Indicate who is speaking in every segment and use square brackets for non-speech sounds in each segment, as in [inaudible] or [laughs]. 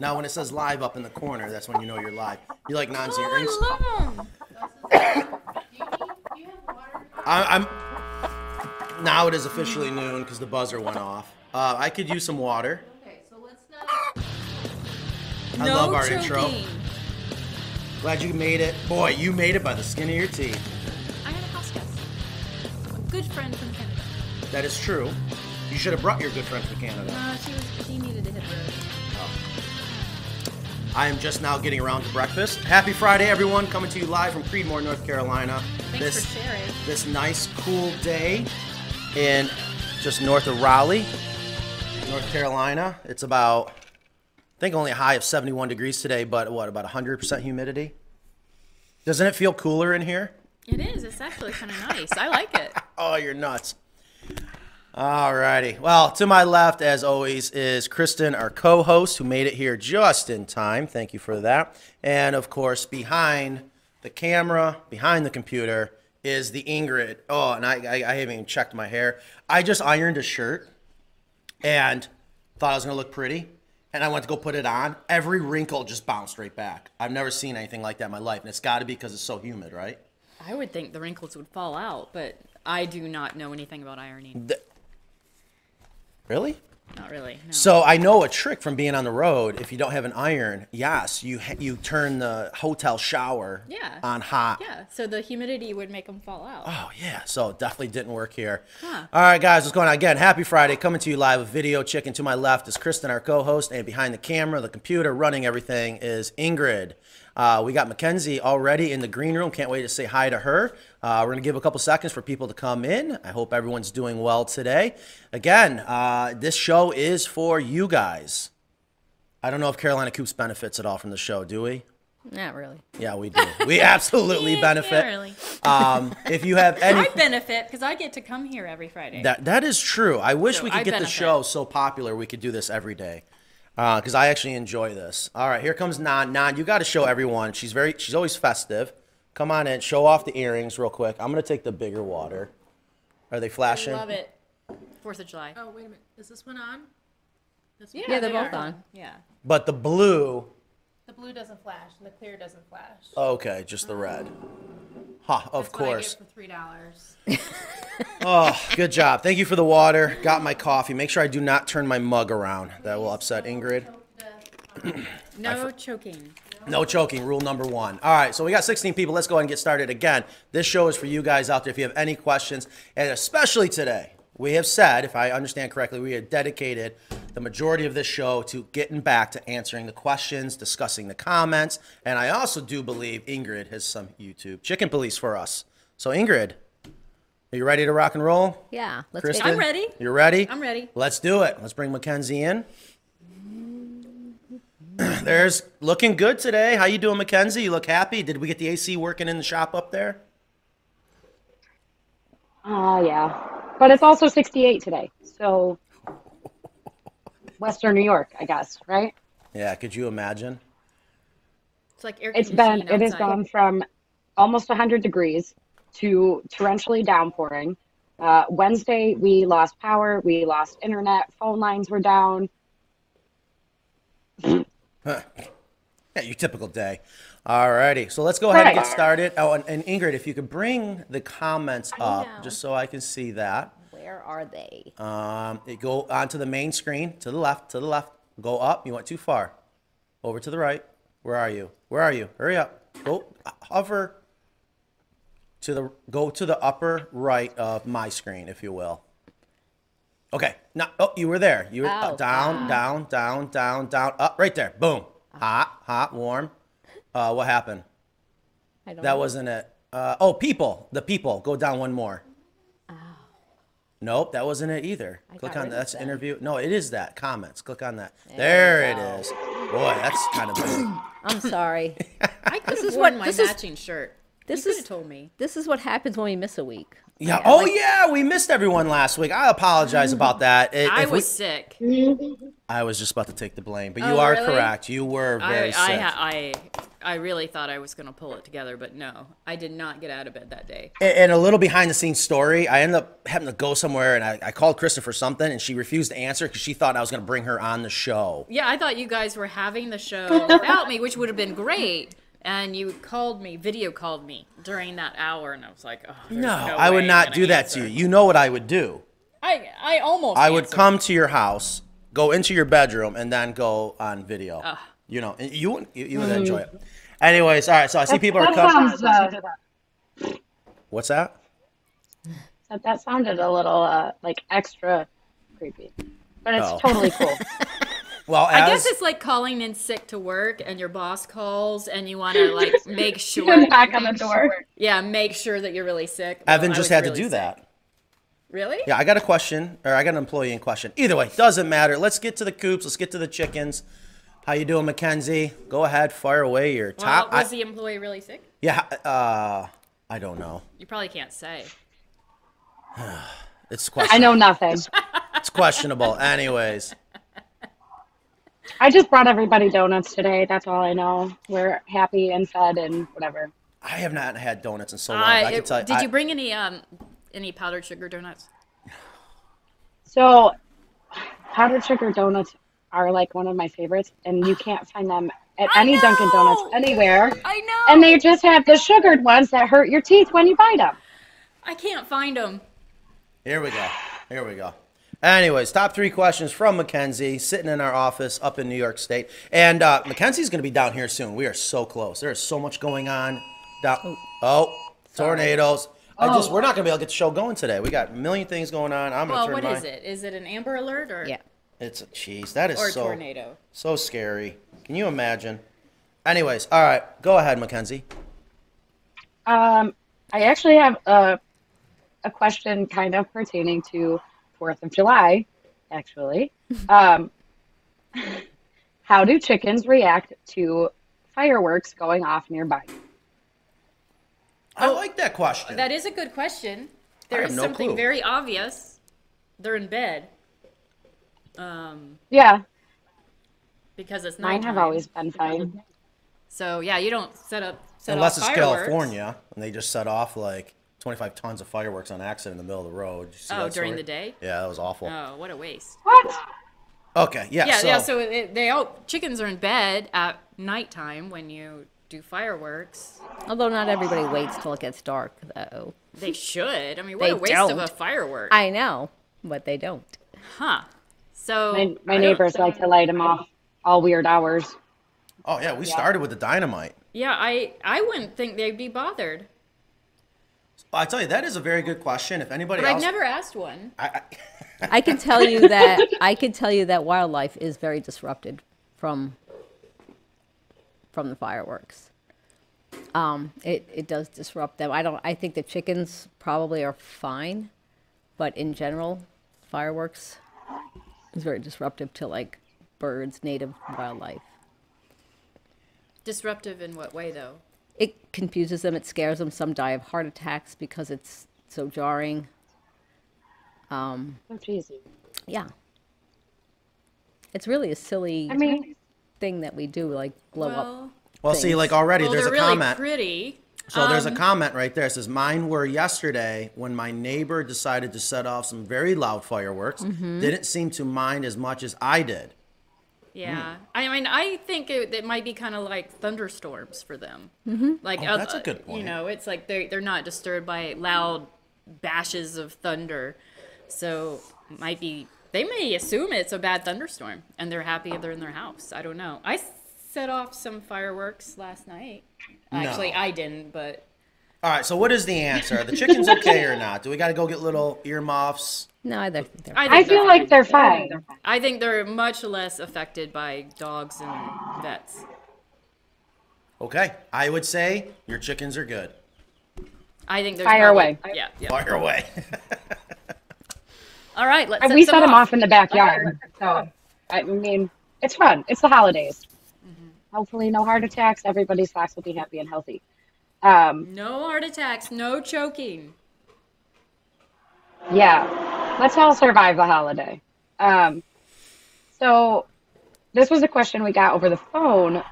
Speaker 1: Now, when it says live up in the corner, that's when you know you're live. You like Nan's earrings?
Speaker 2: I love them.
Speaker 1: I, I'm. Now it is officially noon because the buzzer went off. Uh, I could use some water. I
Speaker 2: no
Speaker 1: love our
Speaker 2: joking.
Speaker 1: intro. Glad you made it. Boy, you made it by the skin of your teeth.
Speaker 2: I had a house guest. A good friend from Canada.
Speaker 1: That is true. You should have brought your good friend from Canada.
Speaker 2: No, she was. She needed to hit the road.
Speaker 1: I am just now getting around to breakfast. Happy Friday, everyone. Coming to you live from Creedmoor, North Carolina.
Speaker 2: Thanks
Speaker 1: this,
Speaker 2: for sharing.
Speaker 1: this nice, cool day in just north of Raleigh, North Carolina. It's about, I think, only a high of 71 degrees today, but what, about 100% humidity? Doesn't it feel cooler in here?
Speaker 2: It is. It's actually kind of nice. I like it.
Speaker 1: [laughs] Oh, you're nuts. All righty. Well, to my left, as always, is Kristen, our co host, who made it here just in time. Thank you for that. And of course, behind the camera, behind the computer, is the Ingrid. Oh, and I, I, I haven't even checked my hair. I just ironed a shirt and thought I was going to look pretty. And I went to go put it on. Every wrinkle just bounced right back. I've never seen anything like that in my life. And it's got to be because it's so humid, right?
Speaker 2: I would think the wrinkles would fall out, but I do not know anything about ironing.
Speaker 1: Really?
Speaker 2: Not really. No.
Speaker 1: So I know a trick from being on the road. If you don't have an iron, yes, you ha- you turn the hotel shower
Speaker 2: Yeah.
Speaker 1: on hot.
Speaker 2: yeah. So the humidity would make them fall out.
Speaker 1: Oh yeah, so it definitely didn't work here. All right, guys, what's going on? Again, happy Friday. Coming to you live with Video Chicken. To my left is Kristen, our co-host, and behind the camera, the computer running everything is Ingrid. Uh, we got Mackenzie already in the green room. Can't wait to say hi to her. Uh, we're gonna give a couple seconds for people to come in. I hope everyone's doing well today. Again, uh, this show is for you guys. I don't know if Carolina Coops benefits at all from the show, do we?
Speaker 2: Not really.
Speaker 1: Yeah, we do. We absolutely benefit.
Speaker 2: really.
Speaker 1: Um, if you have any
Speaker 2: I benefit because I get to come here every Friday.
Speaker 1: That that is true. I wish
Speaker 2: So
Speaker 1: we could
Speaker 2: I
Speaker 1: get the
Speaker 2: benefit.
Speaker 1: show so popular we could do this every day, because I actually enjoy this. All right, here comes Nan. Nan, you got to show everyone. She's very. She's always festive. Come on in. Show off the earrings real quick. I'm gonna take the bigger water. Are they flashing?
Speaker 2: Love it. Fourth of July.
Speaker 3: Oh, wait a minute. Is this one on? This one?
Speaker 2: Yeah, they're
Speaker 3: they
Speaker 2: both
Speaker 3: are.
Speaker 2: on. Yeah.
Speaker 1: But the blue.
Speaker 3: The blue doesn't flash and the clear doesn't flash.
Speaker 1: Okay, just the red. Ha! Of
Speaker 3: That's what I get
Speaker 1: course.
Speaker 3: for three dollars.
Speaker 1: Oh, good job. Thank you for the water. Got my coffee. Make sure I do not turn my mug around. That will upset Ingrid.
Speaker 2: No choking.
Speaker 1: No choking, rule number one. All right, so we got 16 people. Let's go ahead and get started again. This show is for you guys out there if you have any questions, and especially today. We have said, if I understand correctly, we have dedicated the majority of this show to getting back to answering the questions, discussing the comments, and I also do believe Ingrid has some YouTube chicken police for us. So, Ingrid, are you ready to rock and roll?
Speaker 4: Yeah, let's
Speaker 1: Kristen,
Speaker 2: I'm ready.
Speaker 1: You're ready?
Speaker 2: I'm ready.
Speaker 1: Let's do it. Let's bring Mackenzie in. [clears throat] There's looking good today. How you doing, Mackenzie? You look happy. Did we get the AC working in the shop up there?
Speaker 5: Oh, yeah. But it's also 68 today. So, Western New York, I guess, right?
Speaker 1: Yeah, could you imagine?
Speaker 2: It's like air
Speaker 5: It's
Speaker 2: conditioning
Speaker 5: been, it has
Speaker 2: outside.
Speaker 5: gone from almost 100 degrees to torrentially downpouring. Uh, Wednesday, we lost power, we lost internet, phone lines were down.
Speaker 1: Yeah, your typical day. Alrighty. So let's go ahead and get
Speaker 5: Right.
Speaker 1: started. Oh, and, and Ingrid, if you could bring the comments up
Speaker 4: know.
Speaker 1: just so I can see that.
Speaker 4: Where are they?
Speaker 1: Um, it go onto the main screen, to the left, to the left. Go up. You went too far. Over to the right. Where are you? Where are you? Hurry up. Go uh, hover to the go to the upper right of my screen, if you will. Okay. Now, oh, you were there. You were uh,
Speaker 4: Oh,
Speaker 1: down, down, down, down, down, up, right there. Boom. Hot, hot, warm. Uh, what happened?
Speaker 4: I don't
Speaker 1: That
Speaker 4: know.
Speaker 1: wasn't it. Uh, oh, people. The people. Go down one more. Nope, that wasn't it either.
Speaker 4: Oh. I
Speaker 1: Click
Speaker 4: got
Speaker 1: on
Speaker 4: rid
Speaker 1: that.
Speaker 4: of
Speaker 1: That's
Speaker 4: that.
Speaker 1: interview. No, it is that. Comments. Click on that. There,
Speaker 4: There we
Speaker 1: it is. Boy, that's kind of
Speaker 4: [clears throat]
Speaker 1: big.
Speaker 4: I'm sorry.
Speaker 2: I could have
Speaker 4: is
Speaker 2: worn
Speaker 4: what-
Speaker 2: my
Speaker 4: this is-
Speaker 2: matching shirt.
Speaker 4: this
Speaker 2: you could
Speaker 4: is-
Speaker 2: have told me.
Speaker 4: this is what happens when we miss a week.
Speaker 1: Yeah. Oh, yeah. We missed everyone last week. I apologize about that. I-
Speaker 2: I
Speaker 1: if we-
Speaker 2: was sick.
Speaker 1: I was just about to take the blame, but you
Speaker 2: Oh,
Speaker 1: are
Speaker 2: really?
Speaker 1: correct. You were
Speaker 2: I,
Speaker 1: very
Speaker 2: I,
Speaker 1: sick.
Speaker 2: ha- I, I, I really thought I was going to pull it together, but no, I did not get out of bed that day.
Speaker 1: And, and a little behind the scenes story, I ended up having to go somewhere and I, I called Kristen for something and she refused to answer because she thought I was going to bring her on the show.
Speaker 2: Yeah, I thought you guys were having the [laughs] show without me, which would have been great. And you called me, video called me during that hour, and I was like, oh, there's
Speaker 1: No,
Speaker 2: no,
Speaker 1: I would
Speaker 2: way I'm
Speaker 1: not
Speaker 2: gonna
Speaker 1: do that
Speaker 2: answer.
Speaker 1: to you. You know what I would do.
Speaker 2: I, I almost.
Speaker 1: I would
Speaker 2: answered.
Speaker 1: come to your house, go into your bedroom, and then go on video. You know, and you wouldn't, you, you
Speaker 2: Mm.
Speaker 1: would enjoy it. Anyways, all right. So I see people are
Speaker 5: That
Speaker 1: coming.
Speaker 5: sounds, uh,
Speaker 1: What's that?
Speaker 5: that, that sounded a little uh, like extra creepy, but it's
Speaker 1: Oh.
Speaker 5: totally
Speaker 1: [laughs]
Speaker 5: cool.
Speaker 1: Well,
Speaker 2: I
Speaker 1: as,
Speaker 2: guess it's like calling in sick to work, and your boss calls, and you want
Speaker 1: [laughs]
Speaker 2: to like make sure,
Speaker 5: Come back on the door.
Speaker 2: yeah, make sure that you're really sick. Well,
Speaker 1: Evan
Speaker 2: I
Speaker 1: just
Speaker 2: was
Speaker 1: had to
Speaker 2: really
Speaker 1: do
Speaker 2: sick.
Speaker 1: that.
Speaker 2: Really?
Speaker 1: Yeah, I got a question, or I got an employee in question. Either way, doesn't matter. Let's get to the coops. Let's get to the chickens. How you doing, Mackenzie? Go ahead, fire away your
Speaker 2: Well,
Speaker 1: top.
Speaker 2: Uh, was
Speaker 1: I-
Speaker 2: the employee really sick?
Speaker 1: yeah, uh, I don't know.
Speaker 2: You probably can't say.
Speaker 1: It's
Speaker 5: I
Speaker 1: question-
Speaker 5: know nothing.
Speaker 1: It's questionable. Anyways,
Speaker 5: I just brought everybody donuts today. That's all I know. We're happy and fed and whatever.
Speaker 1: I have not had donuts in so long. but
Speaker 2: I-
Speaker 1: I can
Speaker 2: Uh, it-
Speaker 1: tell you.
Speaker 2: did
Speaker 1: I-
Speaker 2: you bring any um any powdered sugar donuts?
Speaker 5: So, powdered sugar donuts are like one of my favorites, and you can't find them at
Speaker 2: I
Speaker 5: any Dunkin' Donuts
Speaker 2: know!
Speaker 5: anywhere.
Speaker 2: I know.
Speaker 5: And they just have the sugared ones that hurt your teeth when you bite them.
Speaker 2: I can't find them.
Speaker 1: Here we go. Here we go. Anyways, top three questions from Mackenzie, sitting in our office up in New York State. And uh, Mackenzie's going to be down here soon. We are so close. There is so much going on. Down- oh, tornadoes. I just we're not going to be able to get the show going today. We got a million things going on. I'm going to
Speaker 2: Oh. Well,
Speaker 1: turn
Speaker 2: what
Speaker 1: mine.
Speaker 2: is it? Is it an Amber Alert or
Speaker 4: Yeah.
Speaker 1: It's a cheese. That is
Speaker 2: or a
Speaker 1: so
Speaker 2: tornado?
Speaker 1: so scary. Can you imagine? Anyways, all right, go ahead, Mackenzie.
Speaker 5: Um, I actually have a, a question kind of pertaining to Fourth of July,
Speaker 2: [laughs]
Speaker 5: actually. Um, [laughs] how do chickens react to fireworks going off nearby?
Speaker 1: I like that question.
Speaker 2: Oh, That is a good question. There
Speaker 1: have
Speaker 2: is
Speaker 1: no
Speaker 2: something
Speaker 1: clue.
Speaker 2: very obvious. They're in bed. Um,
Speaker 5: Yeah,
Speaker 2: because it's
Speaker 5: mine
Speaker 2: nighttime.
Speaker 5: have always [laughs] been fine.
Speaker 2: So yeah, you don't set up. Set
Speaker 1: Unless
Speaker 2: off
Speaker 1: it's
Speaker 2: fireworks.
Speaker 1: California and they just set off like 25 tons of fireworks on accident in the middle of the road. Did you see
Speaker 2: Oh,
Speaker 1: that
Speaker 2: during
Speaker 1: story?
Speaker 2: the day?
Speaker 1: Yeah, that was awful.
Speaker 2: Oh, what a waste.
Speaker 5: What?
Speaker 1: Okay, yeah.
Speaker 2: Yeah,
Speaker 1: so,
Speaker 2: yeah. So it, they all chickens are in bed at nighttime when you do fireworks.
Speaker 4: Although not everybody waits till it gets dark, though.
Speaker 2: They should. I mean, what
Speaker 4: They
Speaker 2: a waste of a
Speaker 4: don't.
Speaker 2: firework.
Speaker 4: I know, but they don't.
Speaker 2: huh. So
Speaker 5: My,
Speaker 2: I
Speaker 5: my
Speaker 2: don't-
Speaker 5: neighbors like to light them off all weird hours.
Speaker 1: oh yeah, we started with the dynamite.
Speaker 2: Yeah, I I wouldn't think they'd be bothered.
Speaker 1: I tell you, that is a very good question. If anybody
Speaker 2: But I've
Speaker 1: else,
Speaker 2: never asked one.
Speaker 1: I, I,
Speaker 4: I can tell you [laughs] that I can tell you that wildlife is very disrupted from from the fireworks. Um, it, it does disrupt them. I don't. I think the chickens probably are fine, but in general, fireworks is very disruptive to like birds, native wildlife.
Speaker 2: Disruptive in what way though?
Speaker 4: It confuses them. It scares them. Some die of heart attacks because it's so jarring.
Speaker 5: Oh, geez.
Speaker 4: Yeah, it's really a silly
Speaker 5: I mean,
Speaker 4: thing that we do, like blow up.
Speaker 2: Well,
Speaker 1: well, see, like already
Speaker 2: well
Speaker 1: there's
Speaker 2: they're
Speaker 1: a
Speaker 2: really um,
Speaker 1: comment.
Speaker 2: pretty.
Speaker 1: so there's a comment right there. It says mine were yesterday when my neighbor decided to set off some very loud fireworks.
Speaker 2: Mm-hmm.
Speaker 1: Didn't seem to mind as much as I did.
Speaker 5: Hmm.
Speaker 2: Yeah, I mean, I think it, it might be kind of like thunderstorms for them.
Speaker 5: Mm-hmm.
Speaker 2: Like uh,
Speaker 1: Oh, that's a good
Speaker 2: You
Speaker 1: point.
Speaker 2: know, it's like they they're not disturbed by loud bashes of thunder, so might be they may assume it's a bad thunderstorm and they're happy they're in their house. I don't know. I set off some fireworks last night. Actually,
Speaker 1: No.
Speaker 2: I didn't, but
Speaker 1: All right, so what is the answer? Are the chickens okay or not? Do we got to go get little earmuffs?
Speaker 4: No, I think they're
Speaker 2: I, think
Speaker 5: I
Speaker 2: they're
Speaker 5: feel
Speaker 2: fine.
Speaker 5: like they're fine.
Speaker 2: I think they're much less affected by dogs and vets.
Speaker 1: Okay, I would say your chickens are good.
Speaker 2: I think there's
Speaker 5: Fire
Speaker 2: probably-
Speaker 5: away.
Speaker 2: Yeah, yeah.
Speaker 1: Fire away. [laughs]
Speaker 2: All right, let's.
Speaker 5: we
Speaker 2: some
Speaker 5: set them off in the backyard. So, I mean, it's fun. It's the holidays. Mm-hmm. Hopefully, no heart attacks. Everybody's socks will be happy and healthy. Um,
Speaker 2: No heart attacks, no choking.
Speaker 5: yeah, let's all survive the holiday. Um, so, this was a question we got over the phone,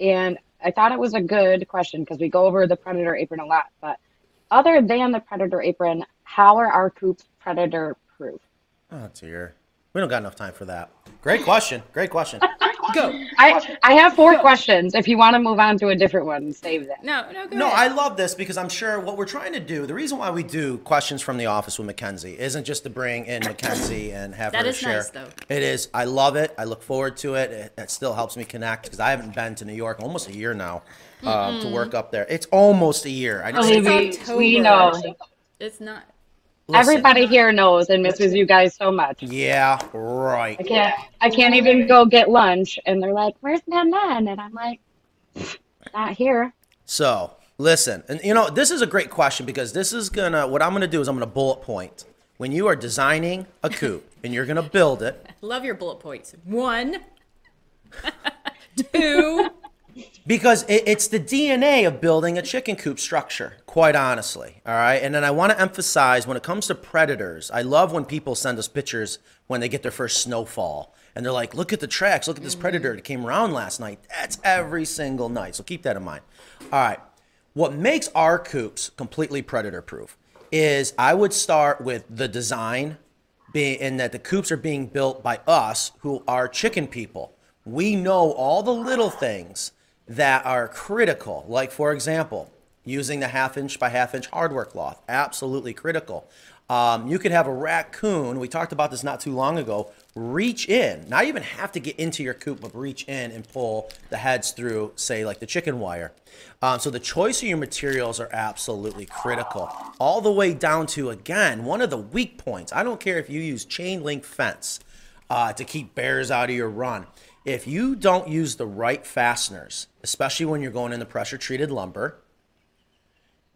Speaker 5: and I thought it was a good question because we go over the predator apron a lot. But other than the predator apron, how are our coops predator proof?
Speaker 1: Oh dear, we don't got enough time for that. Great question. Great
Speaker 2: [laughs]
Speaker 1: question. Go.
Speaker 5: I I have four questions. If you want to move on to a different one, save that.
Speaker 2: No, no, go
Speaker 1: No, I
Speaker 2: ahead.
Speaker 1: love this because I'm sure what we're trying to do, the reason why we do questions from the office with Mackenzie isn't just to bring in Mackenzie and have
Speaker 2: That
Speaker 1: her
Speaker 2: is
Speaker 1: share.
Speaker 2: nice, though.
Speaker 1: It is. I love it. I look forward to it. It, it still helps me connect because I haven't been to New York in almost a year now um,
Speaker 2: Mm-hmm.
Speaker 1: to work up there. It's almost a year. I just
Speaker 5: Believe me,
Speaker 2: October.
Speaker 5: we know.
Speaker 2: It's not.
Speaker 1: listen.
Speaker 5: Everybody here knows and misses you guys so much.
Speaker 1: Yeah, right.
Speaker 5: I can't I can't even go get lunch and they're like, Where's Nan Nan? And I'm like, Not here.
Speaker 1: So listen, and you know, this is a great question because this is gonna what I'm gonna do is I'm gonna bullet point. When you are designing a coop and you're gonna build it,
Speaker 2: Love your bullet points.
Speaker 1: [laughs]
Speaker 2: One, two.
Speaker 1: because it, it's the DNA of building a chicken coop structure, quite honestly. All right. And then I want to emphasize when it comes to predators, I love when people send us pictures when they get their first snowfall and they're like, look at the tracks, look at this predator that came around last night. That's every single night. So keep that in mind. All right. What makes our coops completely predator proof is I would start with the design being and that the coops are being built by us who are chicken people. We know all the little things that are critical. Like for example, using the half inch by half inch hardware cloth, absolutely critical. Um, you could have a raccoon. We talked about this not too long ago. Reach in, not even have to get into your coop, but reach in and pull the heads through, say like the chicken wire. Um, so the choice of your materials are absolutely critical, all the way down to again one of the weak points. I don't care if you use chain link fence uh, to keep bears out of your run. If you don't use the right fasteners, especially when you're going into pressure treated lumber,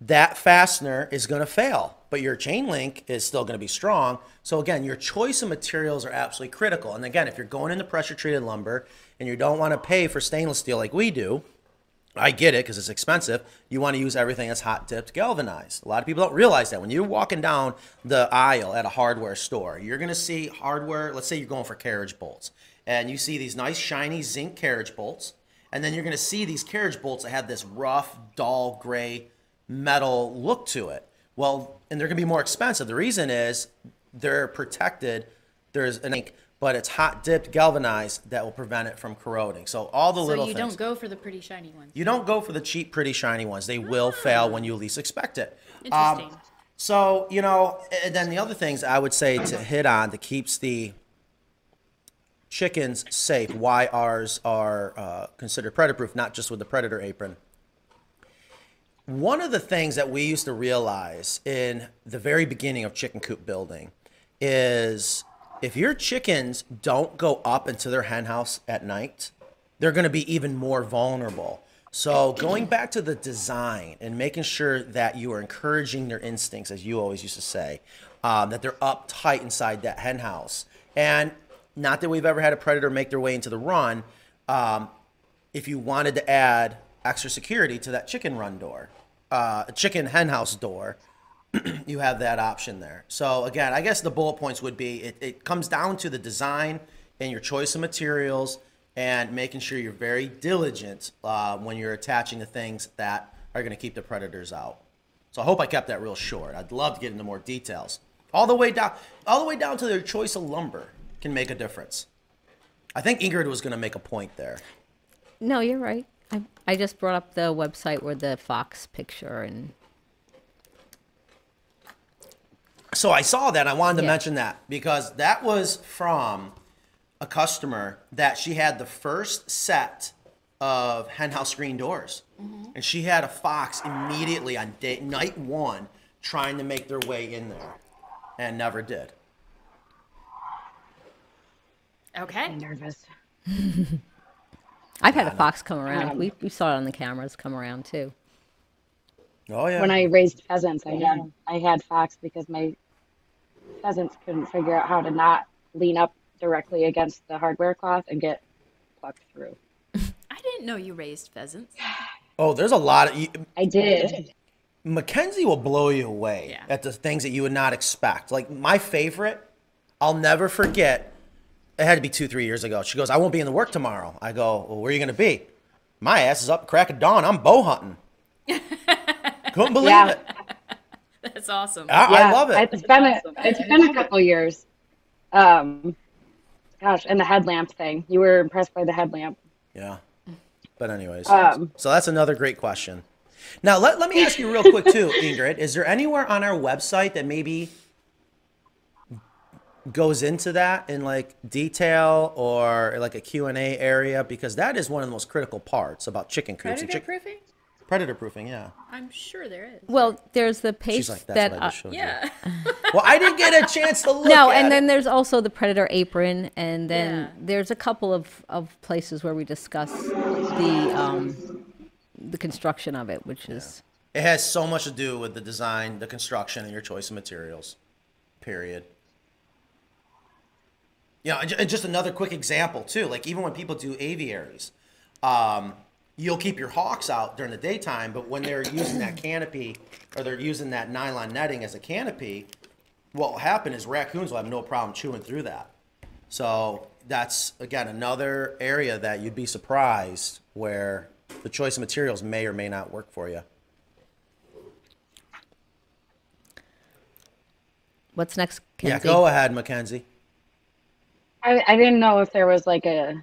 Speaker 1: that fastener is going to fail, but your chain link is still going to be strong. So again, your choice of materials are absolutely critical. And again, if you're going into pressure treated lumber and you don't want to pay for stainless steel like we do, I get it because it's expensive. You want to use everything that's hot dipped galvanized. A lot of people don't realize that. When you're walking down the aisle at a hardware store, you're going to see hardware. Let's say you're going for carriage bolts, and you see these nice, shiny zinc carriage bolts. And then you're going to see these carriage bolts that have this rough, dull gray metal look to it. Well, and they're going to be more expensive. The reason is they're protected. There's an ink, but it's hot dipped galvanized that will prevent it from corroding. So all the
Speaker 2: So
Speaker 1: little
Speaker 2: you
Speaker 1: things.
Speaker 2: don't go for the pretty shiny ones.
Speaker 1: You don't go for the cheap, pretty, shiny ones. They will fail when you least expect it. Um,
Speaker 2: Interesting.
Speaker 1: so, you know, and then the other things I would say to hit on that keeps the chickens safe, why ours are uh, considered predator proof, not just with the predator apron. One of the things that we used to realize in the very beginning of chicken coop building is if your chickens don't go up into their hen house at night, they're going to be even more vulnerable. So, going back to the design and making sure that you are encouraging their instincts, as you always used to say, um, that they're uptight inside that hen house. And not that we've ever had a predator make their way into the run, um, if you wanted to add extra security to that chicken run door, uh, chicken hen house door, [clears throat] you have that option there. So again, I guess the bullet points would be it, it comes down to the design and your choice of materials and making sure you're very diligent uh, when you're attaching the things that are going to keep the predators out. So I hope I kept that real short. I'd love to get into more details. All the way down, all the way down to their choice of lumber can make a difference. I think Ingrid was going to make a point there.
Speaker 4: No, you're right. I, I just brought up the website where the fox picture and
Speaker 1: So I saw that. I wanted to
Speaker 4: Yeah.
Speaker 1: mention that because that was from a customer that she had the first set of henhouse screen doors,
Speaker 5: Mm-hmm.
Speaker 1: and she had a fox immediately on day night one trying to make their way in there, and never did.
Speaker 2: Okay.
Speaker 5: I'm nervous.
Speaker 4: I've had a fox come around.
Speaker 5: Um,
Speaker 4: we, we saw it on the cameras come around too.
Speaker 1: Oh yeah.
Speaker 5: When I raised pheasants, I had I had fox because my pheasants couldn't figure out how to not lean up directly against the hardware cloth and get plucked through.
Speaker 2: I didn't know you raised pheasants.
Speaker 1: oh, there's a lot of you,
Speaker 5: I did.
Speaker 1: Mackenzie will blow you away
Speaker 2: Yeah.
Speaker 1: at the things that you would not expect. Like my favorite, I'll never forget. It had to be two, three years ago. She goes, "I won't be in the work tomorrow." I go, well, "Where are you going to be?" My ass is up crack of dawn. I'm bow hunting. Couldn't believe
Speaker 5: Yeah.
Speaker 1: it.
Speaker 2: That's awesome.
Speaker 1: I, I
Speaker 5: Yeah,
Speaker 1: love it.
Speaker 5: It's been a, it's been a couple years. Um, gosh, and the headlamp thing. You were impressed by the headlamp.
Speaker 1: Yeah. But anyways,
Speaker 5: Um,
Speaker 1: so that's another great question. Now let, let me ask you real quick too, Ingrid. Is there anywhere on our website that maybe goes into that in like detail or like a Q and A area? Because that is one of the most critical parts about chicken coops and
Speaker 3: Predator
Speaker 1: chick-
Speaker 3: proofing?
Speaker 1: predator proofing. Yeah.
Speaker 3: I'm sure there is.
Speaker 4: Well, there's the page
Speaker 1: She's like that's
Speaker 4: that.
Speaker 1: what I
Speaker 4: uh,
Speaker 1: just showed you."
Speaker 2: Yeah.
Speaker 1: Well, I didn't get
Speaker 4: [laughs]
Speaker 1: a chance to look.
Speaker 4: no,
Speaker 1: at
Speaker 4: and
Speaker 1: it.
Speaker 4: then there's also the predator apron, and then
Speaker 2: Yeah.
Speaker 4: there's a couple of, of places where we discuss the um, the construction of it, which is
Speaker 1: It has so much to do with the design, the construction, and your choice of materials. Period. You know, and ju- and just another quick example too. Like even when people do aviaries, um, you'll keep your hawks out during the daytime, but when they're using that canopy or they're using that nylon netting as a canopy, what will happen is raccoons will have no problem chewing through that. So that's again another area that you'd be surprised where the choice of materials may or may not work for you.
Speaker 4: what's next.
Speaker 1: Yeah,
Speaker 4: Kenzie?
Speaker 1: go ahead, Mackenzie.
Speaker 5: I, I didn't know if there was like a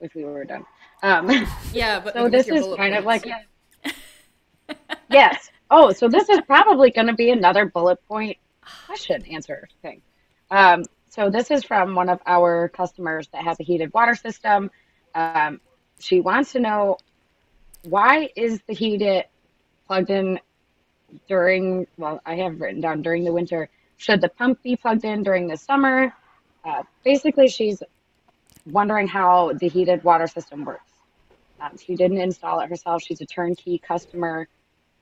Speaker 5: if we were done. Um,
Speaker 2: [laughs] Yeah, but
Speaker 5: so
Speaker 2: with
Speaker 5: this
Speaker 2: your
Speaker 5: is
Speaker 2: bullet
Speaker 5: kind of
Speaker 2: points.
Speaker 5: like
Speaker 2: [laughs]
Speaker 5: yes. Oh, so this is probably going to be another bullet point question answer thing. Um, so this is from one of our customers that has a heated water system. Um, she wants to know why is the heated plugged in during? Well, I have written down during the winter. Should the pump be plugged in during the summer? Uh, basically, she's wondering how the heated water system works. Um, she didn't install it herself. She's a turnkey customer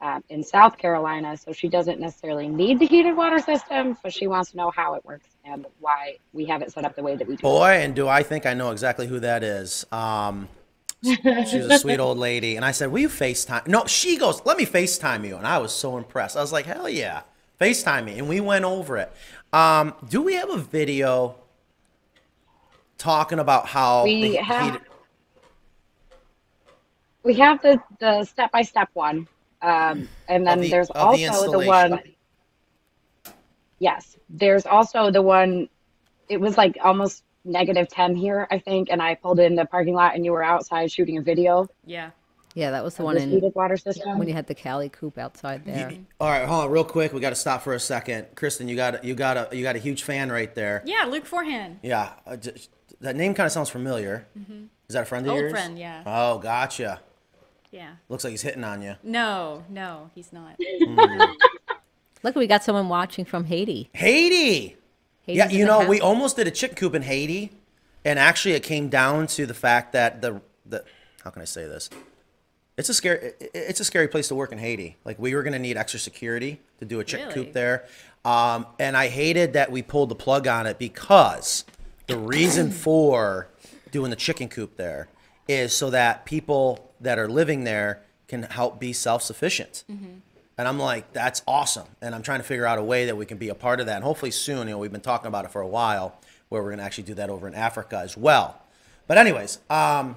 Speaker 5: um, in South Carolina, so she doesn't necessarily need the heated water system, but she wants to know how it works and why we have it set up the way that we do.
Speaker 1: Boy, and do I think I know exactly who that is.
Speaker 2: [laughs]
Speaker 1: Um, she's a sweet old lady. And I said, Will you FaceTime? No, she goes, Let me FaceTime you. And I was so impressed. I was like, Hell yeah, FaceTime me. And we went over it. Um, do we have a video talking about how
Speaker 5: We
Speaker 1: the
Speaker 5: have-
Speaker 1: heated-
Speaker 5: We have the the step by step one, um, and then
Speaker 1: Of the-
Speaker 5: there's
Speaker 1: of the
Speaker 5: also the,
Speaker 1: installation.
Speaker 5: one. Yes, there's also the one. It was like almost negative ten here, I think, and I pulled in the parking lot, and you were outside shooting a video.
Speaker 2: Yeah.
Speaker 4: Yeah, that was the
Speaker 5: of
Speaker 4: one
Speaker 5: this
Speaker 4: in
Speaker 5: heated water system.
Speaker 4: when you had the Cali coop outside there.
Speaker 1: All right, hold on, real quick. We got to stop for a second. Kristen, you got you got a you got a huge fan right there.
Speaker 2: Yeah, Luke Forehand.
Speaker 1: Yeah, uh, j- that name kind of sounds familiar. Is that a friend of
Speaker 2: Mm-hmm. Old
Speaker 1: yours?
Speaker 2: friend, yeah.
Speaker 1: Oh, gotcha.
Speaker 2: Yeah.
Speaker 1: Looks like he's hitting on you.
Speaker 2: No, no, he's not.
Speaker 4: Look, we got someone watching from Haiti.
Speaker 1: Haiti. yeah,
Speaker 4: Haiti's in
Speaker 1: you
Speaker 4: the
Speaker 1: know, we
Speaker 4: house.
Speaker 1: almost did a chicken coop in Haiti, and actually, it came down to the fact that the the how can I say this? It's a scary it- it- it's a scary place to work in Haiti. Like we were gonna need extra security to do a chicken
Speaker 2: Really?
Speaker 1: coop there, um, and I hated that we pulled the plug on it because the reason for doing the chicken coop there is so that people that are living there can help be self sufficient. And I'm like, that's awesome. And I'm trying to figure out a way that we can be a part of that. And hopefully soon, you know, we've been talking about it for a while, where we're going to actually do that over in Africa as well. But, anyways, um,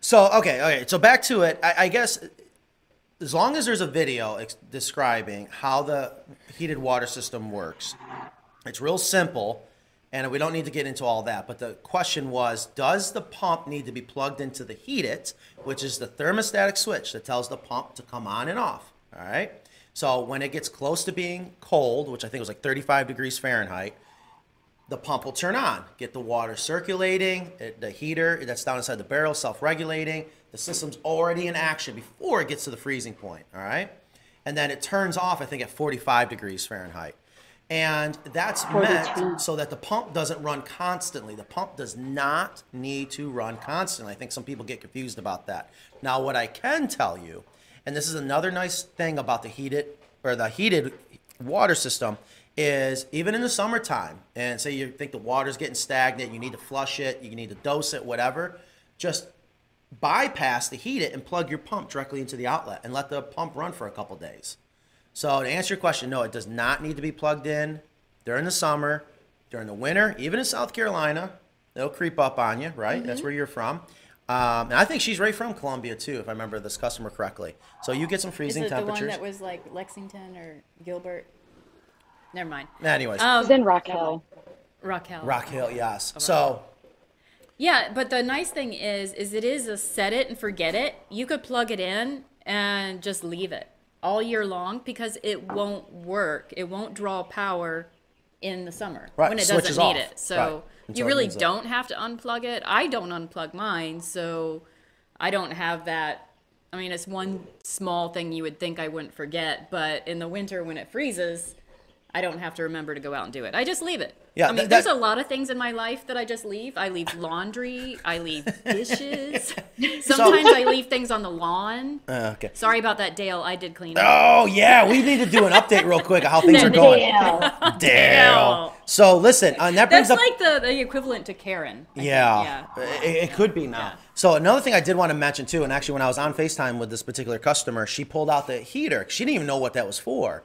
Speaker 1: so, okay, okay. So, back to it. I, I guess as long as there's a video ex- describing how the heated water system works, it's real simple. And we don't need to get into all that. But the question was Does the pump need to be plugged into the heat it, which is the thermostatic switch that tells the pump to come on and off? All right. So when it gets close to being cold, which I think was like 35 degrees Fahrenheit, the pump will turn on, get the water circulating, it, the heater that's down inside the barrel self regulating. The system's already in action before it gets to the freezing point, all right? And then it turns off, I think, at 45 degrees Fahrenheit. And that's meant so that the pump doesn't run constantly. The pump does not need to run constantly. I think some people get confused about that. Now, what I can tell you, and this is another nice thing about the heated or the heated water system is even in the summertime and say you think the water's getting stagnant you need to flush it you need to dose it whatever just bypass the heat it and plug your pump directly into the outlet and let the pump run for a couple days so to answer your question no it does not need to be plugged in during the summer
Speaker 2: Mm-hmm.
Speaker 1: during the winter even in south carolina it'll creep up on you right that's where you're from Um, and I think she's right from Columbia too, if I remember this customer correctly. So you get some
Speaker 2: Is
Speaker 1: freezing
Speaker 2: it the one
Speaker 1: temperatures.
Speaker 2: that was like Lexington or Gilbert? Never mind. Um,
Speaker 1: Anyways,
Speaker 2: Oh.
Speaker 5: It's in Rock Hill.
Speaker 2: Raquel.
Speaker 1: Rock Hill, yes. So
Speaker 2: Yeah, but the nice thing is, is it is a set it and forget it. You could plug it in and just leave it all year long because it won't work. It won't draw power in the summer
Speaker 1: Right,
Speaker 2: when it
Speaker 1: switches
Speaker 2: doesn't need
Speaker 1: off.
Speaker 2: it. So
Speaker 1: Right, until
Speaker 2: you
Speaker 1: it
Speaker 2: really
Speaker 1: needs it.
Speaker 2: don't have to unplug it. I don't unplug mine, so I don't have that. I mean, it's one small thing you would think I wouldn't forget, but in the winter when it freezes, I don't have to remember to go out and do it. I just leave it.
Speaker 1: Yeah,
Speaker 2: I mean,
Speaker 1: that-
Speaker 2: there's
Speaker 1: that-
Speaker 2: a lot of things in my life that I just leave. I leave laundry. I leave
Speaker 1: [laughs]
Speaker 2: dishes. Sometimes I leave things on the lawn.
Speaker 1: uh, okay.
Speaker 2: Sorry about that, Dale. I did clean up.
Speaker 1: Oh yeah, we need to do an update real quick of how
Speaker 2: [laughs]
Speaker 1: things are going.
Speaker 5: Yeah.
Speaker 1: Damn. So listen, uh, and that brings
Speaker 2: That's
Speaker 1: up
Speaker 2: like the, the equivalent to Karen. I think.
Speaker 1: Yeah,
Speaker 2: Yeah.
Speaker 1: It, it could be now. So another thing I did want to mention too, and actually when I was on Facetime with this particular customer, she pulled out the heater. She didn't even know what that was for,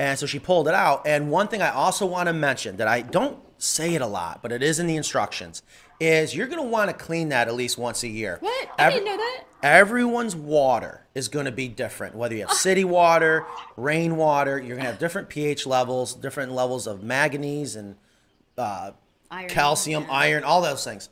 Speaker 1: and so she pulled it out. And one thing I also want to mention that I don't say it a lot, but it is in the instructions, is you're gonna want to clean that at least once a year.
Speaker 2: What? I
Speaker 1: Every-
Speaker 2: didn't know that.
Speaker 1: Everyone's water is going to be different. Whether you have city water, rainwater, you're going to have different pH levels, different levels of manganese and uh,
Speaker 2: Iron,
Speaker 1: calcium,
Speaker 2: yeah.
Speaker 1: iron, all those things.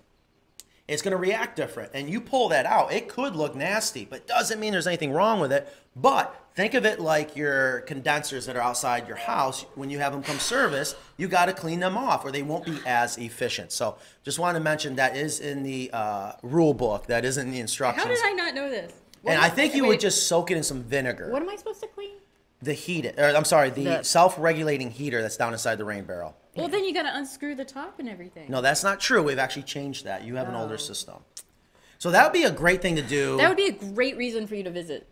Speaker 1: It's going to react different. And you pull that out, it could look nasty, but doesn't mean there's anything wrong with it. But think of it like your condensers that are outside your house. When you have them come service, you got to clean them off or they won't be as efficient. So just want to mention that is in the uh, rule book, that is in the instructions.
Speaker 2: How did I not know this?
Speaker 1: And I think you
Speaker 2: wait,
Speaker 1: would just soak it in some vinegar.
Speaker 2: What am I supposed to clean?
Speaker 1: the heat, or I'm sorry, the,
Speaker 4: The-
Speaker 1: self-regulating heater that's down inside the rain barrel.
Speaker 2: Well, then you got to unscrew the top and everything.
Speaker 1: No, that's not true. We've actually changed that. You have an older system. So that would be a great thing to do.
Speaker 2: Oh. That would be a great reason for you to visit.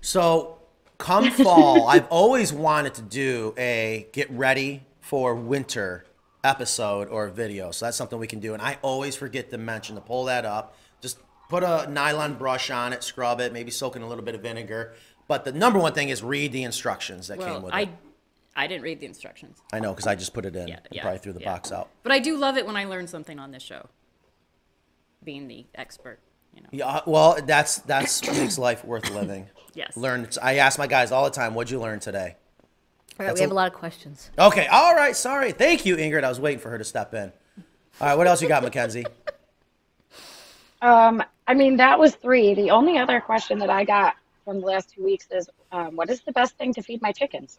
Speaker 1: so
Speaker 2: [laughs]
Speaker 1: come fall, I've always wanted to do a get ready for winter episode or video. So that's something we can do. And I always forget to mention to pull that up. Just put a nylon brush on it, scrub it, maybe soak in a little bit of vinegar. But the number one thing is read the instructions that came
Speaker 2: Well,
Speaker 1: with it.
Speaker 2: I, I didn't read the instructions.
Speaker 1: I know because I just put it in.
Speaker 2: Yeah,
Speaker 1: and
Speaker 2: yeah,
Speaker 1: probably threw the
Speaker 2: yeah.
Speaker 1: box out.
Speaker 2: But I do love it when I learn something on this show. Being the expert, you know.
Speaker 1: Yeah, uh, well, that's that's what makes life worth living.
Speaker 2: [coughs] Yes.
Speaker 1: Learn. I ask my guys all the time, "What'd you learn today?"
Speaker 4: All right, we have a lot of questions.
Speaker 1: Okay, all right, sorry. Thank you, Ingrid. I was waiting for her to step in. All right, what else you got,
Speaker 2: [laughs]
Speaker 1: Mackenzie?
Speaker 5: Um, I mean, that was three. The only other question that I got from the last two weeks is, um, what is the best thing to feed my chickens?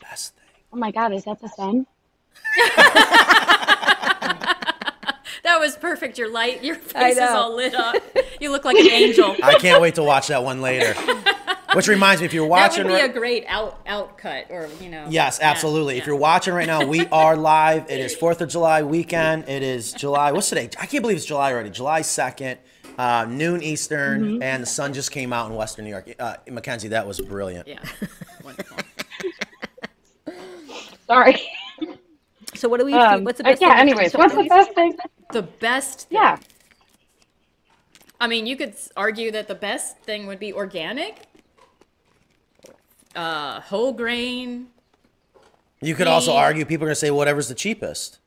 Speaker 1: Best thing.
Speaker 5: Oh my God, is that the sun?
Speaker 2: That was perfect. Your light, your
Speaker 4: [laughs] I
Speaker 2: face is
Speaker 4: know.
Speaker 2: all lit
Speaker 4: [laughs]
Speaker 2: up. You look like an angel.
Speaker 1: I can't wait to watch that one later.
Speaker 2: [laughs]
Speaker 1: Which reminds me, if you're
Speaker 2: that
Speaker 1: watching,
Speaker 2: would be
Speaker 1: right-
Speaker 2: a great out out cut, or you know.
Speaker 1: Yes,
Speaker 2: yeah,
Speaker 1: absolutely.
Speaker 2: yeah.
Speaker 1: If you're watching right now, we are live. It
Speaker 2: [laughs]
Speaker 1: is 4th of July weekend. It is July, what's today? I can't believe it's July already. July 2nd, uh, noon Eastern,
Speaker 2: Mm-hmm.
Speaker 1: and the sun just came out in Western New York. Uh, Mackenzie, that was brilliant. [laughs]
Speaker 2: yeah, wonderful.
Speaker 5: Sorry.
Speaker 4: So what do we?
Speaker 5: Um,
Speaker 4: what's the
Speaker 5: uh,
Speaker 4: best?
Speaker 5: yeah,
Speaker 4: thing to
Speaker 5: anyways,
Speaker 4: teach
Speaker 5: what's the
Speaker 4: employees?
Speaker 5: best thing?
Speaker 2: The best. Thing.
Speaker 5: Yeah.
Speaker 2: I mean, you could s- argue that the best thing would be organic, uh, whole grain.
Speaker 1: You could also
Speaker 2: Me-
Speaker 1: argue people are going to say whatever's the cheapest.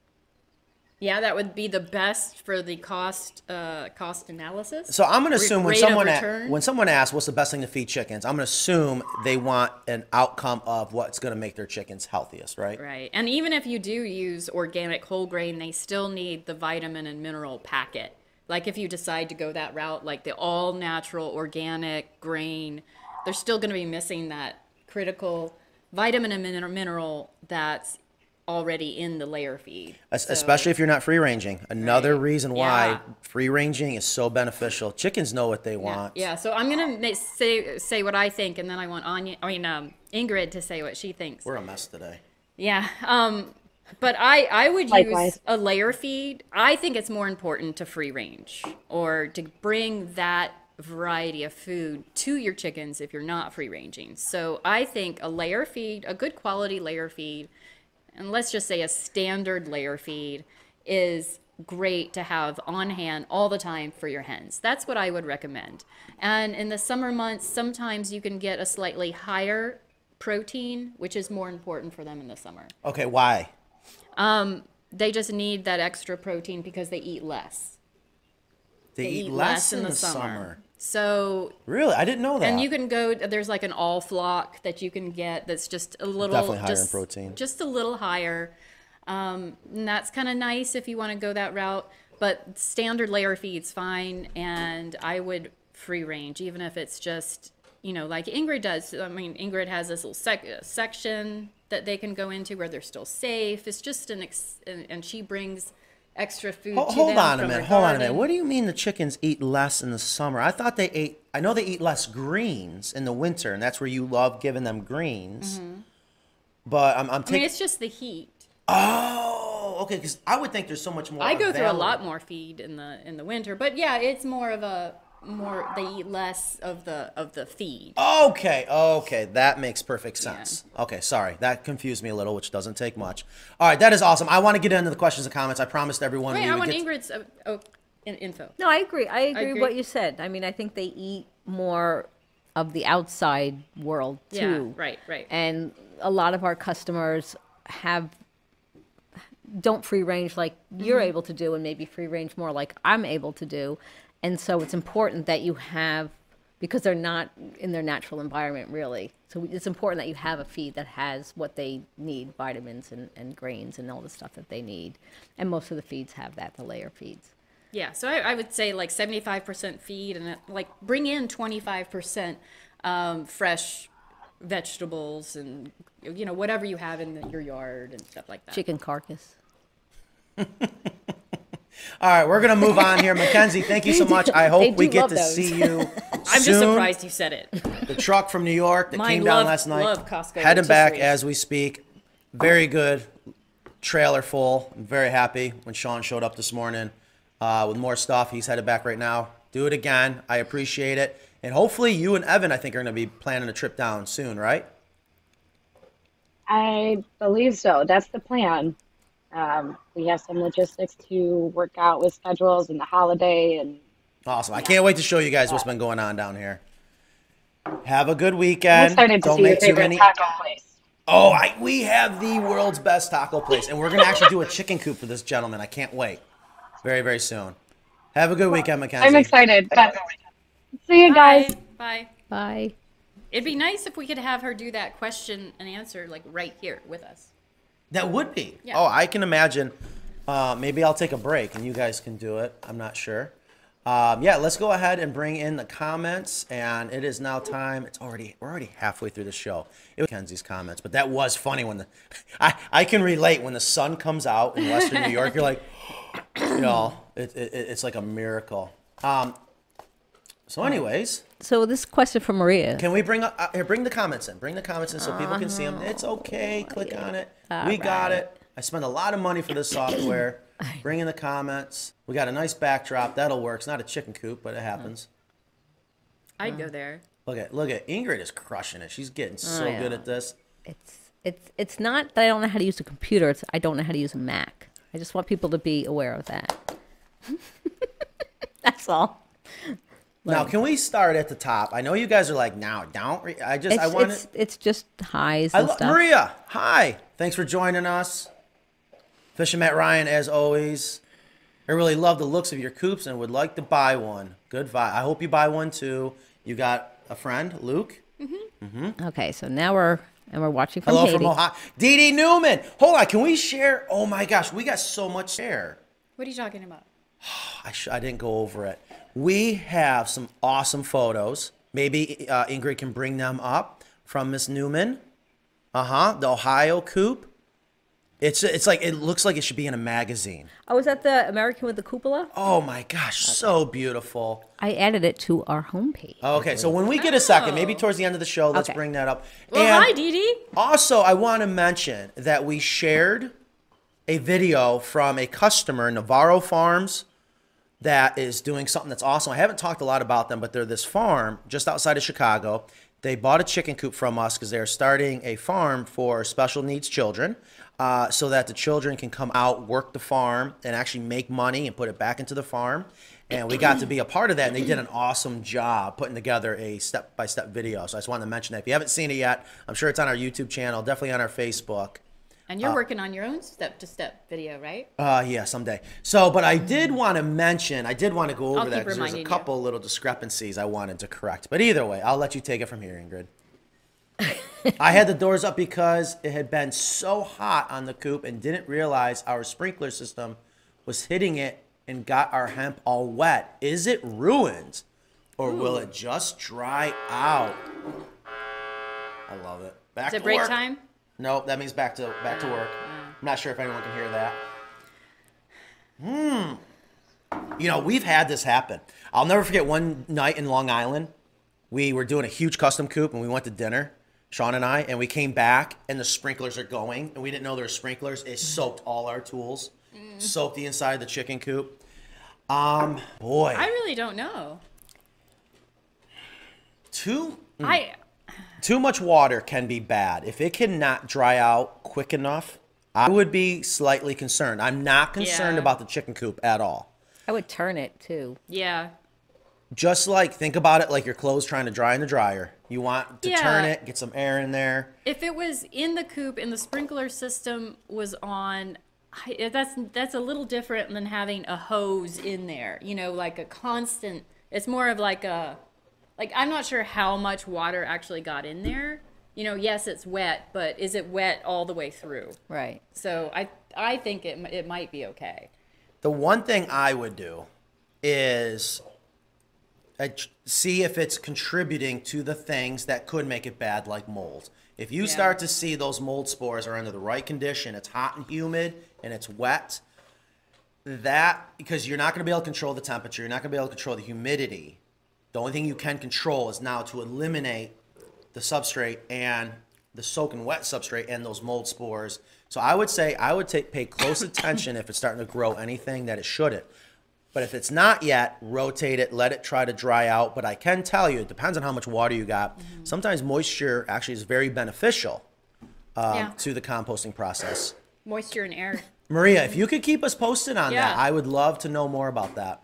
Speaker 2: Yeah, that would be the best for the cost uh, cost analysis.
Speaker 1: So I'm going to
Speaker 2: Re-
Speaker 1: assume when
Speaker 2: rate of
Speaker 1: someone a-
Speaker 2: return.
Speaker 1: when someone asks what's the best thing to feed chickens, I'm going to assume they want an outcome of what's going to make their chickens healthiest, right?
Speaker 2: Right. And even if you do use organic whole grain, they still need the vitamin and mineral packet. Like if you decide to go that route, like the all natural organic grain, they're still going to be missing that critical vitamin and min- mineral that's already in the layer feed.
Speaker 1: Es-
Speaker 2: So-
Speaker 1: Especially if you're not free ranging. Another
Speaker 2: Right.
Speaker 1: reason why
Speaker 2: Yeah.
Speaker 1: free ranging is so beneficial. Chickens know what they
Speaker 2: Yeah,
Speaker 1: want.
Speaker 2: yeah. So I'm gonna ma- say say what I think, and then I want Anya, I mean um, Ingrid, to say what she thinks.
Speaker 1: We're a mess today.
Speaker 2: Yeah. Um, but I I would
Speaker 5: Likewise.
Speaker 2: use a layer feed. I think it's more important to free range or to bring that variety of food to your chickens if you're not free ranging. So I think a layer feed, a good quality layer feed, and let's just say a standard layer feed is great to have on hand all the time for your hens. That's what I would recommend. And in the summer months, sometimes you can get a slightly higher protein, which is more important for them in the summer.
Speaker 1: Okay, why?
Speaker 2: They just need that extra protein because they eat less.
Speaker 1: They, eat, less, in the, summer.
Speaker 2: So
Speaker 1: Really? I didn't know that.
Speaker 2: And you can go. There's like an all flock that you can get. That's just a little
Speaker 1: Definitely higher in
Speaker 2: just-
Speaker 1: protein.
Speaker 2: Just a little higher. Um, and that's kind of nice if you want to go that route. But standard layer feed's fine, and I would free range, even if it's just you know like Ingrid does. I mean, Ingrid has this little sec- uh, section that they can go into where they're still safe. It's just an ex- and, and she brings extra food.
Speaker 1: Ho-
Speaker 2: to
Speaker 1: hold
Speaker 2: them
Speaker 1: on a
Speaker 2: from her
Speaker 1: minute. Hold on a minute.
Speaker 2: garden.
Speaker 1: What do you mean the chickens eat less in the summer? I thought they ate. I know they eat less greens in the winter, and that's where you love giving them greens. But I'm, I'm
Speaker 2: Mm-hmm. I mean,
Speaker 1: taking.
Speaker 2: it's just the heat.
Speaker 1: oh, okay. Because I would think there's so much more.
Speaker 2: I go through a
Speaker 1: available.
Speaker 2: lot more feed in the in the winter, but yeah, it's more of a more they eat less of the of the
Speaker 1: Oh,
Speaker 2: feed.
Speaker 1: Okay, okay, that makes perfect sense. Okay, sorry, that confused me a little, which doesn't take much. All right, that is awesome. I want to get into the questions and comments. I promised everyone.
Speaker 2: Wait,
Speaker 1: we
Speaker 2: I
Speaker 1: would
Speaker 2: want
Speaker 1: get to-
Speaker 2: Ingrid's uh, oh, in, info.
Speaker 4: No, I agree. I agree,
Speaker 2: agree.
Speaker 4: what you said. I mean, I think they eat more of the outside world too.
Speaker 2: Yeah, right, right.
Speaker 4: And a lot of our customers have don't free range like you're able to do, and maybe free range more like I'm able to do. And so it's important that you have because they're not in their natural environment really. So it's important that you have a feed that has what they need, vitamins and, and grains and all the stuff that they need. And most of the feeds have that, the layer feeds.
Speaker 2: Yeah, so I, I would say like seventy five percent feed, and uh, like bring in twenty five percent um, fresh vegetables and you know whatever you have in the, your yard and stuff like that.
Speaker 4: Chicken carcass.
Speaker 1: All right, we're gonna move on here, Mackenzie. Thank
Speaker 2: [laughs]
Speaker 1: you so much. I
Speaker 4: They
Speaker 1: hope we
Speaker 4: do
Speaker 1: get
Speaker 4: love
Speaker 1: to
Speaker 4: those.
Speaker 1: see you.
Speaker 2: I'm
Speaker 1: soon.
Speaker 2: just surprised you said it.
Speaker 1: The truck from New York that
Speaker 2: Mine
Speaker 1: came down
Speaker 2: love-
Speaker 1: last night.
Speaker 2: love Costco
Speaker 1: Heading back
Speaker 2: rotisseries.
Speaker 1: as we speak. Very good. Trailer full. I'm very happy when Sean showed up this morning uh, with more stuff. He's headed back right now. Do it again. I appreciate it. And hopefully, you and Evan, I think, are going to be planning a trip down soon, right?
Speaker 5: I believe so. That's the plan. Um, we have some logistics to work out with schedules and the holiday and
Speaker 1: Awesome. I can't wait to show you guys what's been going on down here. Have a good
Speaker 5: I'm
Speaker 1: weekend.
Speaker 5: excited to
Speaker 1: Don't
Speaker 5: see your
Speaker 1: make too
Speaker 5: favorite
Speaker 1: many.
Speaker 5: taco place.
Speaker 1: Oh, I, we have the world's best taco place, and we're gonna actually do a chicken coop for this gentleman. I can't wait. Very, very soon. Have a good weekend, Mackenzie.
Speaker 5: I'm excited. But see you guys.
Speaker 2: Bye.
Speaker 4: Bye.
Speaker 2: It'd be nice if we could have her do that question and answer like right here with us.
Speaker 1: That would be.
Speaker 2: Yeah.
Speaker 1: Oh, I can imagine. Uh, maybe I'll take a break and you guys can do it. I'm not sure. Um, yeah, let's go ahead and bring in the comments. And it is now time. It's already we're already halfway through the show. It was Kenzie's comments, but that was funny when the [laughs] I I can relate when the sun comes out in Western New York. You're like, you know, it, it, it's like a miracle. Um, so, anyways,
Speaker 4: So this question from Maria.
Speaker 1: can we bring up uh, here? Bring the comments in. Bring the comments in so people can see them. It's okay. Click on it. we got
Speaker 4: Uh-huh. right.
Speaker 1: it. I spent a lot of money for this
Speaker 4: [coughs]
Speaker 1: software. bring in the comments. We got a nice backdrop. That'll work. It's not a chicken coop, but it happens.
Speaker 4: Mm.
Speaker 2: I'd go there.
Speaker 1: Look at look at Ingrid is crushing it. She's getting so
Speaker 4: Oh, yeah.
Speaker 1: good at this.
Speaker 4: it's it's it's not that I don't know how to use a computer. It's I don't know how to use a Mac. I just want people to be aware of that. [laughs] That's all.
Speaker 1: now, can we start at the top? I know you guys are like, now don't. Re-. I just
Speaker 4: It's
Speaker 1: I want
Speaker 4: it's,
Speaker 1: to.
Speaker 4: it's just highs
Speaker 1: I
Speaker 4: and
Speaker 1: love
Speaker 4: stuff.
Speaker 1: Maria. Hi. Thanks for joining us. Fishing Matt Ryan, as always. I really love the looks of your coops and would like to buy one. Good vibe. I hope you buy one too. You got a friend, Luke.
Speaker 4: Okay, so now we're and we're watching from
Speaker 1: Hello
Speaker 4: Haiti.
Speaker 1: from Ohio. Dee Dee Newman. Hold on. Can we share? Oh my gosh, we got so much to share.
Speaker 2: What are you talking about?
Speaker 1: I, sh- I didn't go over it. We have some awesome photos. Maybe uh, Ingrid can bring them up from Miss Newman. Uh huh. The Ohio coop. It's it's like it looks like it should be in a magazine.
Speaker 4: Oh, is that the American with the cupola?
Speaker 1: Oh my gosh, so beautiful.
Speaker 4: I added it to our homepage.
Speaker 1: Okay, so when we get a second, maybe
Speaker 2: Oh.
Speaker 1: towards the end of the show, let's
Speaker 4: Okay.
Speaker 1: bring that up.
Speaker 2: Well,
Speaker 1: and
Speaker 2: hi, Dee Dee.
Speaker 1: also, I want to mention that we shared a video from a customer, Navarro Farms, that is doing something that's awesome. I haven't talked a lot about them, but they're this farm just outside of Chicago. They bought a chicken coop from us because they're starting a farm for special needs children uh, so that the children can come out, work the farm, and actually make money and put it back into the farm. And we got to be a part of that, and they did an awesome job putting together a step by step video. So I just wanted to mention that. If you haven't seen it yet, I'm sure it's on our YouTube channel, definitely on our Facebook.
Speaker 2: And you're working on your own step to step video, right?
Speaker 1: Uh, yeah, someday. So, but I did want to mention, I did want to go over
Speaker 2: Mm. I'll
Speaker 1: that
Speaker 2: keep
Speaker 1: because there's a
Speaker 2: reminding you.
Speaker 1: couple little discrepancies I wanted to correct. But either way, I'll let you take it from here,
Speaker 2: [laughs]
Speaker 1: Ingrid. I had the doors up because it had been so hot on the coop and didn't realize our sprinkler system was hitting it and got our hemp all wet. Is it ruined or will it just dry out? I love it. Back
Speaker 2: Is it
Speaker 1: to
Speaker 2: break
Speaker 1: work.
Speaker 2: time?
Speaker 1: Nope, that means back to back to work. I'm not sure if anyone can hear that. Hmm. You know, we've had this happen. I'll never forget one night in Long Island. We were doing a huge custom coop and we went to dinner, Sean and I, and we came back and the sprinklers are going and we didn't know there were sprinklers. It soaked all our tools, soaked the inside of the chicken coop. Um, boy,
Speaker 2: I really don't know.
Speaker 1: too
Speaker 2: I
Speaker 1: too much water can be bad. If it cannot dry out quick enough, I would be slightly concerned. I'm not concerned
Speaker 2: Yeah.
Speaker 1: about the chicken coop at all.
Speaker 4: I would turn it too.
Speaker 2: yeah.
Speaker 1: Just like think about it like your clothes trying to dry in the dryer. You want to turn
Speaker 2: Yeah.
Speaker 1: it, get some air in there.
Speaker 2: If it was in the coop and the sprinkler system was on, I, eh, that's that's a little different than having a hose in there. You know, like a constant. It's more of like a, like I'm not sure how much water actually got in there. You know, yes, it's wet, but is it wet all the way through?
Speaker 4: Right.
Speaker 2: So I I think it mi- it might be okay.
Speaker 1: The one thing I would do is uh, tr- see if it's contributing to the things that could make it bad, like mold. If you start to see those mold spores are under the right condition, it's hot and humid and it's wet, that because you're not going to be able to control the temperature, you're not going to be able to control the humidity. The only thing you can control is now to eliminate the substrate and the soak and wet substrate and those mold spores. So I would say I would take pay
Speaker 2: [coughs]
Speaker 1: close attention if it's starting to grow anything that it shouldn't. But if it's not yet, rotate it, let it try to dry out. But I can tell you, it depends on how much water you got.
Speaker 2: Mm-hmm.
Speaker 1: Sometimes moisture actually is very beneficial um,
Speaker 2: Yeah.
Speaker 1: to the composting process.
Speaker 2: Moisture and air.
Speaker 1: Maria, if you could keep us posted on that,
Speaker 2: Yeah.
Speaker 1: I would love to know more about that.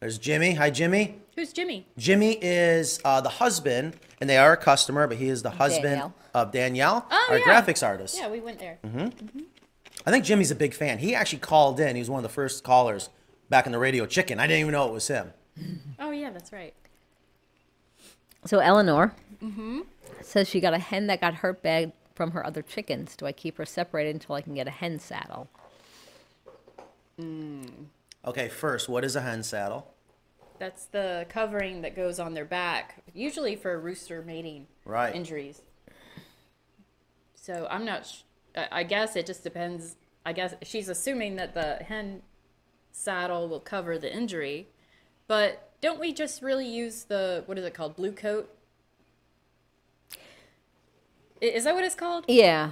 Speaker 1: There's Jimmy. Hi, Jimmy.
Speaker 2: [laughs] Who's Jimmy?
Speaker 1: Jimmy is uh, the husband, and they are a customer, but he is the husband
Speaker 4: Danielle.
Speaker 1: of Danielle,
Speaker 2: Oh,
Speaker 1: our
Speaker 2: yeah.
Speaker 1: graphics artist.
Speaker 2: Yeah, we went there.
Speaker 1: I think Jimmy's a big fan. He actually called in. He was one of the first callers back in the radio chicken. I didn't even know it was him.
Speaker 2: Oh yeah, that's right.
Speaker 4: So Eleanor Mm-hmm. says she got a hen that got hurt bad from her other chickens. Do I keep her separated until I can get a hen saddle?
Speaker 1: Okay, first, what is a hen saddle?
Speaker 2: That's the covering that goes on their back, usually for rooster mating
Speaker 1: Right.
Speaker 2: injuries. So I'm not. Sh- I I guess it just depends. I guess she's assuming that the hen saddle will cover the injury, but don't we just really use the what is it called blue coat? I- Is that what it's called?
Speaker 4: Yeah.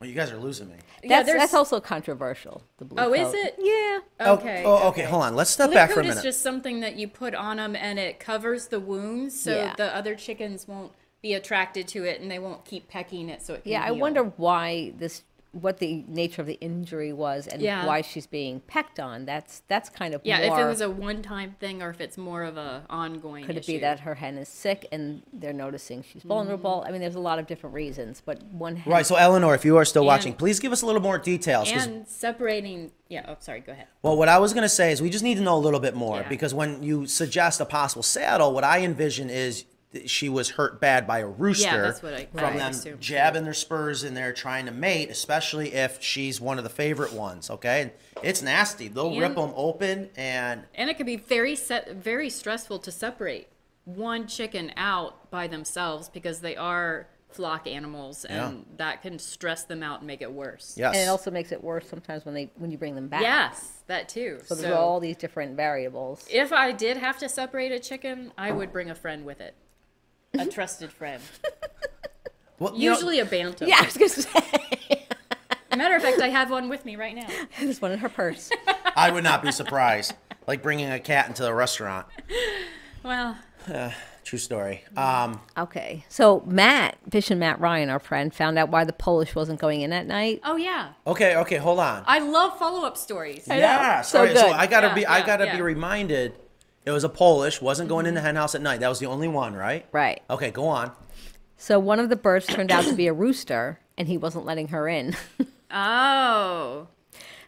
Speaker 1: Well, you guys are losing me.
Speaker 2: Yeah,
Speaker 4: That's, that's
Speaker 2: there's-
Speaker 4: also controversial. The blue
Speaker 2: Oh, is
Speaker 4: coat.
Speaker 2: it?
Speaker 4: Yeah.
Speaker 2: Okay.
Speaker 1: Oh, oh, okay. Hold on. Let's step
Speaker 2: Blue
Speaker 1: back
Speaker 2: coat
Speaker 1: for a
Speaker 2: is
Speaker 1: minute.
Speaker 2: just something that you put on them and it covers the wounds so
Speaker 4: Yeah.
Speaker 2: the other chickens won't be attracted to it and they won't keep pecking it so it can
Speaker 4: Yeah, I
Speaker 2: heal.
Speaker 4: wonder why this, what the nature of the injury was, and
Speaker 2: Yeah.
Speaker 4: why she's being pecked on. That's that's kind of
Speaker 2: Yeah,
Speaker 4: more,
Speaker 2: if it was a one-time thing or if it's more of a ongoing
Speaker 4: could it be
Speaker 2: issue.
Speaker 4: that her hen is sick and they're noticing she's vulnerable? I mean, there's a lot of different reasons, but one hen.
Speaker 1: right. So, Eleanor, if you are still watching,
Speaker 2: And-
Speaker 1: please give us a little more details. 'cause-
Speaker 2: And separating, yeah, oh, sorry, go ahead.
Speaker 1: Well, what I was going to say is we just need to know a little bit more
Speaker 2: Yeah.
Speaker 1: because when you suggest a possible saddle, what I envision is th- she was hurt bad by a rooster
Speaker 2: that's what I-
Speaker 1: from
Speaker 2: I
Speaker 1: them
Speaker 2: assumed.
Speaker 1: jabbing their spurs in there trying to mate, especially if she's one of the favorite ones. Okay, and it's nasty. They'll 'em rip
Speaker 2: And-
Speaker 1: them open, and
Speaker 2: And it could be very set, very stressful to separate one chicken out by themselves because they are flock animals and
Speaker 1: Yeah.
Speaker 2: that can stress them out and make it worse.
Speaker 1: yes,
Speaker 4: And it also makes it worse sometimes when they when you bring them back.
Speaker 2: Yes, that too.
Speaker 4: So there's all these different variables.
Speaker 2: If I did have to separate a chicken, I would bring a friend with it. A trusted friend.
Speaker 1: Well, [laughs] you know-
Speaker 2: Usually a bantam.
Speaker 4: [laughs] yeah, I was gonna say. [laughs]
Speaker 2: Matter of fact, I have one with me right now.
Speaker 4: there's one in her purse.
Speaker 1: I would not be surprised. [laughs] like bringing a cat into the restaurant.
Speaker 2: Well,
Speaker 1: True story. Um,
Speaker 4: [laughs] Okay, so Matt Fish and Matt Ryan, our friend, found out why the Polish wasn't going in at night.
Speaker 2: oh yeah.
Speaker 1: okay, okay, hold on.
Speaker 2: I love follow up stories.
Speaker 1: Yeah,
Speaker 4: So
Speaker 1: sorry. So,
Speaker 4: good.
Speaker 1: I gotta
Speaker 2: Yeah,
Speaker 1: be, I
Speaker 2: yeah,
Speaker 1: gotta be
Speaker 2: yeah. Mm-hmm.
Speaker 1: reminded. It was a Polish. Wasn't going in the hen house at night. That was the only one, right?
Speaker 4: Right.
Speaker 1: Okay, go on.
Speaker 4: So one of the birds turned out to be a rooster, and he wasn't letting her in. [laughs]
Speaker 2: Oh.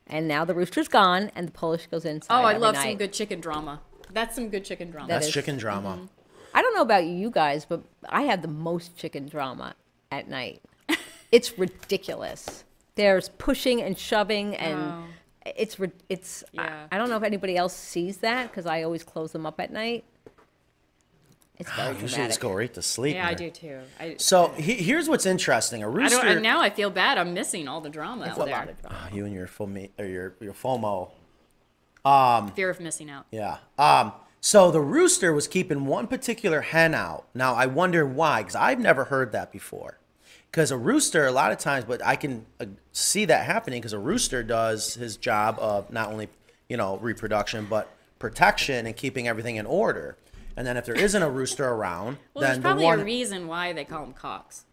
Speaker 4: and now the rooster's gone, and the Polish goes inside.
Speaker 2: Oh, I
Speaker 4: every
Speaker 2: love some
Speaker 4: night.
Speaker 2: good chicken drama. That's some good chicken drama.
Speaker 4: That
Speaker 1: That's
Speaker 4: is-
Speaker 1: chicken drama.
Speaker 2: Mm-hmm.
Speaker 4: I don't know about you guys, but I have the most chicken drama
Speaker 2: [laughs]
Speaker 4: at night. it's ridiculous. There's pushing and shoving, and
Speaker 2: Oh.
Speaker 4: it's rid- it's. I-
Speaker 2: Yeah.
Speaker 4: I, don't know if anybody else sees that because I always close them up at night. It's
Speaker 1: I
Speaker 4: very
Speaker 1: usually
Speaker 4: dramatic.
Speaker 1: Ah, just go right to sleep.
Speaker 2: yeah, I
Speaker 1: man.
Speaker 2: do too. I,
Speaker 1: So he, here's what's interesting. A
Speaker 2: I
Speaker 1: rooster.
Speaker 2: don't. And now I feel bad. I'm missing all the drama
Speaker 4: It's a
Speaker 2: out
Speaker 4: lot
Speaker 2: there.
Speaker 4: of drama.
Speaker 1: Ah, you and your FOMO, or your your FOMO.
Speaker 2: Fear of missing out.
Speaker 1: Yeah. Um. So the rooster was keeping one particular hen out. Now I wonder why, because I've never heard that before. Because a rooster, a lot of times, but I can uh, see that happening because a rooster does his job of not only you know reproduction but protection and keeping everything in order. And then if there isn't a rooster around, then
Speaker 2: Well, there's
Speaker 1: the
Speaker 2: probably
Speaker 1: one
Speaker 2: a reason why they call them cocks.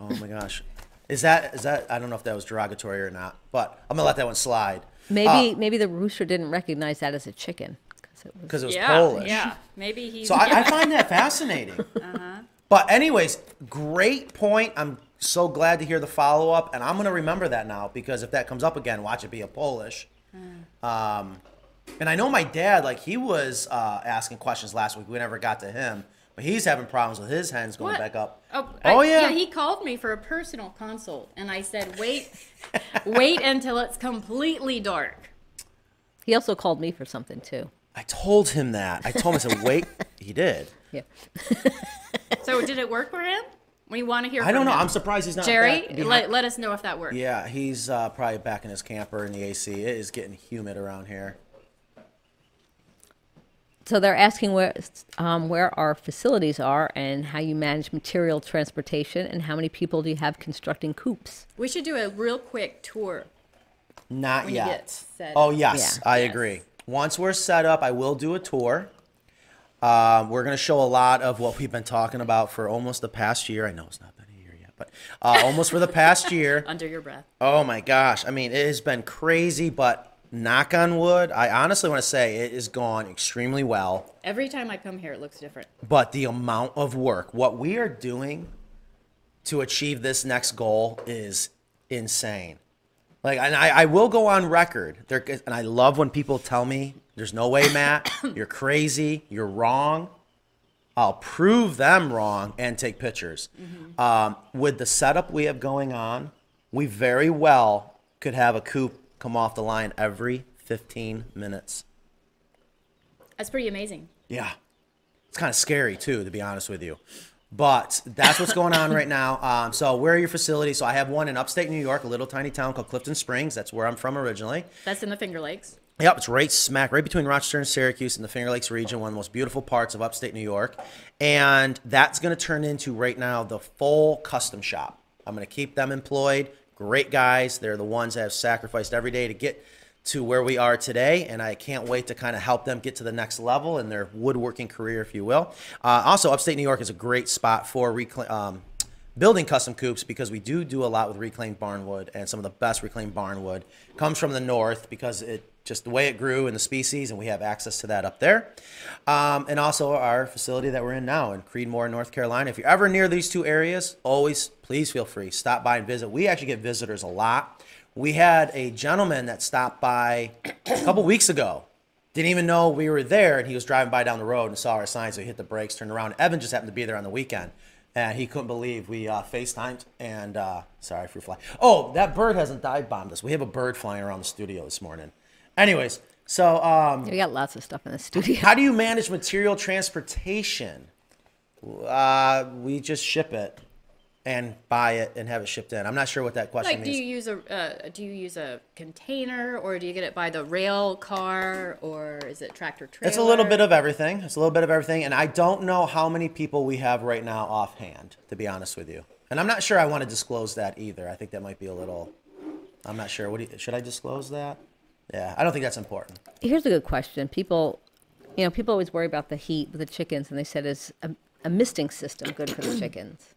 Speaker 1: Oh my gosh. Is that is that I don't know if that was derogatory or not, but I'm gonna let that one slide.
Speaker 4: Maybe maybe the rooster didn't recognize that as a chicken because it was.
Speaker 1: Because it was
Speaker 2: yeah,
Speaker 1: Polish.
Speaker 2: yeah. Maybe he's.
Speaker 1: So I, I find that
Speaker 2: [laughs]
Speaker 1: fascinating.
Speaker 2: Uh-huh.
Speaker 1: But anyways, great point. I'm so glad to hear the follow up, and I'm gonna remember that now because if that comes up again, watch it be a Polish.
Speaker 2: Mm.
Speaker 1: Um, and I know my dad, like he was uh, asking questions last week. We never got to him, but he's having problems with his hens going
Speaker 2: What?
Speaker 1: back up.
Speaker 2: Oh,
Speaker 1: Oh,
Speaker 2: I-
Speaker 1: yeah.
Speaker 2: yeah. He called me for a personal consult, and I said, "Wait, wait until it's completely dark."
Speaker 4: He also called me for something too.
Speaker 1: I told him that. I told him
Speaker 2: [laughs]
Speaker 1: I said, wait, he did.
Speaker 4: Yeah.
Speaker 2: So did it work for him? We want to hear.
Speaker 1: I don't
Speaker 2: from
Speaker 1: know.
Speaker 2: him.
Speaker 1: I'm surprised he's not
Speaker 2: Jerry,
Speaker 1: back behind-
Speaker 2: let, let us know if that worked.
Speaker 1: Yeah, he's uh, probably back in his camper in the AC. It is getting humid around here.
Speaker 4: So they're asking where um, where our facilities are and how you manage material transportation and how many people do you have constructing coops.
Speaker 2: We should do a real quick tour.
Speaker 1: Not
Speaker 2: When you
Speaker 1: yet.
Speaker 2: get set
Speaker 1: oh
Speaker 2: up.
Speaker 1: yes,
Speaker 4: Yeah.
Speaker 1: I
Speaker 2: Yes.
Speaker 1: agree. Once we're set up, I will do a tour. Um, we're gonna show a lot of what we've been talking about for almost the past year. I know it's not been a year yet, but uh, almost for the past year.
Speaker 2: [laughs] Under your breath.
Speaker 1: Oh my gosh. I mean, it has been crazy, but knock on wood, I honestly want to say it has gone extremely well.
Speaker 2: Every time I come here, it looks different.
Speaker 1: But the amount of work, what we are doing to achieve this next goal is insane. Like, and I, I will go on record. There, and I love when people tell me, "There's no way, Matt. You're crazy. You're wrong." I'll prove them wrong and take pictures. Um, with the setup we have going on, we very well could have a coop come off the line every 15 minutes.
Speaker 2: That's pretty amazing.
Speaker 1: Yeah. It's kind of scary too, to be honest with you. But that's what's going on right now. Um, so where are your facilities? So I have one in upstate New York, a little tiny town called Clifton Springs. That's where I'm from originally.
Speaker 2: That's in the Finger Lakes.
Speaker 1: Yep, it's right smack, right between Rochester and Syracuse in the Finger Lakes region, one of the most beautiful parts of upstate New York. And that's going to turn into right now the full custom shop. I'm going to keep them employed. Great guys. They're the ones that have sacrificed every day to get to where we are today. And I can't wait to kind of help them get to the next level in their woodworking career, if you will. Uh, also, upstate New York is a great spot for reclaim. Um, building custom coops because we do do a lot with reclaimed barnwood and some of the best reclaimed barnwood comes from the north because it just the way it grew and the species and we have access to that up there um, and also our facility that we're in now in creedmoor north carolina if you're ever near these two areas always please feel free stop by and visit we actually get visitors a lot we had a gentleman that stopped by a couple weeks ago didn't even know we were there, and he was driving by down the road and saw our sign, so he hit the brakes, turned around. Evan just happened to be there on the weekend, and he couldn't believe we uh, FaceTimed. And uh, sorry, fruit fly. Oh, that bird hasn't dive bombed us. We have a bird flying around the studio this morning. Anyways, so um,
Speaker 4: We got lots of stuff in the studio.
Speaker 1: how do you manage material transportation? Uh, we just ship it and buy it and have it shipped in. I'm not sure what that question
Speaker 2: Like, do
Speaker 1: means.
Speaker 2: you use a uh, do you use a container or do you get it by the rail car or is it tractor trailer?
Speaker 1: It's a little bit of everything. It's a little bit of everything. And I don't know how many people we have right now offhand, to be honest with you. And I'm not sure I want to disclose that either. I think that might be a little. I'm not sure. What do you, should I disclose that? Yeah, I don't think that's important.
Speaker 4: Here's a good question. People, you know, people always worry about the heat with the chickens, and they said, is a, a misting system good for [clears throat] the chickens?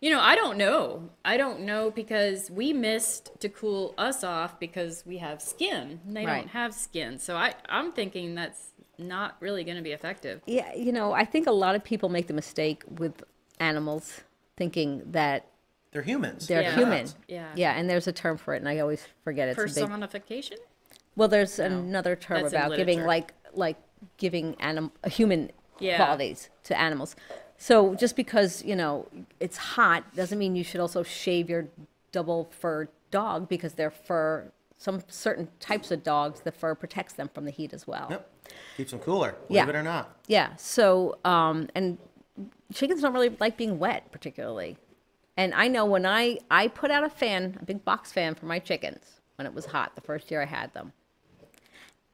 Speaker 2: You know, I don't know. I don't know because we missed to cool us off because we have skin. They
Speaker 4: Right.
Speaker 2: don't have skin, so I I'm thinking that's not really going to be effective.
Speaker 4: Yeah, you know, I think a lot of people make the mistake with animals thinking that
Speaker 1: They're humans.
Speaker 4: they're
Speaker 2: Yeah.
Speaker 4: human.
Speaker 2: Yeah.
Speaker 4: Yeah, and there's a term for it, and I always forget it. It's a big
Speaker 2: Personification?
Speaker 4: Well, there's another term
Speaker 2: That's in
Speaker 4: about giving
Speaker 2: literature.
Speaker 4: like like giving anim- human
Speaker 2: Yeah.
Speaker 4: qualities to animals. So just because you know it's hot doesn't mean you should also shave your double fur dog because their fur. Some certain types of dogs, the fur protects them from the heat as well.
Speaker 1: Yep. Keeps them cooler, believe
Speaker 4: Yeah.
Speaker 1: it or not.
Speaker 4: Yeah. So, um, and chickens don't really like being wet particularly. And I know when I I put out a fan, a big box fan for my chickens when it was hot the first year I had them.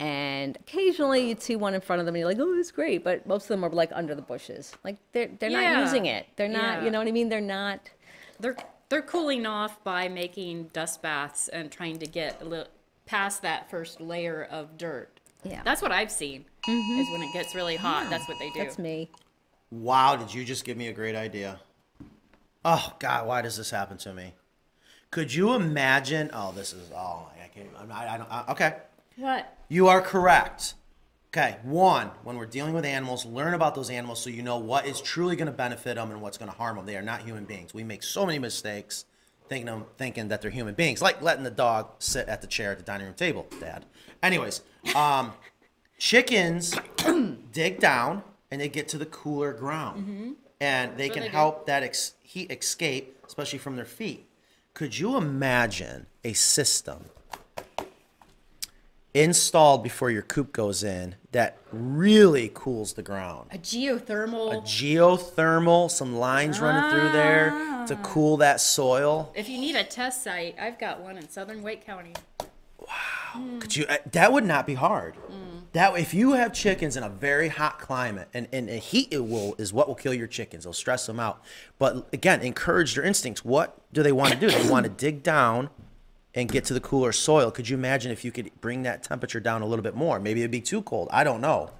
Speaker 4: And occasionally you'd see one in front of them and you're like, oh, it's great. But most of them are like under the bushes. Like they're they're
Speaker 2: Yeah.
Speaker 4: not using it. They're not.
Speaker 2: Yeah.
Speaker 4: You know what I mean? They're not.
Speaker 2: They're they're cooling off by making dust baths and trying to get a little past that first layer of dirt.
Speaker 4: Yeah. Mm-hmm.
Speaker 2: That's what I've seen. Is when it gets really hot, that's what they do.
Speaker 4: That's me.
Speaker 1: Wow, did you just give me a great idea? Oh God, why does this happen to me? Could you imagine? Oh, this is oh, I can't. I'm not, I don't. I, okay,
Speaker 2: What?
Speaker 1: you are correct. Okay, one, when we're dealing with animals, learn about those animals so you know what is truly going to benefit them and what's going to harm them. They are not human beings. We make so many mistakes thinking them thinking that they're human beings, like letting the dog sit at the chair at the dining room table, Dad. Anyways, um, [coughs] chickens [coughs] dig down and they get to the cooler ground, and they can
Speaker 2: they do.
Speaker 1: help that ex- heat escape, especially from their feet. Could you imagine a system installed before your coop goes in that really cools the ground.
Speaker 2: A geothermal
Speaker 1: Geothermal, some lines running through there to cool that soil.
Speaker 2: If you need a test site, I've got one in southern Wake County.
Speaker 1: Could you? uh, That would not be hard. That if you have chickens in a very hot climate and and the heat it will is what will kill your chickens. It'll stress them out. But again, encourage their instincts. What do they want to do? They want to dig down and get to the cooler soil. Could you imagine if you could bring that temperature down a little bit more? Maybe it'd be too cold. I don't know.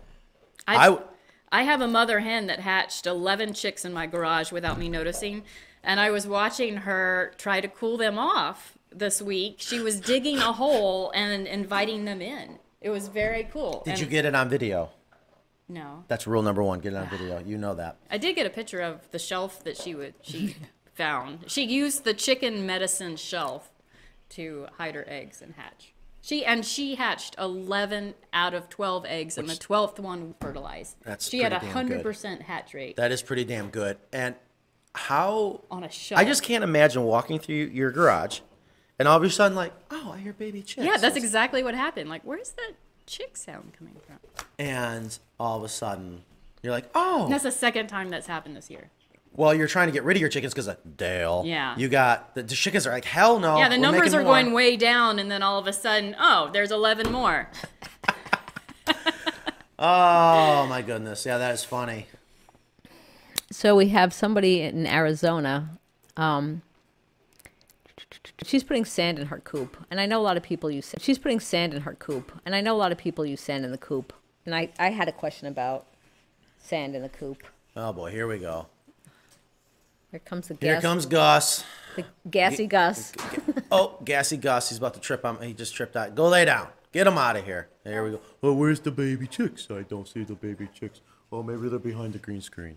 Speaker 1: I
Speaker 2: I,
Speaker 1: w-
Speaker 2: I have a mother hen that hatched 11 chicks in my garage without me noticing. And I was watching her try to cool them off this week. She was digging a hole and inviting them in. It was very cool.
Speaker 1: Did
Speaker 2: And-
Speaker 1: you get it on video?
Speaker 2: No.
Speaker 1: That's rule number one. Get it on video. You know that.
Speaker 2: I did get a picture of the shelf that she would
Speaker 1: [laughs]
Speaker 2: she found. She used the chicken medicine shelf to hide her eggs and hatch. She and she hatched eleven out of twelve eggs, and the twelfth one fertilized.
Speaker 1: That's
Speaker 2: she had a
Speaker 1: pretty damn good.
Speaker 2: hundred percent hatch rate
Speaker 1: That is pretty damn good. And how
Speaker 2: on a shelf.
Speaker 1: I just can't imagine walking through your garage and all of a sudden like, oh, I hear baby chicks.
Speaker 2: yeah, that's exactly what happened. Like, where's that chick sound coming from?
Speaker 1: and all of a sudden you're like, oh,
Speaker 2: That's the second time that's happened this year.
Speaker 1: well, you're trying to get rid of your chickens because of Dale.
Speaker 2: Yeah.
Speaker 1: You got the, the chickens are like, hell no.
Speaker 2: Yeah, the
Speaker 1: Oh, we're
Speaker 2: numbers
Speaker 1: making
Speaker 2: are
Speaker 1: more."
Speaker 2: going way down, and then all of a sudden, oh, there's eleven more.
Speaker 1: Oh my goodness. Yeah, that is funny.
Speaker 4: So we have somebody in Arizona. Um, she's putting sand in her coop, and I know a lot of people use. She's putting sand in her coop, and I know a lot of people use sand in the coop. And I, I had a question about sand in the coop.
Speaker 1: Oh boy, here we go.
Speaker 4: Here comes the
Speaker 1: Here
Speaker 4: gas,
Speaker 1: comes Gus.
Speaker 4: the gassy Gus.
Speaker 1: Oh, gassy Gus. He's about to trip on. He just tripped out. Go lay down. Get him out of here. There we go.
Speaker 6: Oh, where's the baby chicks? I don't see the baby chicks. Oh, maybe they're behind the green screen.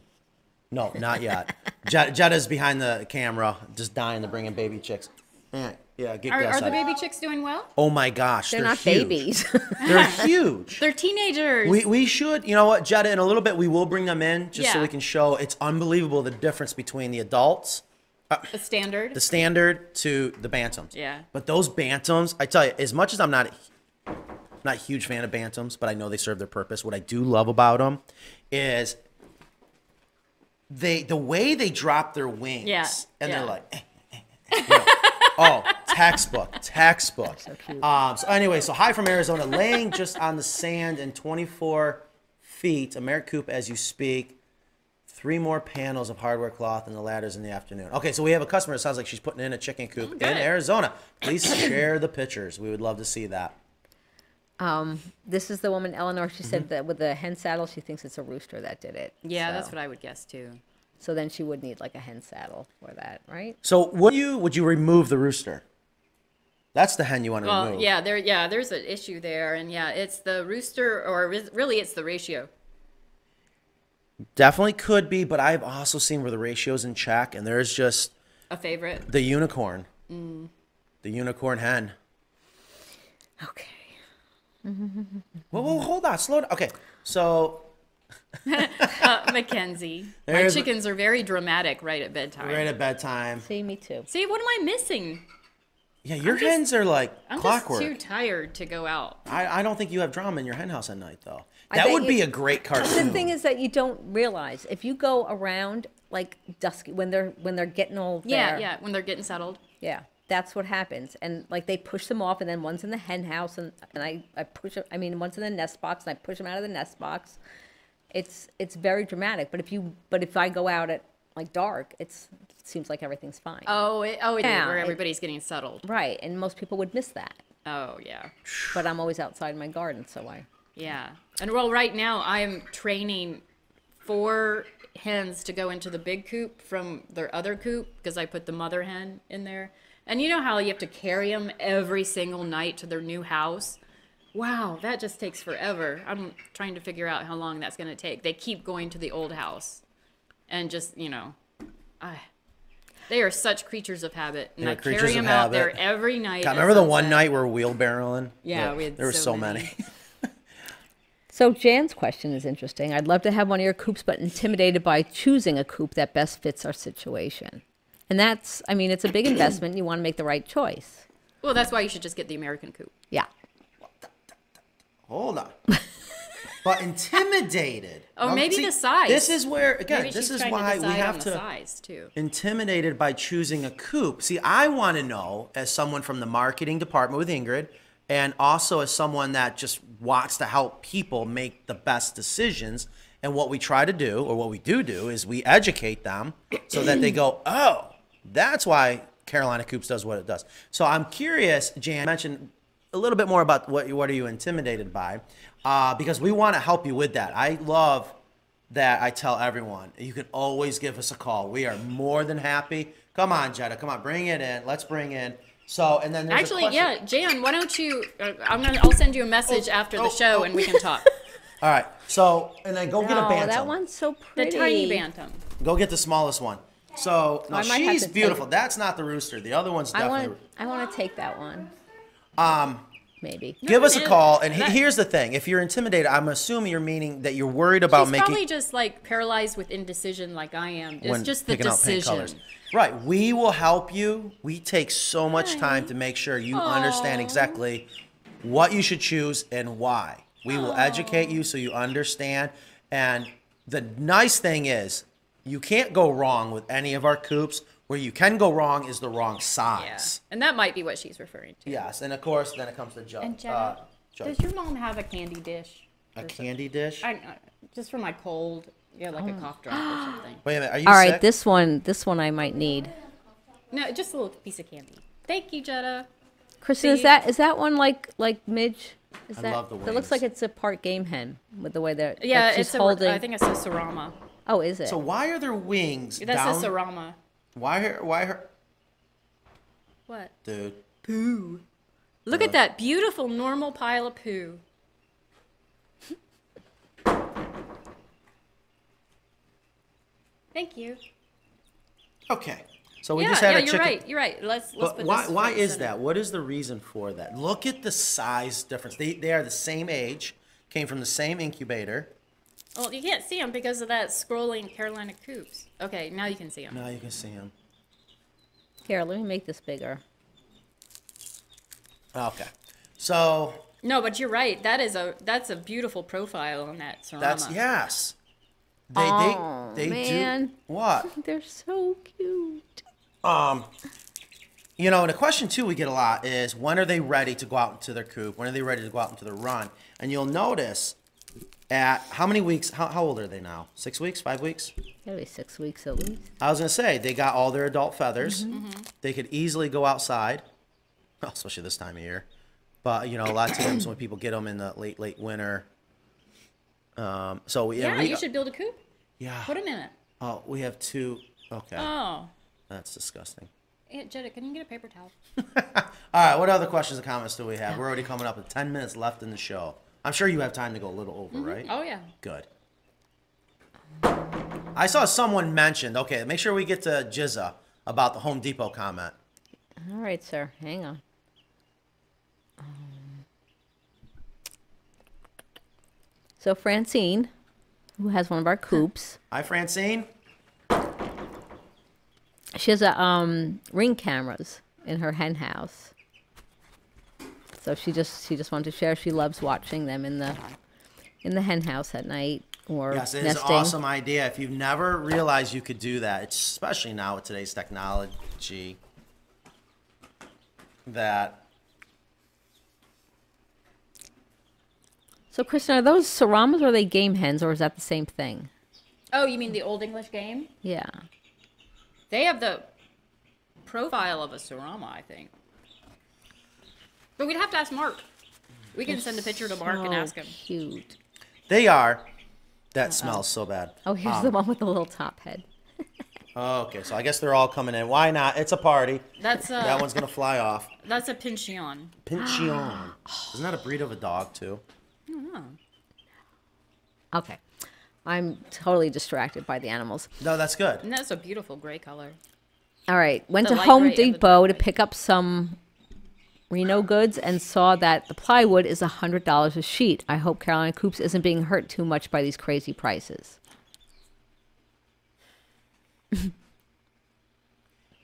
Speaker 1: No, not yet. Jed- Jeddah's behind the camera, just dying to bring in baby chicks. Eh, Yeah, get
Speaker 2: Are,
Speaker 1: Gus
Speaker 2: are the
Speaker 1: out.
Speaker 2: baby chicks doing well?
Speaker 1: oh my gosh,
Speaker 4: They're,
Speaker 1: they're,
Speaker 4: not
Speaker 1: huge. [laughs]
Speaker 4: babies. [laughs]
Speaker 2: [laughs]
Speaker 1: They're huge.
Speaker 2: They're teenagers.
Speaker 1: we, we should, you know what, Jeddah, in a little bit, we will bring them in just so
Speaker 2: Yeah.
Speaker 1: we can show it's unbelievable the difference between the adults,
Speaker 2: the standard.
Speaker 1: the standard, to the bantams.
Speaker 2: Yeah.
Speaker 1: But those bantams, I tell you, as much as I'm not not a huge fan of bantams, but I know they serve their purpose. What I do love about them is they the way they drop their wings.
Speaker 2: Yeah,
Speaker 1: And
Speaker 2: yeah.
Speaker 1: they're like, eh, eh, eh, eh, you know. oh, textbook, textbook. So, um, so anyway, so hi from Arizona, laying just on the sand in 24 feet, AmeriCoop as you speak. Three more panels of hardware cloth and the ladders in the afternoon. Okay, so we have a customer. It sounds like she's putting in a chicken coop in
Speaker 2: good.
Speaker 1: Arizona.
Speaker 2: [coughs]
Speaker 1: Please share the pictures. We would love to see that.
Speaker 4: um, this is the woman Eleanor. She
Speaker 1: Mm-hmm.
Speaker 4: said that with the hen saddle, she thinks it's a rooster that did it.
Speaker 2: Yeah,
Speaker 4: so.
Speaker 2: that's what I would guess too.
Speaker 4: So then she would need like a hen saddle for that, right?
Speaker 1: So would you would you remove the rooster? That's the hen you want to
Speaker 2: Well,
Speaker 1: remove.
Speaker 2: yeah, there, yeah, there's an issue there, and yeah, it's the rooster, or re- really, it's the ratio.
Speaker 1: Definitely could be, but I've also seen where the ratio's in check and there's just
Speaker 2: A favorite.
Speaker 1: the unicorn.
Speaker 2: Mm.
Speaker 1: The unicorn hen.
Speaker 2: Okay.
Speaker 1: Whoa, whoa, hold on, slow down. Okay. So
Speaker 2: Uh, Mackenzie. My
Speaker 1: There's-
Speaker 2: chickens are very dramatic right at bedtime.
Speaker 1: right at bedtime.
Speaker 4: See, me too.
Speaker 2: See, what am I missing?
Speaker 1: Yeah, your
Speaker 2: just-
Speaker 1: hens are like
Speaker 2: I'm
Speaker 1: clockwork.
Speaker 2: just too tired to go out.
Speaker 1: I, I don't think you have drama in your hen house at night though.
Speaker 4: I
Speaker 1: that
Speaker 4: bet
Speaker 1: would
Speaker 4: you-
Speaker 1: be a great
Speaker 4: The
Speaker 1: cartoon.
Speaker 4: thing is that you don't realize if you go around like dusky when they're when they're getting old.
Speaker 2: Yeah,
Speaker 4: there,
Speaker 2: yeah, when they're getting settled.
Speaker 4: yeah. That's what happens, and like they push them off, and then one's in the hen house, and and I I push it. I mean, one's in the nest box, and I push them out of the nest box. It's it's very dramatic, but if you but if I go out at like dark, it's it seems like everything's fine.
Speaker 2: Oh, it, oh, it is,
Speaker 4: Yeah,
Speaker 2: where
Speaker 4: it-
Speaker 2: everybody's getting settled.
Speaker 4: Right, and most people would miss that,
Speaker 2: Oh, yeah.
Speaker 4: but I'm always outside my garden, so I
Speaker 2: Yeah. And well, right now I am training four hens to go into the big coop from their other coop because I put the mother hen in there. And you know how you have to carry them every single night to their new house? Wow, that just takes forever. I'm trying to figure out how long that's going to take. They keep going to the old house and just, you know, I. They are such creatures of habit, and
Speaker 1: They're
Speaker 2: I carry
Speaker 1: creatures of
Speaker 2: them out
Speaker 1: habit.
Speaker 2: there every night.
Speaker 1: God,
Speaker 2: at
Speaker 1: remember the one
Speaker 2: sunset.
Speaker 1: night we were wheelbarrowing?
Speaker 2: Yeah, we had
Speaker 1: there were
Speaker 2: so
Speaker 1: so
Speaker 2: many. [laughs]
Speaker 1: many.
Speaker 4: So Jan's question is interesting. I'd love to have one of your coops, but intimidated by choosing a coop that best fits our situation. And that's, I mean, it's a big investment. You want to make the right choice.
Speaker 2: Well, that's why you should just get the American coop.
Speaker 4: Yeah.
Speaker 1: Hold on. but intimidated.
Speaker 2: Oh,
Speaker 1: Now,
Speaker 2: maybe the size.
Speaker 1: This is where again.
Speaker 2: Maybe
Speaker 1: this
Speaker 2: she's
Speaker 1: is
Speaker 2: trying
Speaker 1: why
Speaker 2: to
Speaker 1: we
Speaker 2: decide
Speaker 1: have
Speaker 2: on
Speaker 1: to
Speaker 2: the size too.
Speaker 1: intimidated by choosing a coupe. See, I want to know as someone from the marketing department with Ingrid, and also as someone that just wants to help people make the best decisions. And what we try to do, or what we do do, is we educate them so that they go, oh, that's why Carolina Coops does what it does. So I'm curious, Jan mentioned a little bit more about what what are you intimidated by, uh, because we want to help you with that. I love that I tell everyone. You can always give us a call. We are more than happy. Come on, Jetta. Come on, bring it in. Let's bring in. So, and then there's a
Speaker 2: Actually,
Speaker 1: question-
Speaker 2: yeah, Jan, why don't you? Uh, I'm gonna. I'll send you a message after
Speaker 1: oh,
Speaker 2: the show,
Speaker 1: oh.
Speaker 2: and we
Speaker 1: [laughs]
Speaker 2: can talk.
Speaker 1: All right. So, and then go get a
Speaker 4: Oh,
Speaker 1: bantam.
Speaker 4: that one's so
Speaker 2: the
Speaker 4: pretty.
Speaker 2: tiny bantam.
Speaker 1: Go get the smallest one. So, no,
Speaker 4: I might have
Speaker 1: she's
Speaker 4: to take-
Speaker 1: beautiful. That's not the rooster. The other one's
Speaker 4: I
Speaker 1: definitely.
Speaker 4: want, I want to take that one. Um, Maybe.
Speaker 1: Give us a
Speaker 2: Man,
Speaker 1: call. And he-
Speaker 2: that-
Speaker 1: here's the thing: if you're intimidated, I'm assuming you're meaning that you're worried about
Speaker 2: She's
Speaker 1: making
Speaker 2: probably just like paralyzed with indecision, like I am. It's
Speaker 1: when
Speaker 2: just the
Speaker 1: picking out paint
Speaker 2: decision.
Speaker 1: colors. Right. We will help you. We take so much time to make sure you understand exactly what you should choose and why. We will educate you so you understand. And the nice thing is, you can't go wrong with any of our coops. Where you can go wrong is the wrong
Speaker 2: Yeah,
Speaker 1: size.
Speaker 2: and that might be what she's referring to.
Speaker 1: Yes, and of course, then it comes to jug.
Speaker 2: And Jenna,
Speaker 1: uh, jug.
Speaker 2: does your mom have a candy dish?
Speaker 1: a candy dish.
Speaker 2: I, I- just for my cold. Yeah, like a
Speaker 1: Oh.
Speaker 2: cough drop or something.
Speaker 1: Wait a minute. Are you
Speaker 4: All right,
Speaker 1: sick?
Speaker 4: this one, this one I might need.
Speaker 2: [gasps] No, just a little piece of candy. Thank you, Jetta.
Speaker 4: Kristen, is
Speaker 2: See?
Speaker 4: that is that one like like Midge? Is
Speaker 1: I
Speaker 4: that,
Speaker 1: love the
Speaker 4: That looks
Speaker 1: wings.
Speaker 4: like it's a part game hen with the way that that
Speaker 2: Yeah,
Speaker 4: she's
Speaker 2: it's a.
Speaker 4: holding.
Speaker 2: I think it's a Sarama.
Speaker 4: oh, is it?
Speaker 1: so why are there wings
Speaker 2: That's
Speaker 1: down?
Speaker 2: a Sarama.
Speaker 1: why? Are, why? Are,
Speaker 2: What?
Speaker 1: dude.
Speaker 2: Poo. Look at that beautiful normal pile of poo. Thank you.
Speaker 1: Okay. So we
Speaker 2: yeah,
Speaker 1: just had
Speaker 2: yeah,
Speaker 1: a
Speaker 2: you're
Speaker 1: chicken.
Speaker 2: right. You're right. Let's let's
Speaker 1: But
Speaker 2: put
Speaker 1: why,
Speaker 2: this
Speaker 1: why
Speaker 2: front
Speaker 1: is
Speaker 2: center.
Speaker 1: that? What is the reason for that? Look at the size difference. They, they are the same age, came from the same incubator.
Speaker 2: Well, you can't see them because of that scrolling Carolina Coops. Okay, now you can see them.
Speaker 1: Now you can see them.
Speaker 4: Here, let me make this bigger.
Speaker 1: Okay. So
Speaker 2: No, but you're right. That is a that's a beautiful profile on that Sarama.
Speaker 1: that's, yes. They,
Speaker 4: Oh,
Speaker 1: they, they do.
Speaker 4: man.
Speaker 1: What?
Speaker 4: They're so cute.
Speaker 1: Um, you know, and a question too we get a lot is when are they ready to go out into their coop? When are they ready to go out into their run? And you'll notice at how many weeks, how, how old are they now? Six weeks, five weeks?
Speaker 4: Gotta be six weeks at least.
Speaker 1: I was gonna say they got all their adult feathers.
Speaker 2: Mm-hmm.
Speaker 1: They could easily go outside, [laughs] especially this time of year. But you know, a lot of times when people get them in the late late winter. Um, so yeah,
Speaker 2: Yeah,
Speaker 1: we,
Speaker 2: you should build a coop.
Speaker 1: Yeah.
Speaker 2: Put them in it.
Speaker 1: Oh, we have two. Okay,
Speaker 2: Oh,
Speaker 1: that's disgusting.
Speaker 2: Aunt Jetta, can you get a paper towel?
Speaker 1: All right, what other questions and comments do we have? We're already coming up with
Speaker 2: Mm-hmm.
Speaker 1: ten minutes left in the show. I'm sure you have time to go a little over, right?
Speaker 2: Oh yeah.
Speaker 1: Good. I saw someone mentioned. Okay, make sure we get to Jizza about the Home Depot comment.
Speaker 4: All right, sir. Hang on. Um, So Francine, who has one of our coops,
Speaker 1: Hi, Francine.
Speaker 4: she has a um ring cameras in her hen house. So she just she just wanted to share she loves watching them in the in the hen house at night or
Speaker 1: Yes, it is
Speaker 4: nesting.
Speaker 1: an awesome idea. If you've never realized you could do that, it's especially now with today's technology, that
Speaker 4: So Kristen, are those saramas or are they game hens or is that the same thing?
Speaker 2: Oh, you mean the old English game?
Speaker 4: Yeah.
Speaker 2: They have the profile of a Sarama, I think. But we'd have to ask Mark. We can send a picture to Mark and
Speaker 4: So
Speaker 2: ask him.
Speaker 4: Cute.
Speaker 1: they are. That smells so bad.
Speaker 4: Oh, here's the one with the little top head.
Speaker 1: Okay, so I guess they're all coming in. Why not? It's a party.
Speaker 2: That's a
Speaker 1: That one's gonna fly off.
Speaker 2: that's a pinchion.
Speaker 1: Pinchion. Isn't that a breed of a dog too?
Speaker 4: Okay. I'm totally distracted by the animals.
Speaker 1: No, that's good.
Speaker 2: And that's a beautiful gray color.
Speaker 4: All right. Went
Speaker 2: The
Speaker 4: to
Speaker 2: light
Speaker 4: Home
Speaker 2: gray and the
Speaker 4: Depot
Speaker 2: dark
Speaker 4: to
Speaker 2: gray.
Speaker 4: pick up some Reno goods and saw that the plywood is $100 a sheet. I hope Carolina Coops isn't being hurt too much by these crazy prices.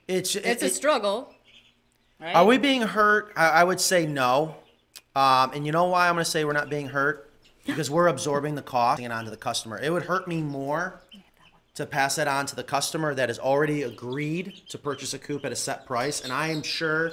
Speaker 1: It's
Speaker 2: It's
Speaker 1: it-
Speaker 2: a struggle. Right?
Speaker 1: Are we being hurt? I, I would say no. Um, and you know why I'm going to say we're not being hurt? Because we're absorbing the cost and onto the customer. It would hurt me more to pass that on to the customer that has already agreed to purchase a coupe at a set price. And I am sure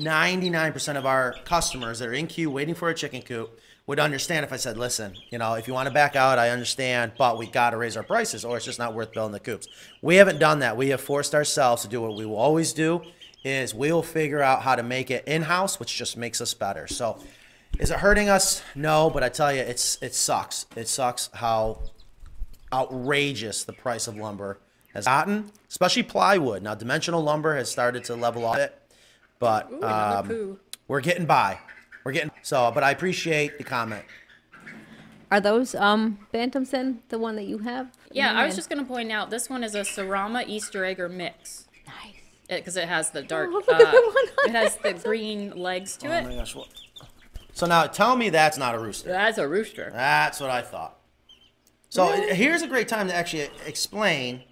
Speaker 1: 99% of our customers that are in queue waiting for a chicken coop would understand if I said, listen, you know, if you want to back out, I understand, but we got to raise our prices or it's just not worth building the coops. We haven't done that. We have forced ourselves to do what we will always do is we'll figure out how to make it in-house, which just makes us better. So is it hurting us? No, but I tell you, it's it sucks. It sucks how outrageous the price of lumber has gotten, especially plywood. Now, dimensional lumber has started to level off it, but
Speaker 2: another
Speaker 1: um,
Speaker 2: poo.
Speaker 1: we're getting by. We're getting so. But I appreciate the comment.
Speaker 4: Are those um, bantams then? The one that you have?
Speaker 2: Yeah,
Speaker 4: in
Speaker 2: I was
Speaker 4: hand?
Speaker 2: just gonna point out this one is a Sarama Easter egg or mix
Speaker 4: Nice.
Speaker 2: because it, has the
Speaker 4: [laughs]
Speaker 2: dark.
Speaker 4: look at
Speaker 2: uh,
Speaker 4: the one on
Speaker 2: it has the green legs to
Speaker 1: Oh
Speaker 2: it.
Speaker 1: my gosh! What? So now, tell me that's not a rooster.
Speaker 2: That's a rooster.
Speaker 1: That's what I thought. So here's a great time to actually explain,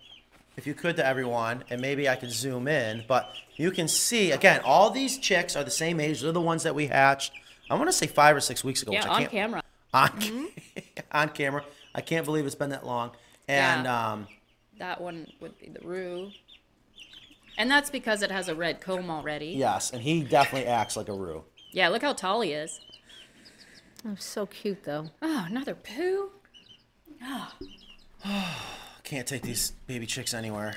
Speaker 1: if you could, to everyone, and maybe I could zoom in. But you can see again, all these chicks are the same age. They're the ones that we hatched. I want to say five or six weeks ago.
Speaker 2: Yeah,
Speaker 1: which I
Speaker 2: on
Speaker 1: can't,
Speaker 2: mm-hmm. camera.
Speaker 1: [laughs] on, on camera. I can't believe it's been that long. And
Speaker 2: Yeah.
Speaker 1: um,
Speaker 2: That one would be the Roo. And that's because it has a red comb already.
Speaker 1: yes, and he definitely acts like a roo.
Speaker 2: Yeah, look how tall he is.
Speaker 4: Oh, so cute, though.
Speaker 2: Oh, another poo.
Speaker 1: I can't take these baby chicks anywhere.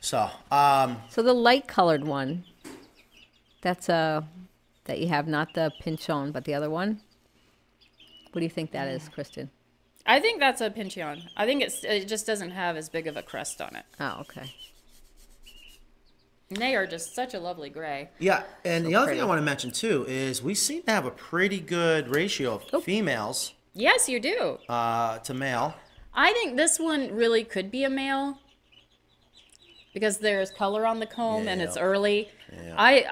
Speaker 1: So, um,
Speaker 4: So the light colored one, that's uh that you have, not the pinchon, but the other one. What do you think that is, Kristen?
Speaker 2: I think that's a pinchion. I think it's it just doesn't have as big of a crest on it.
Speaker 4: Oh, okay.
Speaker 2: And they are just such a lovely gray.
Speaker 1: yeah, and the other thing I
Speaker 4: pretty.
Speaker 1: want to mention too is we seem to have a pretty good ratio of females
Speaker 2: Yes, you do.
Speaker 1: uh, to male.
Speaker 2: I think this one really could be a male because there's color on the comb and it's
Speaker 1: Yeah.
Speaker 2: early. I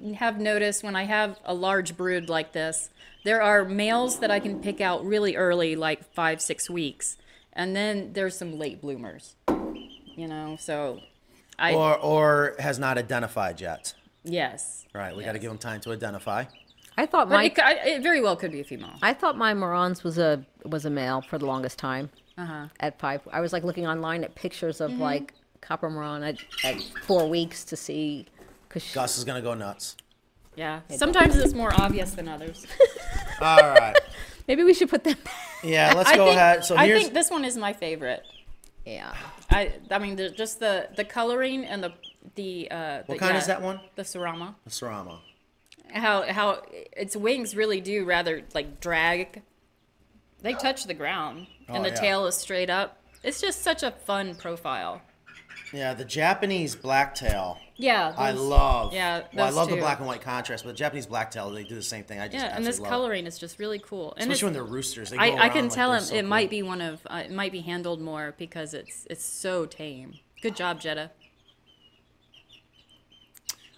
Speaker 2: I have noticed when I have a large brood like this, there are males that I can pick out really early, like five six weeks, and then there's some late bloomers. You know, so I
Speaker 1: Or, or has not identified yet.
Speaker 2: yes,
Speaker 1: Right, we got to give them time to identify.
Speaker 4: I thought
Speaker 2: but
Speaker 4: my
Speaker 2: it, c- I- it very well could be a female.
Speaker 4: I thought my Morons was a was a male for the longest time.
Speaker 2: Uh-huh.
Speaker 4: At five, I was like looking online at pictures
Speaker 1: Mm-hmm.
Speaker 4: of like copper Moron at, at four weeks to see, cause
Speaker 1: Gus is gonna go nuts.
Speaker 2: Yeah. Sometimes it's more obvious than others.
Speaker 1: All right,
Speaker 4: maybe we should put them. [laughs]
Speaker 1: yeah, let's
Speaker 2: I
Speaker 1: go
Speaker 2: think,
Speaker 1: ahead. So
Speaker 2: I
Speaker 1: here's
Speaker 2: think this one is my favorite.
Speaker 4: yeah.
Speaker 2: I I mean the, just the the coloring and the the uh
Speaker 1: what kind is that one?
Speaker 2: The Sarama.
Speaker 1: The Sarama.
Speaker 2: How how its wings really do rather like drag. They touch the ground and
Speaker 1: Oh,
Speaker 2: the
Speaker 1: yeah.
Speaker 2: tail is straight up. It's just such a fun profile.
Speaker 1: Yeah, the Japanese blacktail.
Speaker 2: Yeah.
Speaker 1: I
Speaker 2: those-
Speaker 1: love.
Speaker 2: Yeah,
Speaker 1: well, I
Speaker 2: those
Speaker 1: love the
Speaker 2: two.
Speaker 1: black and white contrast, but the Japanese blacktail, they do the same thing. I just
Speaker 2: Yeah, and
Speaker 1: absolutely
Speaker 2: this
Speaker 1: love.
Speaker 2: coloring is just really cool. And
Speaker 1: especially when
Speaker 2: it's-
Speaker 1: they're roosters. They go
Speaker 2: I, I
Speaker 1: around
Speaker 2: can
Speaker 1: like
Speaker 2: tell
Speaker 1: they're
Speaker 2: him
Speaker 1: so
Speaker 2: it
Speaker 1: cool.
Speaker 2: might be one of uh, it might be handled more because it's it's so tame. Good job, Jetta.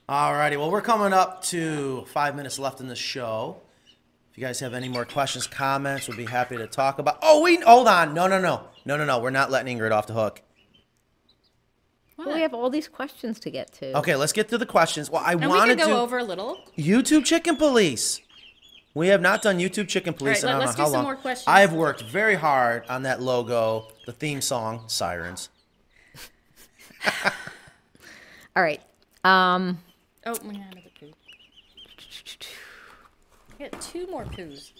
Speaker 1: Alrighty, well, we're coming up to five minutes left in the show. If you guys have any more questions, comments, we'd be happy to talk about. Oh, we hold on. No, no, no, no, no, no. We're not letting Ingrid off the hook.
Speaker 2: What?
Speaker 4: Well, we have all these questions to get to.
Speaker 1: Okay, let's get to the questions. Well, I
Speaker 2: and we
Speaker 1: want to
Speaker 2: can
Speaker 1: do
Speaker 2: go over a little.
Speaker 1: YouTube Chicken Police. We have not done YouTube Chicken Police
Speaker 2: All right,
Speaker 1: in
Speaker 2: let-
Speaker 1: I don't
Speaker 2: let's
Speaker 1: know
Speaker 2: do
Speaker 1: how
Speaker 2: some
Speaker 1: long.
Speaker 2: more questions.
Speaker 1: I have worked very hard on that logo, the theme song, Sirens.
Speaker 4: All right. Um,
Speaker 2: Oh, we had another poo. We got two more poos.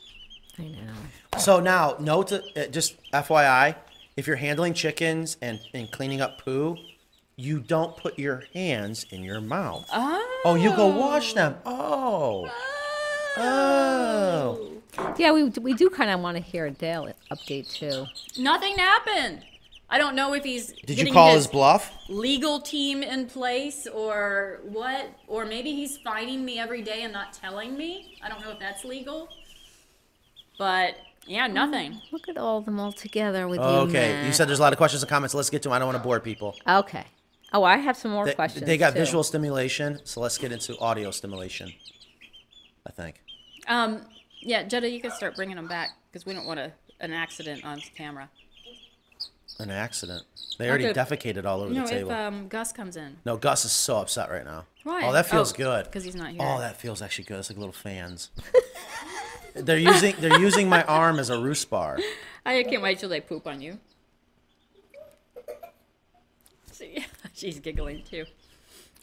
Speaker 4: I know.
Speaker 1: So now, note to, uh, just FYI, if you're handling chickens and, and cleaning up poo, you don't put your hands in your mouth.
Speaker 2: Oh.
Speaker 1: Oh, you go wash them. Oh. Oh.
Speaker 4: Yeah, we we do kind of want to hear a Dale update too.
Speaker 2: Nothing happened. I don't know if he's
Speaker 1: Did you
Speaker 2: getting
Speaker 1: call
Speaker 2: his
Speaker 1: his bluff?
Speaker 2: legal team in place or what, or maybe he's fighting me every day and not telling me. I don't know if that's legal. But yeah, nothing.
Speaker 4: Look at all of them all together with you.
Speaker 1: Okay. You
Speaker 4: Matt.
Speaker 1: said there's a lot of questions and comments. Let's get to them. I don't want to bore people.
Speaker 4: Okay. Oh, I have some more
Speaker 1: They,
Speaker 4: questions.
Speaker 1: they got
Speaker 4: too.
Speaker 1: visual stimulation, so let's get into audio stimulation. I think.
Speaker 2: Um, yeah, Jetta, you can start bringing them back because we don't want a, an accident on camera.
Speaker 1: An accident. They already
Speaker 2: the-
Speaker 1: defecated all over
Speaker 2: No,
Speaker 1: the
Speaker 2: if
Speaker 1: table.
Speaker 2: um, Gus comes in.
Speaker 1: no, Gus is so upset right now.
Speaker 2: Why?
Speaker 1: Oh, that feels good.
Speaker 2: Because he's not here.
Speaker 1: Oh, that feels actually good. It's like little fans. [laughs] they're using they're using my arm as a roost bar.
Speaker 2: I can't wait till they poop on you. She- [laughs] She's giggling too.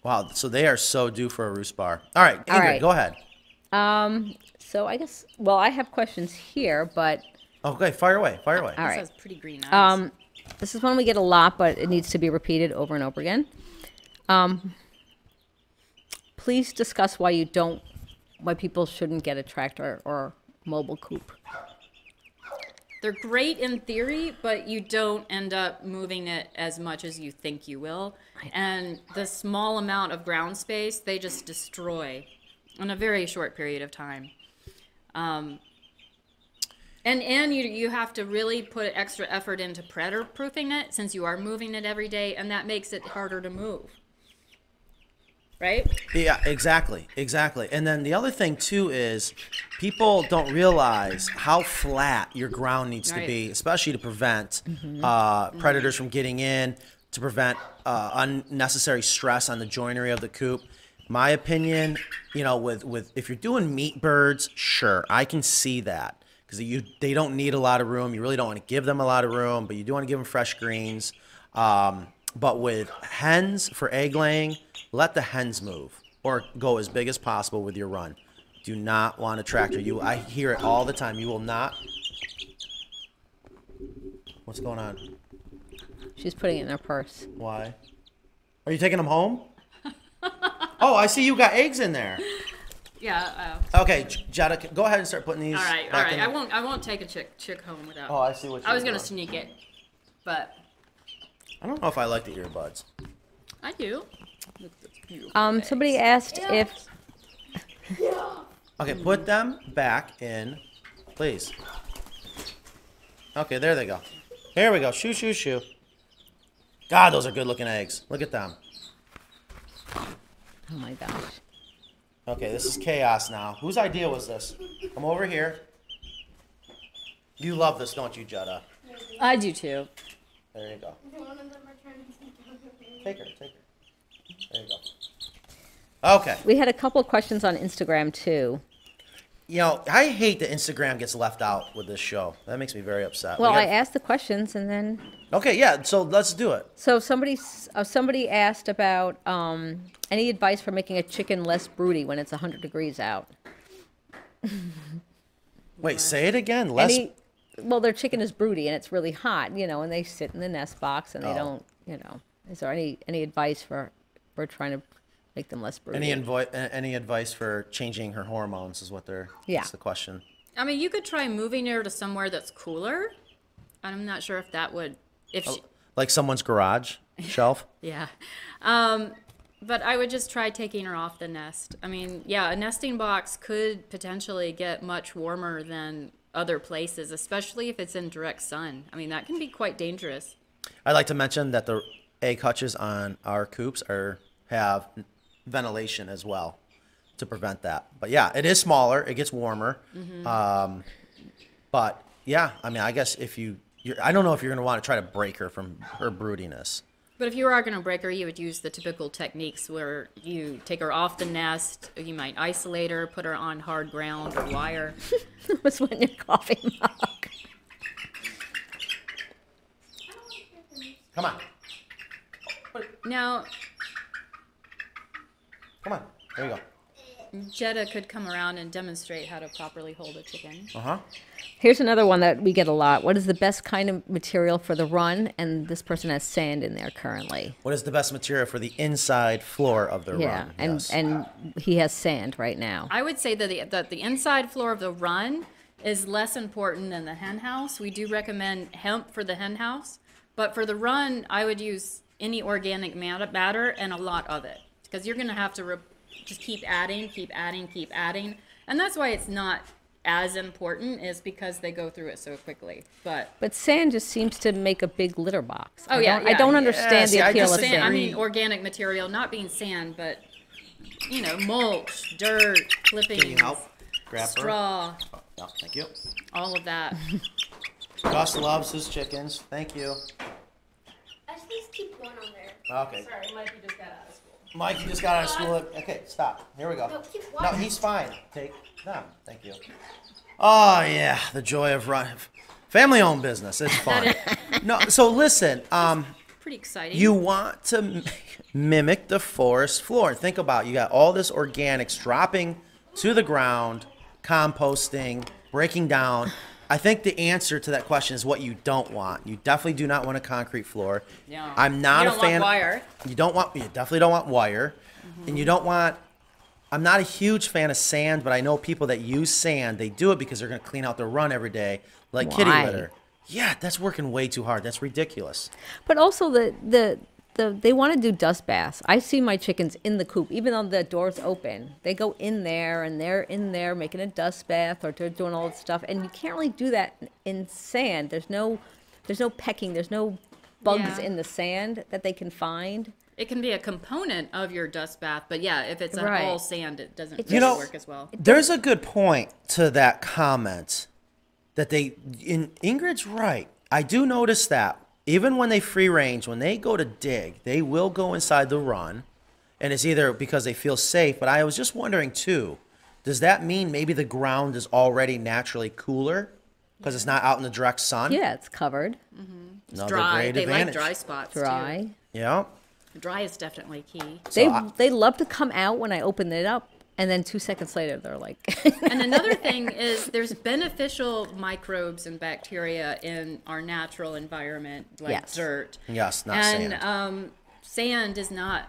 Speaker 1: Wow, so they are so due for a roost bar. All right, Ingrid,
Speaker 4: All right.
Speaker 1: go ahead.
Speaker 4: Um. So I guess. Well, I have questions here, but
Speaker 1: Oh, Okay, fire away, fire away.
Speaker 4: All
Speaker 2: This
Speaker 4: right.
Speaker 2: has pretty green eyes.
Speaker 4: um, this is one we get a lot, but it needs to be repeated over and over again. Um. Please discuss why you don't, why people shouldn't get a tractor or mobile coop.
Speaker 2: They're great in theory, but you don't end up moving it as much as you think you will. And the small amount of ground space they just destroy in a very short period of time. Um, and and you you have to really put extra effort into predator proofing it since you are moving it every day, and that makes it harder to move. Right?
Speaker 1: Yeah, exactly, exactly. And then the other thing too is people don't realize how flat your ground needs to
Speaker 2: Right.
Speaker 1: be, especially to prevent uh, predators from getting in, to prevent uh, unnecessary stress on the joinery of the coop. My opinion, you know, with with if you're doing meat birds, sure, I can see that because you they don't need a lot of room. You really don't want to give them a lot of room, but you do want to give them fresh greens. Um, but with hens for egg laying, let the hens move or go as big as possible with your run. Do not want a tractor. You, I hear it all the time. You will not. What's going on?
Speaker 4: She's putting it in her purse.
Speaker 1: Why? Are you taking them home? [laughs] oh, I see you got eggs in there.
Speaker 2: Yeah. uh,
Speaker 1: Okay, J- Jada, c- go ahead and start putting these.
Speaker 2: all right. All
Speaker 1: back in
Speaker 2: right. I
Speaker 1: the-
Speaker 2: won't. I won't take a chick chick home without.
Speaker 1: Oh, I see what you.
Speaker 2: I was gonna sneak it, but
Speaker 1: I don't know if I like the earbuds.
Speaker 2: I do.
Speaker 4: Um. Somebody asked if
Speaker 1: Okay, put them back in, please. Okay, there they go. Here we go. Shoo, shoo, shoo. God, those are good looking eggs. Look at them.
Speaker 4: Oh my gosh.
Speaker 1: Okay, this is chaos now. Whose idea was this? Come over here. You love this, don't you, Jetta?
Speaker 2: I do too.
Speaker 1: There you go. Take her, take her. There you go. Okay.
Speaker 4: We had a couple questions on Instagram too.
Speaker 1: You know, I hate that Instagram gets left out with this show. That makes me very upset. We
Speaker 4: Well, I
Speaker 1: gotta-
Speaker 4: asked the questions and then
Speaker 1: Okay, yeah, so let's do it.
Speaker 4: so somebody s- uh, somebody asked about um, any advice for making a chicken less broody when it's 100 degrees out.
Speaker 1: Wait, say it again. Less
Speaker 4: Any well, their chicken is broody and it's really hot, you know, and they sit in the nest box and they
Speaker 1: Oh.
Speaker 4: don't, you know. Is there any any advice for for trying to make them less broody? [laughs]
Speaker 1: Any invo- a- any advice for changing her hormones is what they're.
Speaker 4: Yeah.
Speaker 1: That's the question.
Speaker 2: I mean, you could try moving her to somewhere that's cooler. I'm not sure if that would. If she,
Speaker 1: Like someone's garage. shelf.
Speaker 2: Yeah. Um, but I would just try taking her off the nest. I mean, yeah, a nesting box could potentially get much warmer than other places, especially if it's in direct sun. I mean, that can be quite dangerous.
Speaker 1: I'd like to mention that the egg hutches on our coops are have ventilation as well to prevent that. But yeah, it is smaller. It gets warmer.
Speaker 4: Mm-hmm.
Speaker 1: Um, but yeah, I mean, I guess if you, you're, I don't know if you're gonna want to try to break her from her broodiness.
Speaker 2: But if you are going to break her, you would use the typical techniques where you take her off the nest, you might isolate her, put her on hard ground or wire.
Speaker 4: was when your coffee mug.
Speaker 1: Come on,
Speaker 2: Now,
Speaker 1: come on. There you go.
Speaker 2: Jetta could come around and demonstrate how to properly hold a chicken.
Speaker 1: Uh huh.
Speaker 4: Here's another one that we get a lot. What is the best kind of material for the run? And this person has sand in there currently.
Speaker 1: What is the best material for the inside floor of the
Speaker 4: Yeah,
Speaker 1: room?
Speaker 4: and
Speaker 1: Yes.
Speaker 4: and he has sand right now.
Speaker 2: I would say that the, that the inside floor of the run is less important than the hen house. We do recommend hemp for the hen house, but for the run, I would use any organic mat- matter and a lot of it because you're going to have to re- just keep adding, keep adding, keep adding. And that's why it's not as important is because they go through it so quickly. But
Speaker 4: But sand just seems to make a big litter box.
Speaker 2: Oh,
Speaker 4: I
Speaker 2: yeah,
Speaker 4: don't, I
Speaker 2: yeah.
Speaker 4: don't
Speaker 2: Yeah,
Speaker 4: understand
Speaker 1: see,
Speaker 4: the
Speaker 1: I
Speaker 4: appeal of
Speaker 1: disagree.
Speaker 4: sand.
Speaker 2: I mean organic material, not being sand, but you know, mulch, dirt, clippings,
Speaker 1: Can you help? Grab her.
Speaker 2: straw,
Speaker 1: No, thank you.
Speaker 2: all of that. [laughs]
Speaker 1: Gus loves his chickens. Thank you.
Speaker 3: I just need to keep one on there.
Speaker 1: Okay.
Speaker 3: Sorry, Mikey just got out of school.
Speaker 1: Mike, you just got out of school. Okay, stop. Here we go.
Speaker 3: No, keep
Speaker 1: No,
Speaker 3: walking.
Speaker 1: he's fine. Take them. Thank you. Oh yeah, the joy of run, family-owned business. It's fun. no, so listen. Um,
Speaker 2: Pretty exciting.
Speaker 1: you want to m- mimic the forest floor. Think about it. you got all this organics dropping to the ground, composting, breaking down. I think the answer to that question is what you don't want. You definitely do not want a concrete floor.
Speaker 2: Yeah.
Speaker 1: I'm not
Speaker 2: You
Speaker 1: a
Speaker 2: don't want
Speaker 1: fan.
Speaker 2: wire. Mm-hmm.
Speaker 1: You don't want. You definitely don't want wire, and you don't want. I'm not a huge fan of sand, but I know people that use sand. They do it because they're going to clean out their run every day, like kitty
Speaker 4: Why?
Speaker 1: litter. Yeah, that's working way too hard. That's ridiculous.
Speaker 4: But also the the the they want to do dust baths. I see my chickens in the coop, even though the door's open. They go in there and they're in there making a dust bath or they're doing all that stuff. And you can't really do that in sand. There's no there's no pecking. There's no bugs
Speaker 2: Yeah.
Speaker 4: in the sand that they can find.
Speaker 2: it can be a component of your dust bath, but yeah, if it's an
Speaker 4: Right.
Speaker 2: all sand, it doesn't
Speaker 4: It
Speaker 2: really
Speaker 1: You know-
Speaker 2: work as well.
Speaker 1: There's a good point to that comment that they in Ingrid's right. I do notice that even when they free range, when they go to dig, they will go inside the run, and it's either because they feel safe. But I was just wondering too, does that mean maybe the ground is already naturally cooler because it's not out in the direct sun?
Speaker 4: Yeah, it's covered,
Speaker 1: Another
Speaker 2: Dry.
Speaker 1: great
Speaker 2: They like
Speaker 1: advantage.
Speaker 2: dry spots.
Speaker 4: dry.
Speaker 1: Yeah,
Speaker 2: Too. Dry is definitely key.
Speaker 4: They
Speaker 1: I-
Speaker 4: they love to come out when I open it up, and then two seconds later they're like, [laughs]
Speaker 2: And another thing is there's beneficial microbes and bacteria in our natural environment, like
Speaker 4: Yes.
Speaker 2: dirt.
Speaker 1: yes, not
Speaker 2: and
Speaker 1: sand.
Speaker 2: um, sand is not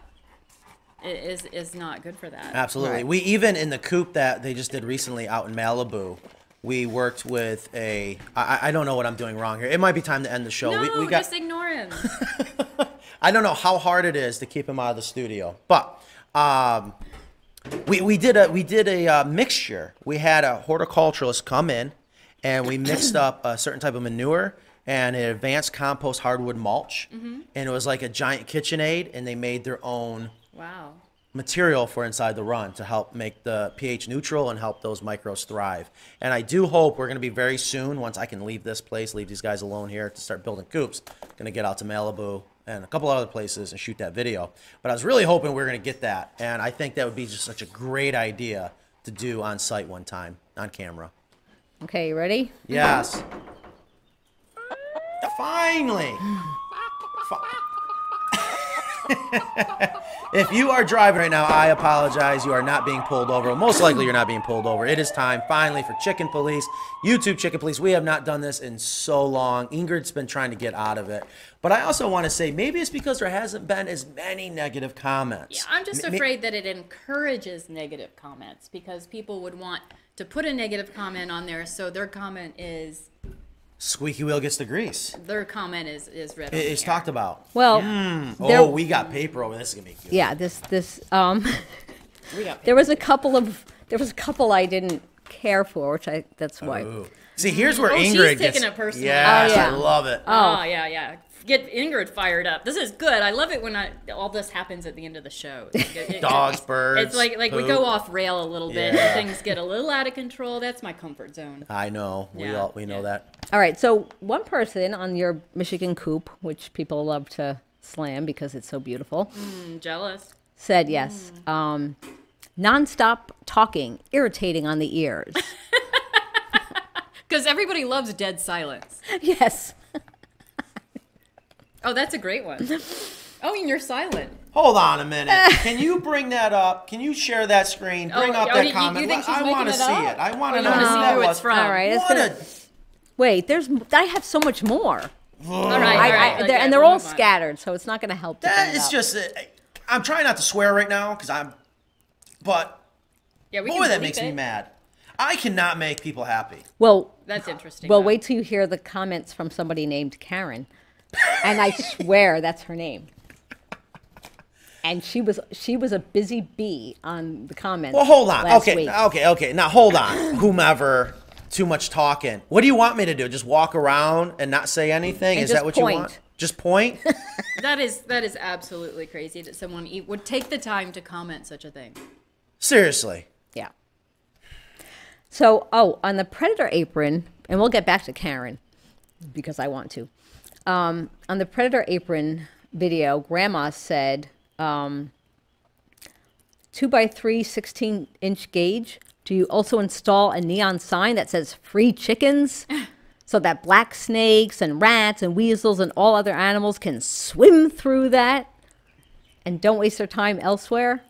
Speaker 2: i- is is not good for that.
Speaker 1: Absolutely.
Speaker 4: Right.
Speaker 1: We even in the coop that they just did recently out in Malibu, we worked with a. I, I- I don't know what I'm doing wrong here. It might be time to end the show.
Speaker 2: no,
Speaker 1: we, we got.
Speaker 2: just ignore
Speaker 1: [laughs]
Speaker 2: him.
Speaker 1: I don't know how hard it is to keep him out of the studio, but um, we we did a we did a uh, mixture. We had a horticulturalist come in, and we mixed up a certain type of manure and an advanced compost hardwood mulch,
Speaker 2: Mm-hmm.
Speaker 1: and it was like a giant KitchenAid, and they made their own
Speaker 2: wow.
Speaker 1: material for inside the run to help make the pH neutral and help those microbes thrive. And I do hope we're going to be very soon, once I can leave this place, leave these guys alone here to start building coops, going to get out to Malibu and a couple other places and shoot that video. But I was really hoping we were going to get that. And I think that would be just such a great idea to do on site one time on camera.
Speaker 4: "Okay, you ready?"
Speaker 1: Yes. Finally. Fi- [laughs] if you are driving right now, I apologize. You are not being pulled over. Most likely, you're not being pulled over. It is time finally for Chicken Police, YouTube Chicken Police. We have not done this in so long. Ingrid's been trying to get out of it, but I also want to say maybe it's because there hasn't been as many negative comments.
Speaker 2: I'm just
Speaker 1: Ma- ma-
Speaker 2: afraid that it encourages negative comments because people would want to put a negative comment on there, so their comment is
Speaker 1: Squeaky wheel gets the grease.
Speaker 2: Their comment is is
Speaker 1: It-
Speaker 2: read. on
Speaker 1: it's
Speaker 2: the air.
Speaker 1: talked about.
Speaker 4: Well,
Speaker 1: oh,
Speaker 4: There-
Speaker 1: we got paper over. This is gonna be good.
Speaker 4: yeah, this this um [laughs]
Speaker 2: We got
Speaker 4: there was a couple of there was a couple I didn't care for, which I that's why.
Speaker 1: Ooh. See, here's where
Speaker 2: Oh, she's
Speaker 1: Ingrid gets.
Speaker 2: taking it personal.
Speaker 1: Yes,
Speaker 4: Oh, yeah.
Speaker 1: I love it.
Speaker 2: Oh. yeah, yeah. Get Ingrid fired up. This is good. I love it when I, all this happens at the end of the show. It- it-
Speaker 1: Dogs, birds.
Speaker 2: It's like like we go
Speaker 1: poop.
Speaker 2: off rail a little bit
Speaker 1: Yeah.
Speaker 2: and things get a little out of control. That's my comfort zone.
Speaker 1: I know. We
Speaker 2: Yeah,
Speaker 1: all we know
Speaker 2: yeah.
Speaker 1: that.
Speaker 4: All right, so one person on your Michigan coop, which people love to slam because it's so beautiful,
Speaker 2: I'm jealous.
Speaker 4: said yes. Um, nonstop talking, irritating on the
Speaker 1: [laughs]
Speaker 4: ears.
Speaker 2: Because everybody loves dead silence.
Speaker 4: yes.
Speaker 2: Oh, that's a great
Speaker 4: [laughs]
Speaker 2: one. Oh, and you're silent.
Speaker 1: Hold on a
Speaker 2: [laughs]
Speaker 1: minute. Can you bring that up? Can you share that screen? Bring
Speaker 2: Oh,
Speaker 1: up
Speaker 2: oh,
Speaker 1: that
Speaker 2: you- you
Speaker 1: comment.
Speaker 2: think she's
Speaker 1: I
Speaker 2: making
Speaker 1: wanna
Speaker 2: it
Speaker 1: see
Speaker 2: up?
Speaker 1: it. I want
Speaker 2: Or
Speaker 1: to
Speaker 2: you
Speaker 1: know
Speaker 2: wanna
Speaker 1: who
Speaker 2: see
Speaker 1: that
Speaker 2: who it's
Speaker 1: was.
Speaker 2: from?
Speaker 4: All right, it's
Speaker 1: What
Speaker 4: gonna-
Speaker 1: a-
Speaker 4: Wait, there's m- I have so much more.
Speaker 2: All right, all
Speaker 4: I, I,
Speaker 2: right.
Speaker 4: they're,
Speaker 2: okay,
Speaker 4: and they're
Speaker 2: we'll
Speaker 4: all
Speaker 2: move on.
Speaker 4: scattered, so it's not going to help. to
Speaker 1: That
Speaker 4: bring it
Speaker 1: is
Speaker 4: up.
Speaker 1: just. I- I'm trying not to swear right now because I'm. But
Speaker 2: Yeah, we
Speaker 1: boy,
Speaker 2: can
Speaker 1: that
Speaker 2: bleep
Speaker 1: makes me
Speaker 2: it.
Speaker 1: mad. I cannot make people happy.
Speaker 4: well.
Speaker 2: That's interesting.
Speaker 4: Well,
Speaker 2: though.
Speaker 4: wait till you hear the comments from somebody named Karen, and I swear that's her name. And she was she was a busy bee on the comments.
Speaker 1: Well, hold on.
Speaker 4: last
Speaker 1: okay,
Speaker 4: week.
Speaker 1: okay, okay. Now hold on. [clears throat] Whomever, too much talking. What do you want me to do? Just walk around and not say anything?
Speaker 4: And
Speaker 1: Is that
Speaker 4: just
Speaker 1: what you
Speaker 4: point.
Speaker 1: want? Just
Speaker 4: [laughs]
Speaker 1: point.
Speaker 2: That is that is absolutely crazy that someone e- would take the time to comment such a thing.
Speaker 1: Seriously.
Speaker 4: Yeah. So, oh, on the predator apron, and we'll get back to Karen because I want to. Um, on the predator apron video, Grandma said, um, two by three, 16 inch gauge. Do you also install a neon sign that says free chickens? So that black snakes and rats and weasels and all other animals can swim through that and don't waste their time elsewhere.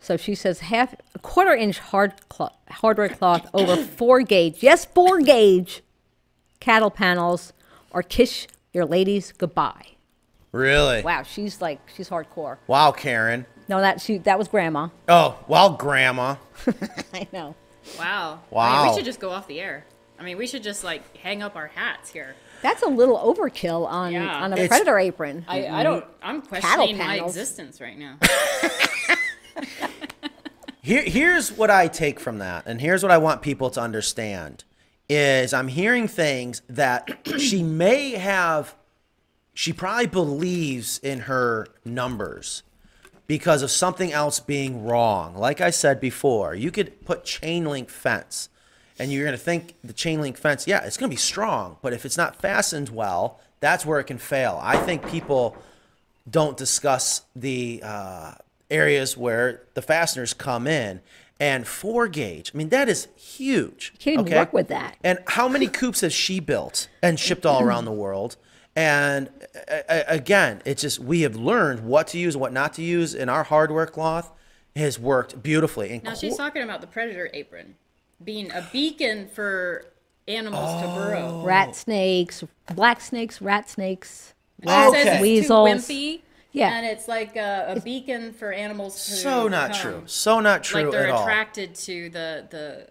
Speaker 4: So she says half a quarter inch hard cloth, hardware cloth over four gauge, yes, four gauge cattle panels, or kiss your ladies goodbye.
Speaker 1: Really?
Speaker 4: Wow, she's like she's hardcore.
Speaker 1: Wow, Karen.
Speaker 4: No, that she that was grandma. [laughs]
Speaker 1: Oh, well, Grandma.
Speaker 4: I know.
Speaker 2: Wow. I mean,
Speaker 1: Wow.
Speaker 2: we should just go off the air. I mean, we should just like hang up our hats here.
Speaker 4: That's a little overkill on
Speaker 2: Yeah.
Speaker 4: on a
Speaker 1: It's-
Speaker 4: predator apron.
Speaker 2: I,
Speaker 1: Mm-hmm.
Speaker 2: I don't. I'm questioning my
Speaker 4: panels.
Speaker 2: existence
Speaker 1: [laughs]
Speaker 2: right now.
Speaker 1: Here, here's what I take from that, and here's what I want people to understand: is I'm hearing things that [clears throat] she may have, she probably believes in her numbers because of something else being wrong. Like I said before, you could put chain link fence, and you're gonna think the chain link fence, yeah, it's gonna be strong, but if it's not fastened well, that's where it can fail. I think people don't discuss the uh, areas where the fasteners come in. And four gauge, I mean, that is huge.
Speaker 4: She didn't work with that.
Speaker 1: And how many coops has she built and shipped all around the world? And a- a- again, it's just we have learned what to use, what not to use, and our hardware cloth has worked beautifully. And
Speaker 2: Now
Speaker 1: qu-
Speaker 2: she's talking about the predator apron being a beacon for animals to
Speaker 1: Oh.
Speaker 2: burrow.
Speaker 4: Rat snakes, black snakes, rat snakes,
Speaker 2: It
Speaker 4: rats,
Speaker 2: says it's
Speaker 1: Okay.
Speaker 2: too
Speaker 4: weasels.
Speaker 2: wimpy,
Speaker 4: Yeah.
Speaker 2: and it's like a, a beacon for animals. To
Speaker 1: so not
Speaker 2: come.
Speaker 1: true, so not true
Speaker 2: Like
Speaker 1: at
Speaker 2: they're
Speaker 1: all.
Speaker 2: attracted to the the,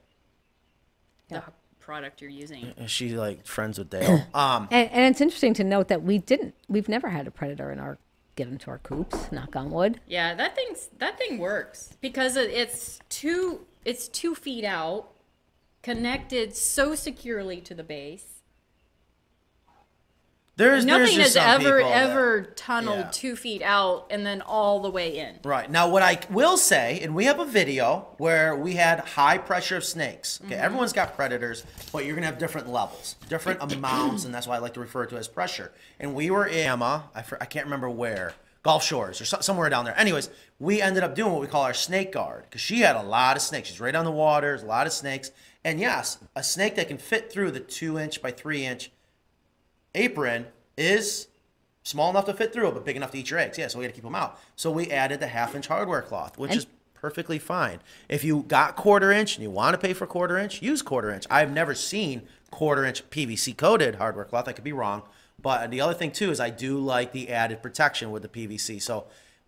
Speaker 2: the product you're using.
Speaker 1: And she's like friends with Dale. um,
Speaker 4: And, and it's interesting to note that we didn't. We've never had a predator in our get into our coops. Knock on wood.
Speaker 2: Yeah, that thing's that thing works because it, it's two it's two feet out, connected so securely to the base.
Speaker 1: there's there's
Speaker 2: Nothing
Speaker 1: just
Speaker 2: has
Speaker 1: some
Speaker 2: ever
Speaker 1: people that-
Speaker 2: ever tunneled
Speaker 1: yeah.
Speaker 2: two feet out and then all the way in.
Speaker 1: Right. Now, what I will say, and we have a video where we had high pressure of snakes. Okay, everyone's got predators, but you're gonna have different levels, different amounts, and that's why I like to refer to it as pressure. And we were in Emma, I, fr- I can't remember where, Gulf Shores or so- somewhere down there. Anyways, we ended up doing what we call our snake guard because she had a lot of snakes. She's right on the water, there's a lot of snakes. And yes, a snake that can fit through the two inch by three inch apron is small enough to fit through, but big enough to eat your eggs. Yeah, so we had to keep them out. So we added the half inch hardware cloth, which is perfectly fine. If you got quarter inch and you want to pay for quarter inch, use quarter inch. I've never seen quarter inch PVC coated hardware cloth. I could be wrong. But the other thing too is I do like the added protection with the PVC. So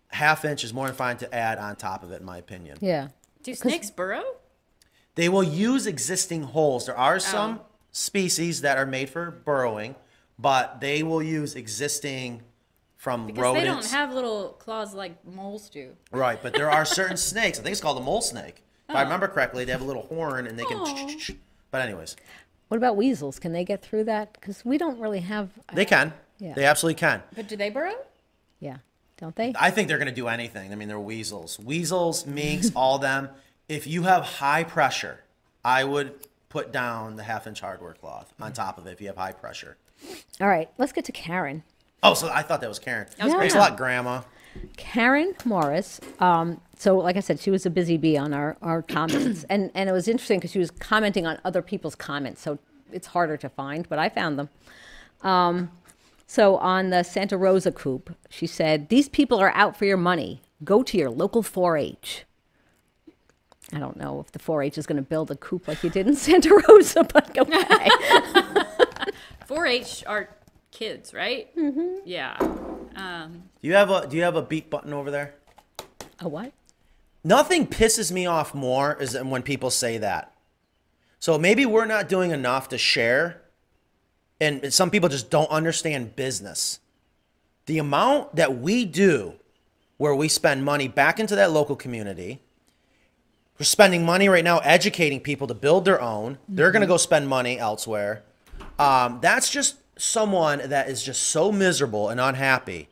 Speaker 1: half inch is more than fine to add on top of it, in my opinion.
Speaker 4: Yeah.
Speaker 2: Do snakes burrow? Oh.
Speaker 1: They will use existing holes. There are some species that are made for burrowing, but they will use existing from
Speaker 2: Because
Speaker 1: rodents.
Speaker 2: they don't have little claws like moles do.
Speaker 1: Right, but there are certain snakes. I think it's called a mole snake. If I
Speaker 2: Oh.
Speaker 1: remember correctly, they have a little horn and they can. [sniffs] But anyways,
Speaker 4: What about weasels? Can they get through that? Because we don't really have.
Speaker 1: they can.
Speaker 4: Yeah.
Speaker 1: They absolutely can.
Speaker 2: But do they burrow?
Speaker 4: Yeah, don't they?
Speaker 1: I think they're going to do anything. I mean, they're weasels, weasels, minks, all them. If you have high pressure, I would put down the half-inch hardware cloth on
Speaker 2: Mm.
Speaker 1: top of it. If you have high pressure.
Speaker 4: All right, let's get to Karen.
Speaker 1: Oh, so I thought that was Karen.
Speaker 4: was
Speaker 1: Thanks a
Speaker 4: Karen.
Speaker 1: lot, Grandma.
Speaker 4: Karen Morris. Um, so, like I said, she was a busy bee on our, our comments, and and it was interesting because she was commenting on other people's comments, so it's harder to find, but I found them. Um, so on the Santa Rosa coop, she said, "These people are out for your money. Go to your local 4-H." I don't know if the 4-H is going to build a coop like you did in [laughs] Santa Rosa, [laughs] but okay.
Speaker 2: 4-H are kids, right? Mm-hmm. Yeah. Um,
Speaker 1: Do you have a Do you have a beat button over there?
Speaker 4: a what?
Speaker 1: Nothing pisses me off more is than when people say that. So maybe we're not doing enough to share, and some people just don't understand business. The amount that we do, where we spend money back into that local community, we're spending money right now educating people to build their own. They're going to go spend money elsewhere. Um, that's just someone that is just so miserable and unhappy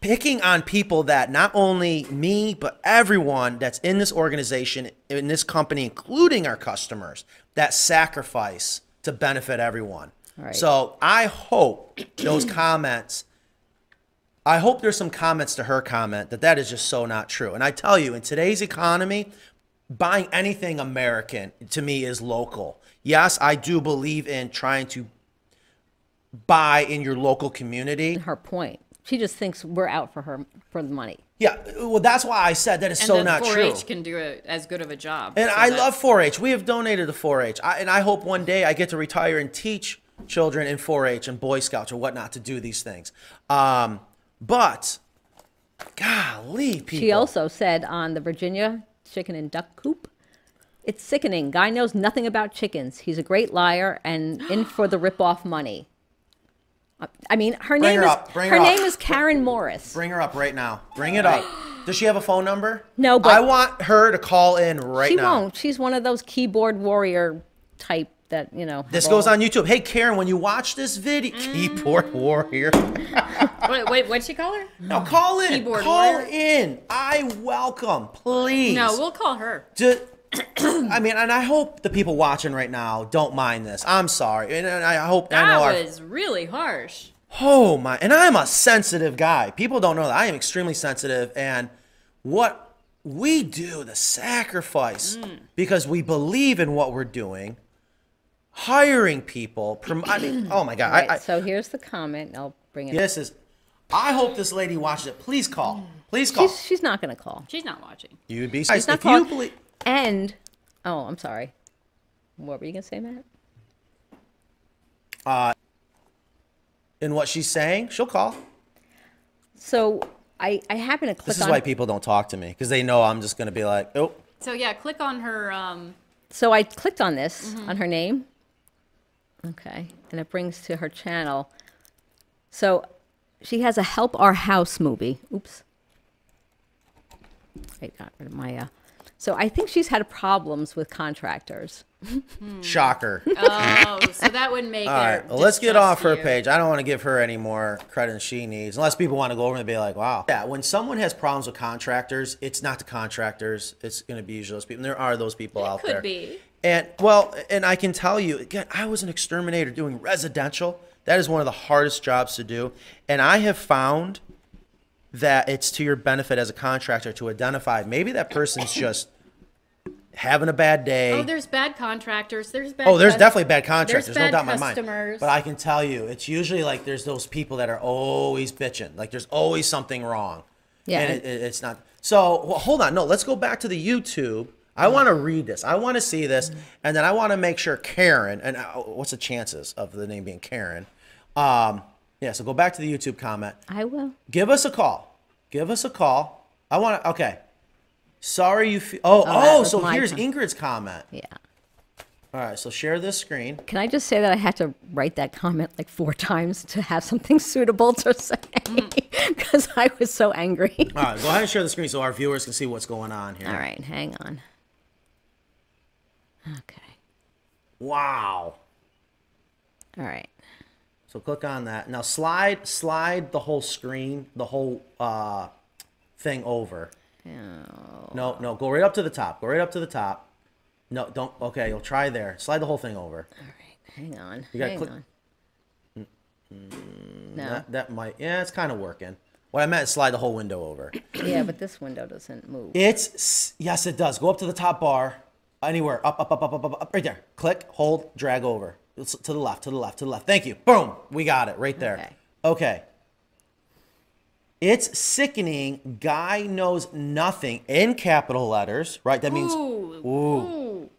Speaker 1: picking on people that not only me but everyone that's in this organization in this company including our customers that sacrifice to benefit everyone
Speaker 4: Right.
Speaker 1: so i hope those comments i hope there's some comments to her comment that that is just so not true and i tell you in today's economy buying anything american to me is local yes i do believe in trying to buy in your local community
Speaker 4: Her point. She just thinks we're out for her for the money.
Speaker 1: Yeah, well, that's why I said that it's
Speaker 2: and
Speaker 1: so
Speaker 2: the
Speaker 1: not
Speaker 2: 4-H
Speaker 1: true.
Speaker 2: can do a, as good of a job.
Speaker 1: and
Speaker 2: so
Speaker 1: I
Speaker 2: that's-
Speaker 1: love 4-H. We have donated to 4-H, I, and I hope one day I get to retire and teach children in 4-H and Boy Scouts or whatnot to do these things. Um, but, golly, people.
Speaker 4: She also said on the Virginia chicken and duck coop, it's sickening. Guy knows nothing about chickens. He's a great liar and
Speaker 1: [gasps]
Speaker 4: in for the rip-off money. Uh, I mean, her
Speaker 1: Bring
Speaker 4: name
Speaker 1: her
Speaker 4: is
Speaker 1: up, bring her up.
Speaker 4: name is Karen Morris.
Speaker 1: Bring her up right now. Bring it
Speaker 4: [gasps]
Speaker 1: up. Does she have a phone number?
Speaker 4: No, but-
Speaker 1: I want her to call in right
Speaker 4: she
Speaker 1: now.
Speaker 4: won't. She's one of those keyboard warrior type that you know.
Speaker 1: This goes on YouTube. Hey, Karen, when you watch this video,
Speaker 2: Mm.
Speaker 1: keyboard warrior.
Speaker 2: Wait, wait, what'd she call her?
Speaker 1: Now call in.
Speaker 2: Mm. Keyboard
Speaker 1: call
Speaker 2: warrior.
Speaker 1: in. I welcome, please.
Speaker 2: No, we'll call her.
Speaker 1: Ju- I mean, and I hope the people watching right now don't mind this. I'm sorry, and, and I hope I
Speaker 2: That
Speaker 1: know. Our,
Speaker 2: was really harsh.
Speaker 1: oh my! And I'm a sensitive guy. People don't know that I am extremely sensitive, and what we do, the sacrifice,
Speaker 2: Mm.
Speaker 1: because we believe in what we're doing. Hiring people, prom- I mean, oh my god!
Speaker 4: All right,
Speaker 1: I, I,
Speaker 4: so here's the comment. I'll bring it.
Speaker 1: this is. I hope this lady watches it. Please call. Please call.
Speaker 4: She's, she's not going to call.
Speaker 2: She's not watching.
Speaker 1: You'd be surprised
Speaker 4: not
Speaker 1: if you
Speaker 4: calling.
Speaker 1: believe.
Speaker 4: And oh, I'm sorry. What were you going to say, Matt?
Speaker 1: in what she's saying. She'll call.
Speaker 4: So I I happen to click
Speaker 1: This is
Speaker 4: on.
Speaker 1: why people don't talk to me because they know I'm just gonna be like, oh.
Speaker 2: So yeah, click on her. Um,
Speaker 4: So I clicked on this on her name. Okay, and it brings to her channel. So she has a Help Our House movie. Oops. I got rid of my. Uh, so I think she's had problems with contractors. Mm.
Speaker 1: Shocker.
Speaker 2: oh, so that would
Speaker 1: [laughs]
Speaker 2: make.
Speaker 1: All right, well, let's get off her page. I don't want to give her any more credit than she needs, unless people want to go over and be like, wow. Yeah, when someone has problems with contractors, it's not the contractors, it's going to be usually those people. And there are those people out
Speaker 2: could
Speaker 1: there.
Speaker 2: be.
Speaker 1: And well, and I can tell you, again, I was an exterminator doing residential. That is one of the hardest jobs to do. And I have found that it's to your benefit as a contractor to identify maybe that person's just having a bad day.
Speaker 2: Oh, there's bad contractors. There's bad.
Speaker 1: Oh, there's
Speaker 2: cus-
Speaker 1: definitely bad contracts. There's,
Speaker 2: There's,
Speaker 1: no
Speaker 2: bad
Speaker 1: doubt in my mind.
Speaker 2: customers.
Speaker 1: But I can tell you, it's usually like there's those people that are always bitching. Like there's always something wrong.
Speaker 4: Yeah.
Speaker 1: And it, it- it's not. So well, hold on. No, let's go back to the YouTube. I
Speaker 2: Mm-hmm.
Speaker 1: want to read this. I want to see this, and then I want to make sure Karen. And uh, what's the chances of the name being Karen? Um, yeah. So go back to the YouTube comment.
Speaker 4: I will.
Speaker 1: Give us a call. Give us a call. I want to. Okay. Sorry you. Fe- oh,
Speaker 4: that
Speaker 1: oh.
Speaker 4: was
Speaker 1: So
Speaker 4: my
Speaker 1: here's
Speaker 4: com-
Speaker 1: Ingrid's comment.
Speaker 4: Yeah.
Speaker 1: All right, so share this screen.
Speaker 4: Can I just say that I had to write that comment like four times to have something [laughs] suitable to say [laughs] because I was so angry.
Speaker 1: All right, go ahead and share the screen so our viewers can see what's going on here.
Speaker 4: All right, hang on. Okay.
Speaker 1: Wow.
Speaker 4: All right.
Speaker 1: So click on that. Now slide slide the whole screen, the whole uh, thing over. No,
Speaker 4: Oh.
Speaker 1: no, go right up to the top. Go right up to the top. No, don't. Okay, you'll try there. Slide the whole thing over.
Speaker 4: All right. Hang on.
Speaker 1: gotta
Speaker 4: hang
Speaker 1: click- Mm,
Speaker 4: on. No.
Speaker 1: That, that might. Yeah, it's kind of working. What I meant is slide the whole window over.
Speaker 4: yeah, but this window doesn't move.
Speaker 1: It's s- yes, it does. Go up to the top bar, anywhere up, up, up, up, up, up, up, right there. Click, hold, drag over It's to the left, to the left, to the left. Thank you. Boom, we got it right there.
Speaker 4: Okay.
Speaker 1: okay. It's sickening. Guy knows nothing in capital letters, right? That means
Speaker 2: Ooh, ooh.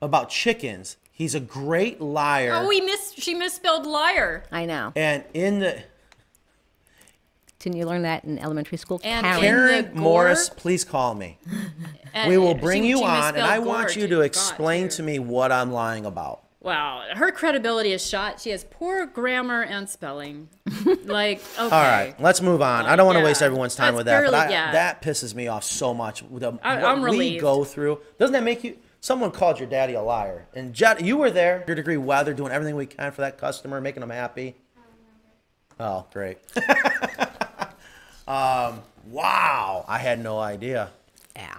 Speaker 1: about chickens. He's a great liar.
Speaker 2: Oh, he miss. She misspelled liar.
Speaker 4: I know.
Speaker 1: and in the
Speaker 4: Didn't you learn that in elementary school?
Speaker 2: And
Speaker 4: Karen.
Speaker 2: Karen-
Speaker 1: Karen
Speaker 2: gore?
Speaker 1: Morris, please call me.
Speaker 2: And
Speaker 1: We will
Speaker 2: she-
Speaker 1: bring
Speaker 2: she
Speaker 1: you on, and
Speaker 2: misspelled
Speaker 1: I want
Speaker 2: gore,
Speaker 1: you
Speaker 2: too.
Speaker 1: to
Speaker 2: God,
Speaker 1: explain
Speaker 2: too.
Speaker 1: to me what I'm lying about.
Speaker 2: Wow, her credibility is shot. She has poor grammar and spelling. [laughs] like, okay.
Speaker 1: All right, let's move on. I don't want to
Speaker 2: yeah.
Speaker 1: waste everyone's time
Speaker 2: That's
Speaker 1: with that, but
Speaker 2: barely-
Speaker 1: I,
Speaker 2: yeah.
Speaker 1: that pisses me off so much. The,
Speaker 2: I-
Speaker 1: what
Speaker 2: I'm
Speaker 1: we
Speaker 2: relieved.
Speaker 1: go through doesn't that make you? Someone called your daddy a liar, and Jed, you were there. Your degree weather, doing everything we can for that customer, making them happy. Oh, great. [laughs] um, wow, I had no idea.
Speaker 4: Yeah.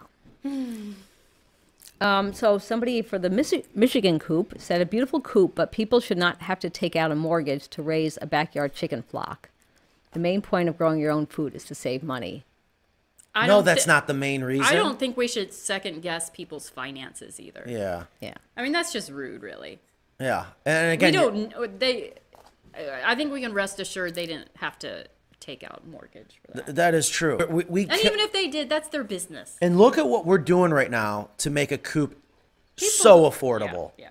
Speaker 4: Um, so somebody for the Missi- Michigan coop said a beautiful coop, but people should not have to take out a mortgage to raise a backyard chicken flock. The main point of growing your own food is to save money.
Speaker 2: I
Speaker 1: No,
Speaker 2: don't thi-
Speaker 1: that's not the main reason.
Speaker 2: I don't think we should second guess people's finances either.
Speaker 1: Yeah,
Speaker 4: Yeah.
Speaker 2: I mean, that's just rude, really.
Speaker 1: yeah, and
Speaker 2: We
Speaker 1: again, you-
Speaker 2: don't. kn- They. I I think we can rest assured they didn't have to take out mortgage for that.
Speaker 1: that is true. We, we
Speaker 2: And
Speaker 1: ca-
Speaker 2: even if they did, that's their business.
Speaker 1: and look at what we're doing right now to make a coop so
Speaker 2: People-
Speaker 1: affordable.
Speaker 2: Yeah.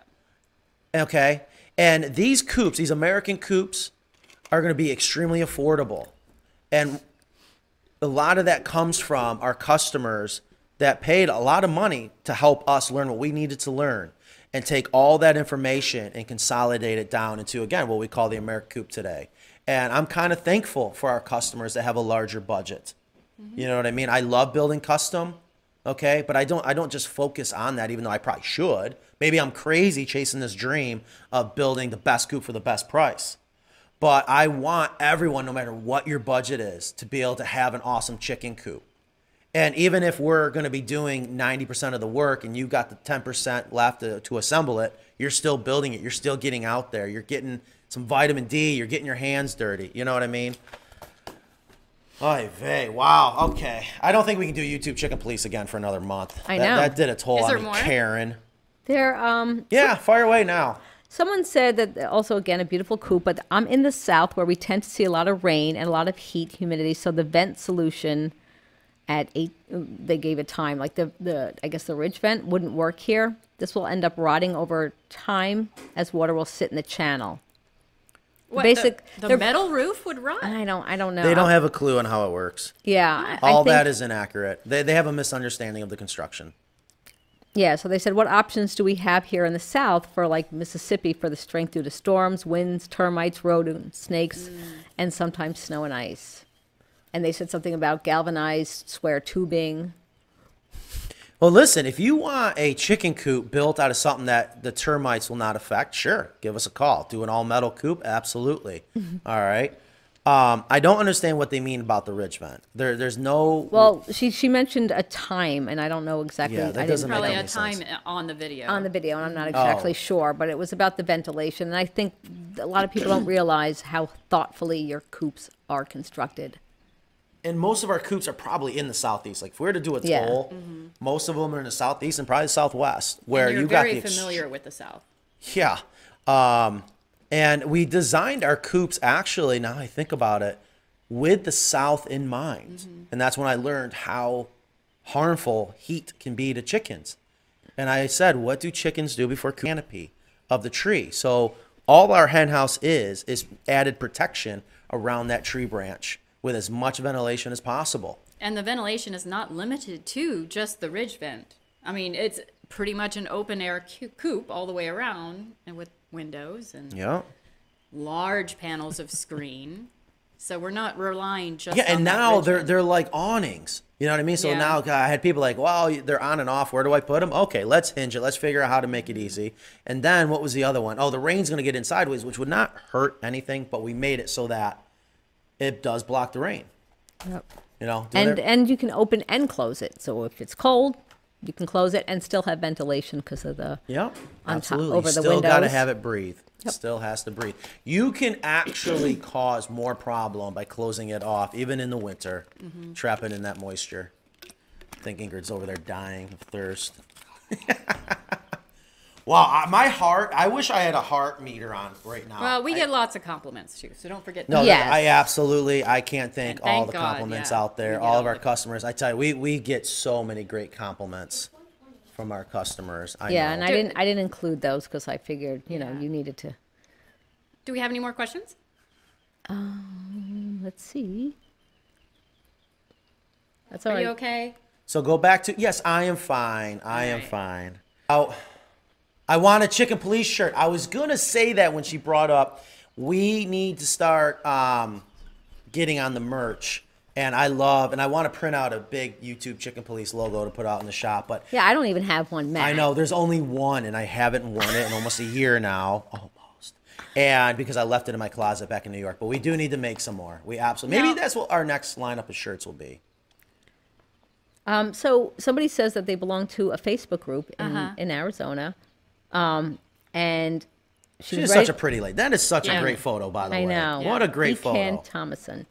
Speaker 2: yeah.
Speaker 1: Okay. And these coops, these American coops, are going to be extremely affordable. And a lot of that comes from our customers that paid a lot of money to help us learn what we needed to learn and take all that information and consolidate it down into, again, what we call the American coop today. And I'm kind of thankful for our customers that have a larger budget. You know what I mean? I love building custom, okay, but I don't I don't just focus on that even though I probably should. Maybe I'm crazy chasing this dream of building the best coop for the best price. But I want everyone no matter what your budget is to be able to have an awesome chicken coop. And even if we're going to be doing 90% of the work and you got the 10% left to, to assemble it, you're still building it. You're still getting out there. You're getting some vitamin D. You're getting your hands dirty. You know what I mean? Oy vey, wow, okay. I don't think we can do YouTube Chicken Police again for another month.
Speaker 4: I
Speaker 1: That,
Speaker 4: know.
Speaker 1: that did its whole
Speaker 2: Is
Speaker 1: on
Speaker 2: there
Speaker 1: me,
Speaker 2: more?
Speaker 1: Karen.
Speaker 4: There, um,
Speaker 1: Yeah, fire away now.
Speaker 4: someone said that also again a beautiful coop, but I'm in the south where we tend to see a lot of rain and a lot of heat, humidity. So the vent solution at eight, they gave a time like the the I guess the ridge vent wouldn't work here. This will end up rotting over time as water will sit in the channel.
Speaker 2: What,
Speaker 4: Basic-
Speaker 2: The, the
Speaker 4: they're-
Speaker 2: metal roof would rot.
Speaker 4: I don't. I don't know.
Speaker 2: Uh-huh.
Speaker 1: They don't have a clue on how it works.
Speaker 4: Yeah. I- I
Speaker 1: All
Speaker 4: think-
Speaker 1: that is inaccurate. They, they have a misunderstanding of the construction.
Speaker 4: Yeah. So they said, what options do we have here in the South for like Mississippi for the strength due to storms, winds, termites, rodents, snakes, and sometimes snow and ice? And they said something about galvanized square tubing.
Speaker 1: Well, listen, if you want a chicken coop built out of something that the termites will not affect, sure, give us a call. Do an all metal coop? Absolutely. All right. Um, I don't understand what they mean about the ridge vent. There, there's no.
Speaker 4: Well, she she mentioned a time, and I don't know exactly.
Speaker 1: Yeah, that
Speaker 4: I didn't-
Speaker 1: doesn't make
Speaker 2: Probably
Speaker 1: any Oh.
Speaker 2: a
Speaker 1: sense.
Speaker 2: time on the video.
Speaker 4: on the video, and I'm not exactly sure, but it was about the ventilation. And I think a lot of people don't realize how thoughtfully your coops are constructed.
Speaker 1: and most of our coops are probably in the southeast. Like if we were to do a toll,
Speaker 4: Yeah.
Speaker 1: most of them are in the southeast and probably southwest, where
Speaker 2: You're
Speaker 1: you got
Speaker 2: very
Speaker 1: the ex-
Speaker 2: familiar with the South.
Speaker 1: yeah. Um, and we designed our coops actually. Now I think about it, with the south in mind, and that's when I learned how harmful heat can be to chickens. And I said, what do chickens do before canopy of the tree? So all our hen house is is added protection around that tree branch with as much ventilation as possible.
Speaker 2: And the ventilation is not limited to just the ridge vent. I mean, it's pretty much an open air cou- coop all the way around and with windows and
Speaker 1: Yeah.
Speaker 2: large panels of screen. So we're not relying just
Speaker 1: Yeah, and
Speaker 2: on that
Speaker 1: now they're
Speaker 2: Richmond.
Speaker 1: they're like awnings. You know what I mean? So
Speaker 2: Yeah.
Speaker 1: now uh, I had people like, "Well, they're on and off. Where do I put them? Okay, let's hinge it. Let's figure out how to make it easy." And then what was the other one? Oh, the rain's going to get in sideways, which would not hurt anything, but we made it so that it does block the rain.
Speaker 4: Yep.
Speaker 1: You know, do
Speaker 4: And
Speaker 1: whatever-
Speaker 4: and you can open and close it. So if it's cold, you can close it and still have ventilation because of the
Speaker 1: Yeah,
Speaker 4: on top-
Speaker 1: absolutely.
Speaker 4: over the
Speaker 1: Still gotta
Speaker 4: windows.
Speaker 1: have it breathe. Still has to breathe. You can actually cause more problem by closing it off, even in the winter,
Speaker 4: Mm-hmm.
Speaker 1: trapping in that moisture. I think Ingrid's over there dying of thirst. [laughs] wow, I- my heart. I wish I had a heart meter on right now.
Speaker 2: Well, we
Speaker 1: Oh, I-
Speaker 2: get lots of compliments too, so don't forget.
Speaker 1: no,
Speaker 2: that.
Speaker 4: Yes.
Speaker 1: I absolutely I can't thank,
Speaker 2: And
Speaker 1: all
Speaker 2: thank
Speaker 1: the
Speaker 2: God,
Speaker 1: compliments
Speaker 2: yeah.
Speaker 1: out there,
Speaker 2: We get
Speaker 1: all
Speaker 2: all
Speaker 1: of our
Speaker 2: the-
Speaker 1: customers. I tell you, we we get so many great compliments from our customers. I
Speaker 4: yeah.
Speaker 1: know.
Speaker 4: And I didn't I didn't include those because I figured you know you needed to.
Speaker 2: Do we have any more questions?
Speaker 4: Let's see. That's all
Speaker 2: Are
Speaker 4: right.
Speaker 2: you okay?
Speaker 1: So go back to yes, I am fine. I am
Speaker 2: Alright.
Speaker 1: fine. Oh, I want a chicken police shirt. I was gonna say that when she brought up we need to start um, getting on the merch. And I love and I want to print out a big YouTube chicken police logo to put out in the shop, but
Speaker 4: Yeah, I don't even have one. Matt.
Speaker 1: I know there's only one, and I haven't worn it in almost a year now, almost. And because I left it in my closet back in New York, but we do need to make some more. We absolutely maybe
Speaker 2: Now-
Speaker 1: that's what our next lineup of shirts will be.
Speaker 4: Um, so somebody says that they belong to a Facebook group in,
Speaker 2: Uh-huh.
Speaker 4: in Arizona, um, and she
Speaker 1: She
Speaker 4: was
Speaker 1: is
Speaker 4: ready-
Speaker 1: such a pretty lady. That is such a
Speaker 2: Yeah.
Speaker 1: great photo, by the
Speaker 4: I
Speaker 1: way.
Speaker 4: know.
Speaker 1: What a great
Speaker 4: E.
Speaker 1: photo.
Speaker 4: Can Thomason.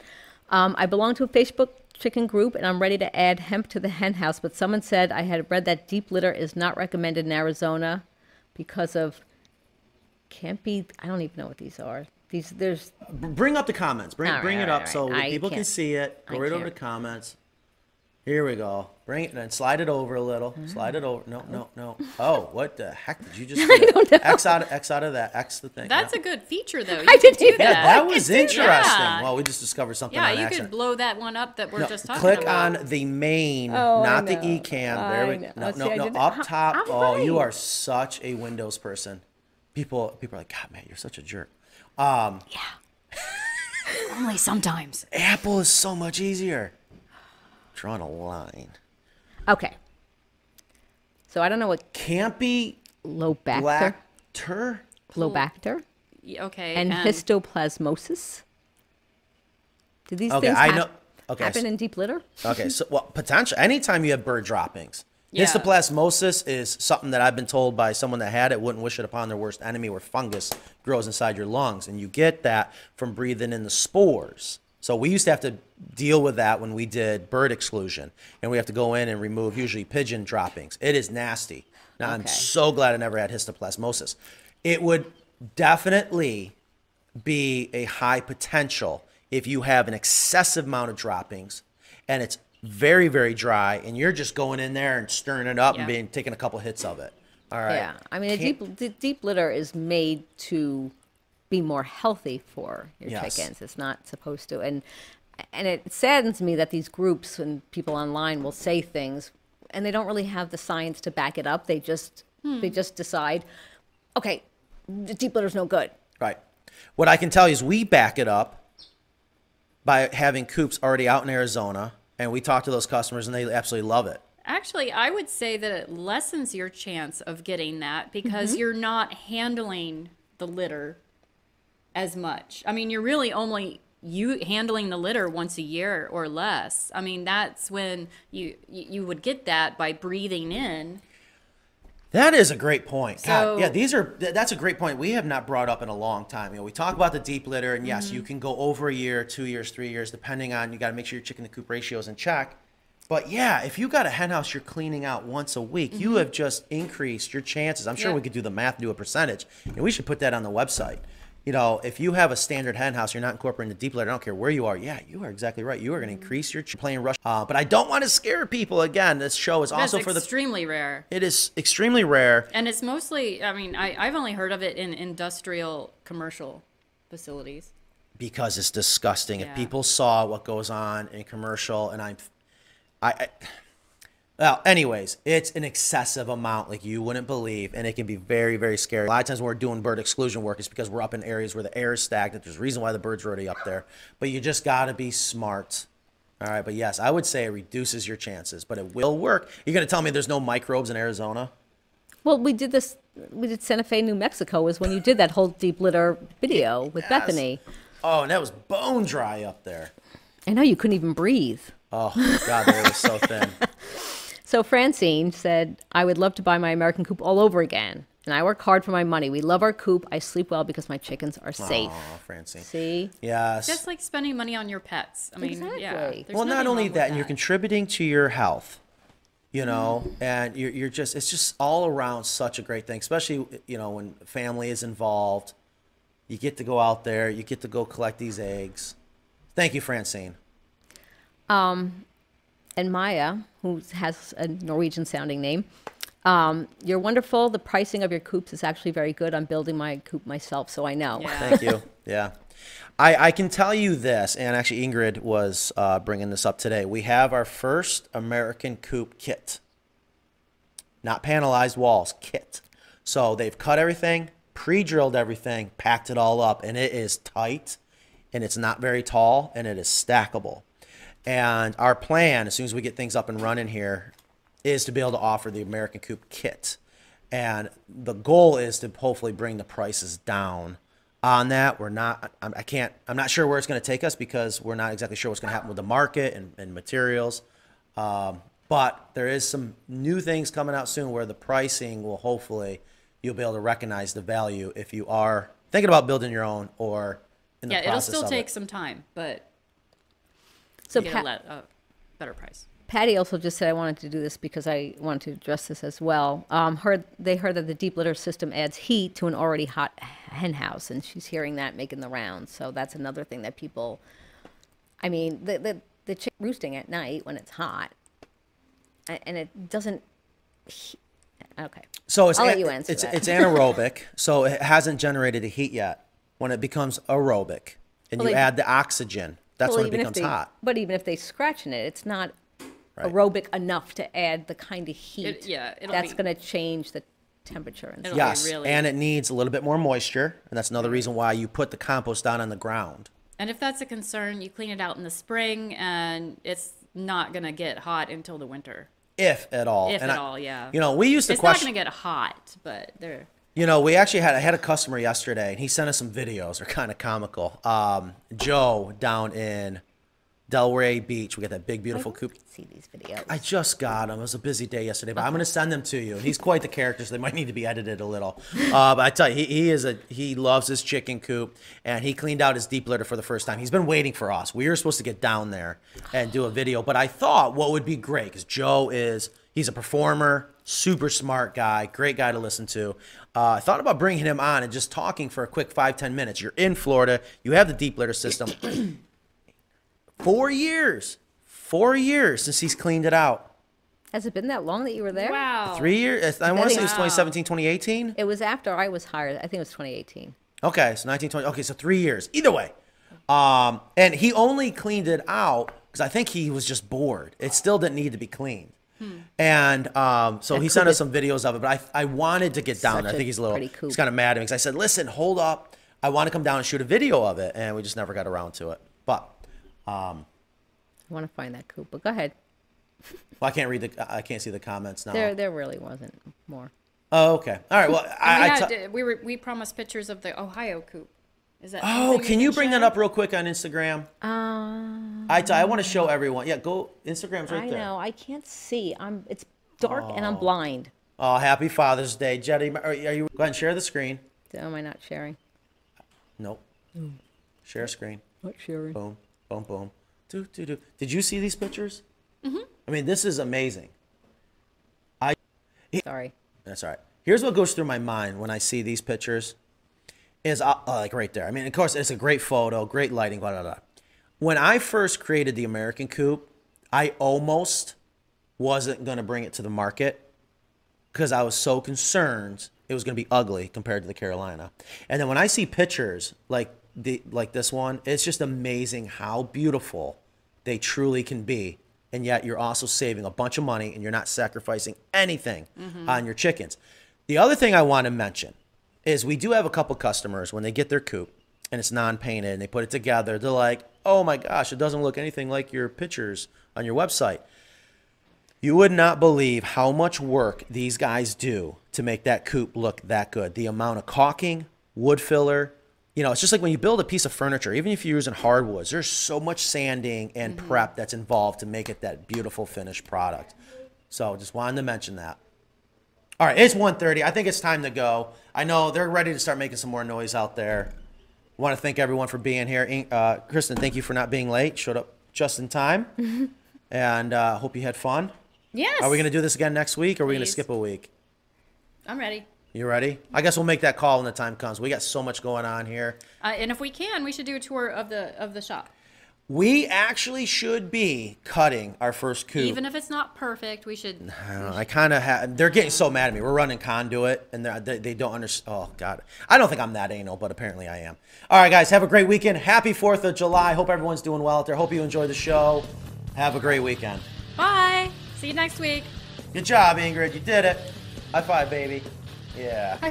Speaker 4: Um, I belong to a Facebook chicken group, and I'm ready to add hemp to the hen house. But someone said I had read that deep litter is not recommended in Arizona because of can't be. I don't even know what these are. These there's
Speaker 1: B- Bring up the comments. Bring
Speaker 4: All right,
Speaker 1: bring
Speaker 4: all
Speaker 1: it
Speaker 4: right,
Speaker 1: up
Speaker 4: all
Speaker 1: so
Speaker 4: right. I
Speaker 1: people can
Speaker 4: can't-
Speaker 1: see it. Go
Speaker 4: I
Speaker 1: right over to
Speaker 4: can't.
Speaker 1: comments. Here we go. Bring it and slide it over a little.
Speaker 4: Mm-hmm.
Speaker 1: Slide it over. No, no,
Speaker 4: [laughs]
Speaker 1: no. Oh, what the heck did you just do? X out of X out of that. X the thing.
Speaker 2: That's
Speaker 1: yeah.
Speaker 2: a good feature,
Speaker 1: [laughs]
Speaker 2: though. You
Speaker 4: I
Speaker 2: could
Speaker 4: didn't
Speaker 2: do
Speaker 4: even-
Speaker 1: yeah,
Speaker 2: that.
Speaker 1: that was interesting.
Speaker 2: Yeah.
Speaker 1: Well, we just discovered something
Speaker 2: Yeah,
Speaker 1: on
Speaker 2: you
Speaker 1: accident.
Speaker 2: could blow that one up that we're
Speaker 1: No,
Speaker 2: just talking
Speaker 1: click
Speaker 2: about.
Speaker 1: on the main,
Speaker 4: Oh, I
Speaker 1: not the
Speaker 4: know.
Speaker 1: ecam. There we
Speaker 4: I know.
Speaker 1: no,
Speaker 4: See, I
Speaker 1: no,
Speaker 4: didn't-
Speaker 1: no. Up
Speaker 4: I'm
Speaker 1: top. oh, you
Speaker 4: right.
Speaker 1: are such a Windows person. People, people are like, God, man, you're such a jerk. Um,
Speaker 2: Only sometimes.
Speaker 1: Apple is so much easier. Drawing a line.
Speaker 4: okay. So I don't know what
Speaker 1: Campy
Speaker 4: lobacter,
Speaker 1: lacter.
Speaker 4: lobacter,
Speaker 2: Y- Okay.
Speaker 4: and histoplasmosis. Do these
Speaker 1: Okay,
Speaker 4: things
Speaker 1: I
Speaker 4: hap-
Speaker 1: know- okay,
Speaker 4: happen
Speaker 1: so-
Speaker 4: in deep litter?
Speaker 1: Okay, so well, potential. Anytime you have bird droppings,
Speaker 2: Yeah.
Speaker 1: histoplasmosis is something that I've been told by someone that had it wouldn't wish it upon their worst enemy, where fungus grows inside your lungs, and you get that from breathing in the spores. So we used to have to deal with that when we did bird exclusion, and we have to go in and remove usually pigeon droppings. It is nasty. Now I'm
Speaker 4: Okay.
Speaker 1: so glad I never had histoplasmosis. It would definitely be a high potential if you have an excessive amount of droppings and it's very very dry and you're just going in there and stirring it up and
Speaker 2: Yeah.
Speaker 1: being taking a couple hits of it all right
Speaker 4: Yeah, I mean, a
Speaker 1: Can't-
Speaker 4: deep the deep litter is made to be more healthy for your
Speaker 1: Yes.
Speaker 4: chickens. It's not supposed to, and and it saddens me that these groups and people online will say things, and they don't really have the science to back it up. They just they just decide, okay, the deep litter's no good.
Speaker 1: right what i can tell you is we back it up by having coops already out in arizona and we talk to those customers and they absolutely love it
Speaker 2: Actually, I would say that it lessens your chance of getting that because
Speaker 1: Mm-hmm.
Speaker 2: you're not handling the litter as much. I mean, you're really only you handling the litter once a year or less. I mean, that's when you you, you would get that by breathing in.
Speaker 1: That is a great point. God,
Speaker 2: So-
Speaker 1: yeah, these are th- that's a great point. We have not brought up in a long time. You know, we talk about the deep litter, and yes, you
Speaker 2: Mm-hmm.
Speaker 1: can go over a year, two years, three years, depending on you got to make sure your chicken to coop ratio is in check. But yeah, if you got a hen house you're cleaning out once a week, you have just increased your chances. I'm sure
Speaker 2: Mm-hmm. Yeah.
Speaker 1: we could do the math, do a percentage, and we should put that on the website. You know, if you have a standard hen house, you're not incorporating the deep litter. I don't care where you are. Yeah, you are exactly right. You are
Speaker 2: Mm-hmm.
Speaker 1: going to increase your ch- playing rush. Uh, but I don't want to scare people again. This show is
Speaker 2: That's
Speaker 1: also for the.
Speaker 2: extremely rare.
Speaker 1: It is extremely rare.
Speaker 2: And it's mostly, I mean, I, I've only heard of it in industrial commercial facilities.
Speaker 1: because it's disgusting. If
Speaker 2: Yeah.
Speaker 1: people saw what goes on in commercial, and I'm, I, I Well, anyways, it's an excessive amount like you wouldn't believe, and it can be very, very scary. A lot of times when we're doing bird exclusion work, it's because we're up in areas where the air is stagnant. There's a reason why the birds are already up there, but you just got to be smart. All right, but yes, I would say it reduces your chances, but it will work. You're going to tell me there's no microbes in Arizona?
Speaker 4: Well, we did this. We did Santa Fe, New Mexico, was when you did that whole deep litter video with Bethany.
Speaker 1: Oh, and that was bone dry up there.
Speaker 4: I know you couldn't even breathe.
Speaker 1: Oh, God, they were so thin.
Speaker 4: So Francine said, "I would love to buy my American coop all over again." And I work hard for my money. We love our coop. I sleep well because my chickens are safe.
Speaker 1: Oh, Francine.
Speaker 4: See?
Speaker 1: Yes.
Speaker 2: That's like spending money on your pets. I mean, yeah.
Speaker 4: Exactly.
Speaker 2: there's
Speaker 1: well not
Speaker 2: nothing wrong
Speaker 1: only
Speaker 2: with
Speaker 1: that, and you're contributing to your health you know
Speaker 2: Mm-hmm.
Speaker 1: and you're, you're just it's just all around such a great thing especially you know when family is involved you get to go out there you get to go collect these eggs thank you francine
Speaker 4: and Maya, who has a Norwegian sounding name. Um, you're wonderful. The pricing of your coops is actually very good. I'm building my coop myself, so I know.
Speaker 2: Yeah.
Speaker 1: thank
Speaker 2: [laughs]
Speaker 1: you yeah I, I can tell you this and actually ingrid was uh, bringing this up today we have our first american coop kit not panelized walls kit so they've cut everything pre-drilled everything packed it all up and it is tight and it's not very tall and it is stackable and our plan as soon as we get things up and running here is to be able to offer the american coop kit and the goal is to hopefully bring the prices down on that we're not I'm- i can't i'm not sure where it's going to take us because we're not exactly sure what's going to happen with the market and, and materials um, but there is some new things coming out soon where the pricing will hopefully you'll be able to recognize the value if you are thinking about building your own or in the
Speaker 2: Yeah, it'll
Speaker 1: process
Speaker 2: still
Speaker 1: of
Speaker 2: take
Speaker 1: it.
Speaker 2: some time, but
Speaker 4: So
Speaker 2: you get
Speaker 4: Pat-
Speaker 2: a, let, a better price.
Speaker 4: Patty also just said I wanted to do this because I wanted to address this as well. Um, heard they heard that the deep litter system adds heat to an already hot hen house, and she's hearing that making the rounds. So that's another thing that people. I mean, the the, the chick roosting at night when it's hot, a- and it doesn't. he- Okay.
Speaker 1: So it's
Speaker 4: I'll let
Speaker 1: an-
Speaker 4: you answer
Speaker 1: it's,
Speaker 4: that.
Speaker 1: it's anaerobic, [laughs] so it hasn't generated a heat yet. When it becomes aerobic and
Speaker 4: Well,
Speaker 1: you
Speaker 4: they-
Speaker 1: add the oxygen, that's
Speaker 4: Well,
Speaker 1: when it
Speaker 4: even if
Speaker 1: becomes
Speaker 4: they-
Speaker 1: hot.
Speaker 4: But even if they scratch in it, it's not
Speaker 1: Right.
Speaker 4: aerobic enough to add the kind of heat.
Speaker 2: yeah, it'll
Speaker 4: that's
Speaker 2: be-
Speaker 4: going to change the temperature and
Speaker 2: It'll
Speaker 4: stuff.
Speaker 2: be
Speaker 1: Yes,
Speaker 2: really-
Speaker 1: and it needs a little bit more moisture, and that's another reason why you put the compost down on the ground.
Speaker 2: And if that's a concern, you clean it out in the spring, and it's not gonna get hot until the winter.
Speaker 1: If at all.
Speaker 2: If
Speaker 1: And
Speaker 2: at
Speaker 1: I-
Speaker 2: all, yeah.
Speaker 1: You know, we used to
Speaker 2: it's
Speaker 1: question.
Speaker 2: not gonna get hot, but they're
Speaker 1: You know, we actually had I had a customer yesterday, and he sent us some videos. They're kind of comical. Um, Joe down in Delray Beach, we got that big, beautiful coop.
Speaker 4: See these videos.
Speaker 1: I just got them. It was a busy day yesterday, but I'm going to send them to you. He's quite the character, so they might need to be edited a little. Uh, but I tell you, he, he is a he loves his chicken coop, and he cleaned out his deep litter for the first time. He's been waiting for us. We were supposed to get down there and do a video, but I thought what would be great because Joe is he's a performer, super smart guy, great guy to listen to. Uh, I thought about bringing him on and just talking for a quick five ten minutes. You're in Florida, you have the deep litter system. [clears throat] four years, four years since he's cleaned it out.
Speaker 4: Has it been that long that you were there?
Speaker 2: wow.
Speaker 1: Three years? I want to say it was
Speaker 4: Wow.
Speaker 1: 2017, 2018.
Speaker 4: It was after I was hired. I think it was 2018.
Speaker 1: Okay, so 1920. Okay, so three years. Either way. Um, and he only cleaned it out because I think he was just bored. It still didn't need to be cleaned.
Speaker 4: Hmm.
Speaker 1: And um, so he sent us some videos of it, but I, I wanted to get down.
Speaker 4: Such
Speaker 1: there. I
Speaker 4: a
Speaker 1: think he's a little,
Speaker 4: pretty coop.
Speaker 1: he's kind of mad at me because I said, listen, hold up. I want to come down and shoot a video of it. And we just never got around to it. But um,
Speaker 4: I want to find that coop, but go ahead.
Speaker 1: well, I can't read the, I can't see the comments now.
Speaker 4: There, there really wasn't more.
Speaker 1: oh, okay. All right. Well,
Speaker 2: We,
Speaker 1: I, I
Speaker 2: had,
Speaker 1: t-
Speaker 2: we were we promised pictures of the Ohio coop. Is that?
Speaker 1: Oh,
Speaker 2: something
Speaker 1: can you bring
Speaker 2: share?
Speaker 1: that up real quick on Instagram?
Speaker 4: Um,
Speaker 1: I, t- I want to show everyone. Yeah, go. Instagram's right
Speaker 4: I
Speaker 1: there.
Speaker 4: know. I can't see. I'm. It's dark and I'm blind.
Speaker 1: Oh, happy Father's Day, Jetty. Are, are you go ahead and share the screen?
Speaker 4: Am I not sharing?
Speaker 1: Nope.
Speaker 4: Mm.
Speaker 1: Share screen.
Speaker 4: Not sharing.
Speaker 1: Boom, boom, boom. Do do do. Did you see these pictures? Mm-hmm. I mean, this is amazing.
Speaker 4: Sorry.
Speaker 1: That's all right. Here's what goes through my mind when I see these pictures is uh, uh, like right there. I mean, of course, it's a great photo, great lighting, blah, blah, blah. When I first created the American Coupe, I almost wasn't going to bring it to the market because I was so concerned it was going to be ugly compared to the Carolina. And then when I see pictures like the like this one, it's just amazing how beautiful they truly can be and yet you're also saving a bunch of money and you're not sacrificing anything on your chickens. The other thing I want to mention is we do have a couple customers when they get their coop and it's non-painted and they put it together, they're like, "Oh my gosh, it doesn't look anything like your pictures on your website." You would not believe how much work these guys do to make that coop look that good. The amount of caulking, wood filler, you know, it's just like when you build a piece of furniture, even if you're using hardwoods, there's so much sanding and prep that's involved to make it that beautiful finished product. So just wanted to mention that. All right, it's 1.30. I think it's time to go. I know they're ready to start making some more noise out there. Want to thank everyone for being here. In- Uh, Kristen, thank you for not being late. Showed up just in time. and uh, hope you had fun.
Speaker 2: Yes.
Speaker 1: Are we going to do this again next week or are we going to
Speaker 2: Please.
Speaker 1: skip a week?
Speaker 2: I'm ready.
Speaker 1: You ready? I guess we'll make that call when the time comes. We got so much going on here.
Speaker 2: Uh, and if we can, we should do a tour of the of the shop.
Speaker 1: We actually should be cutting our first coup.
Speaker 2: Even if it's not perfect, we should.
Speaker 1: I don't know. I kind of have. They're getting so mad at me. We're running conduit, and they're- they they don't understand. Oh God, I don't think I'm that anal, but apparently I am. All right, guys, have a great weekend. Happy Fourth of July. Hope everyone's doing well out there. Hope you enjoy the show. Have a great weekend.
Speaker 2: Bye. See you next week.
Speaker 1: Good job, Ingrid. You did it. High five, baby. Yeah.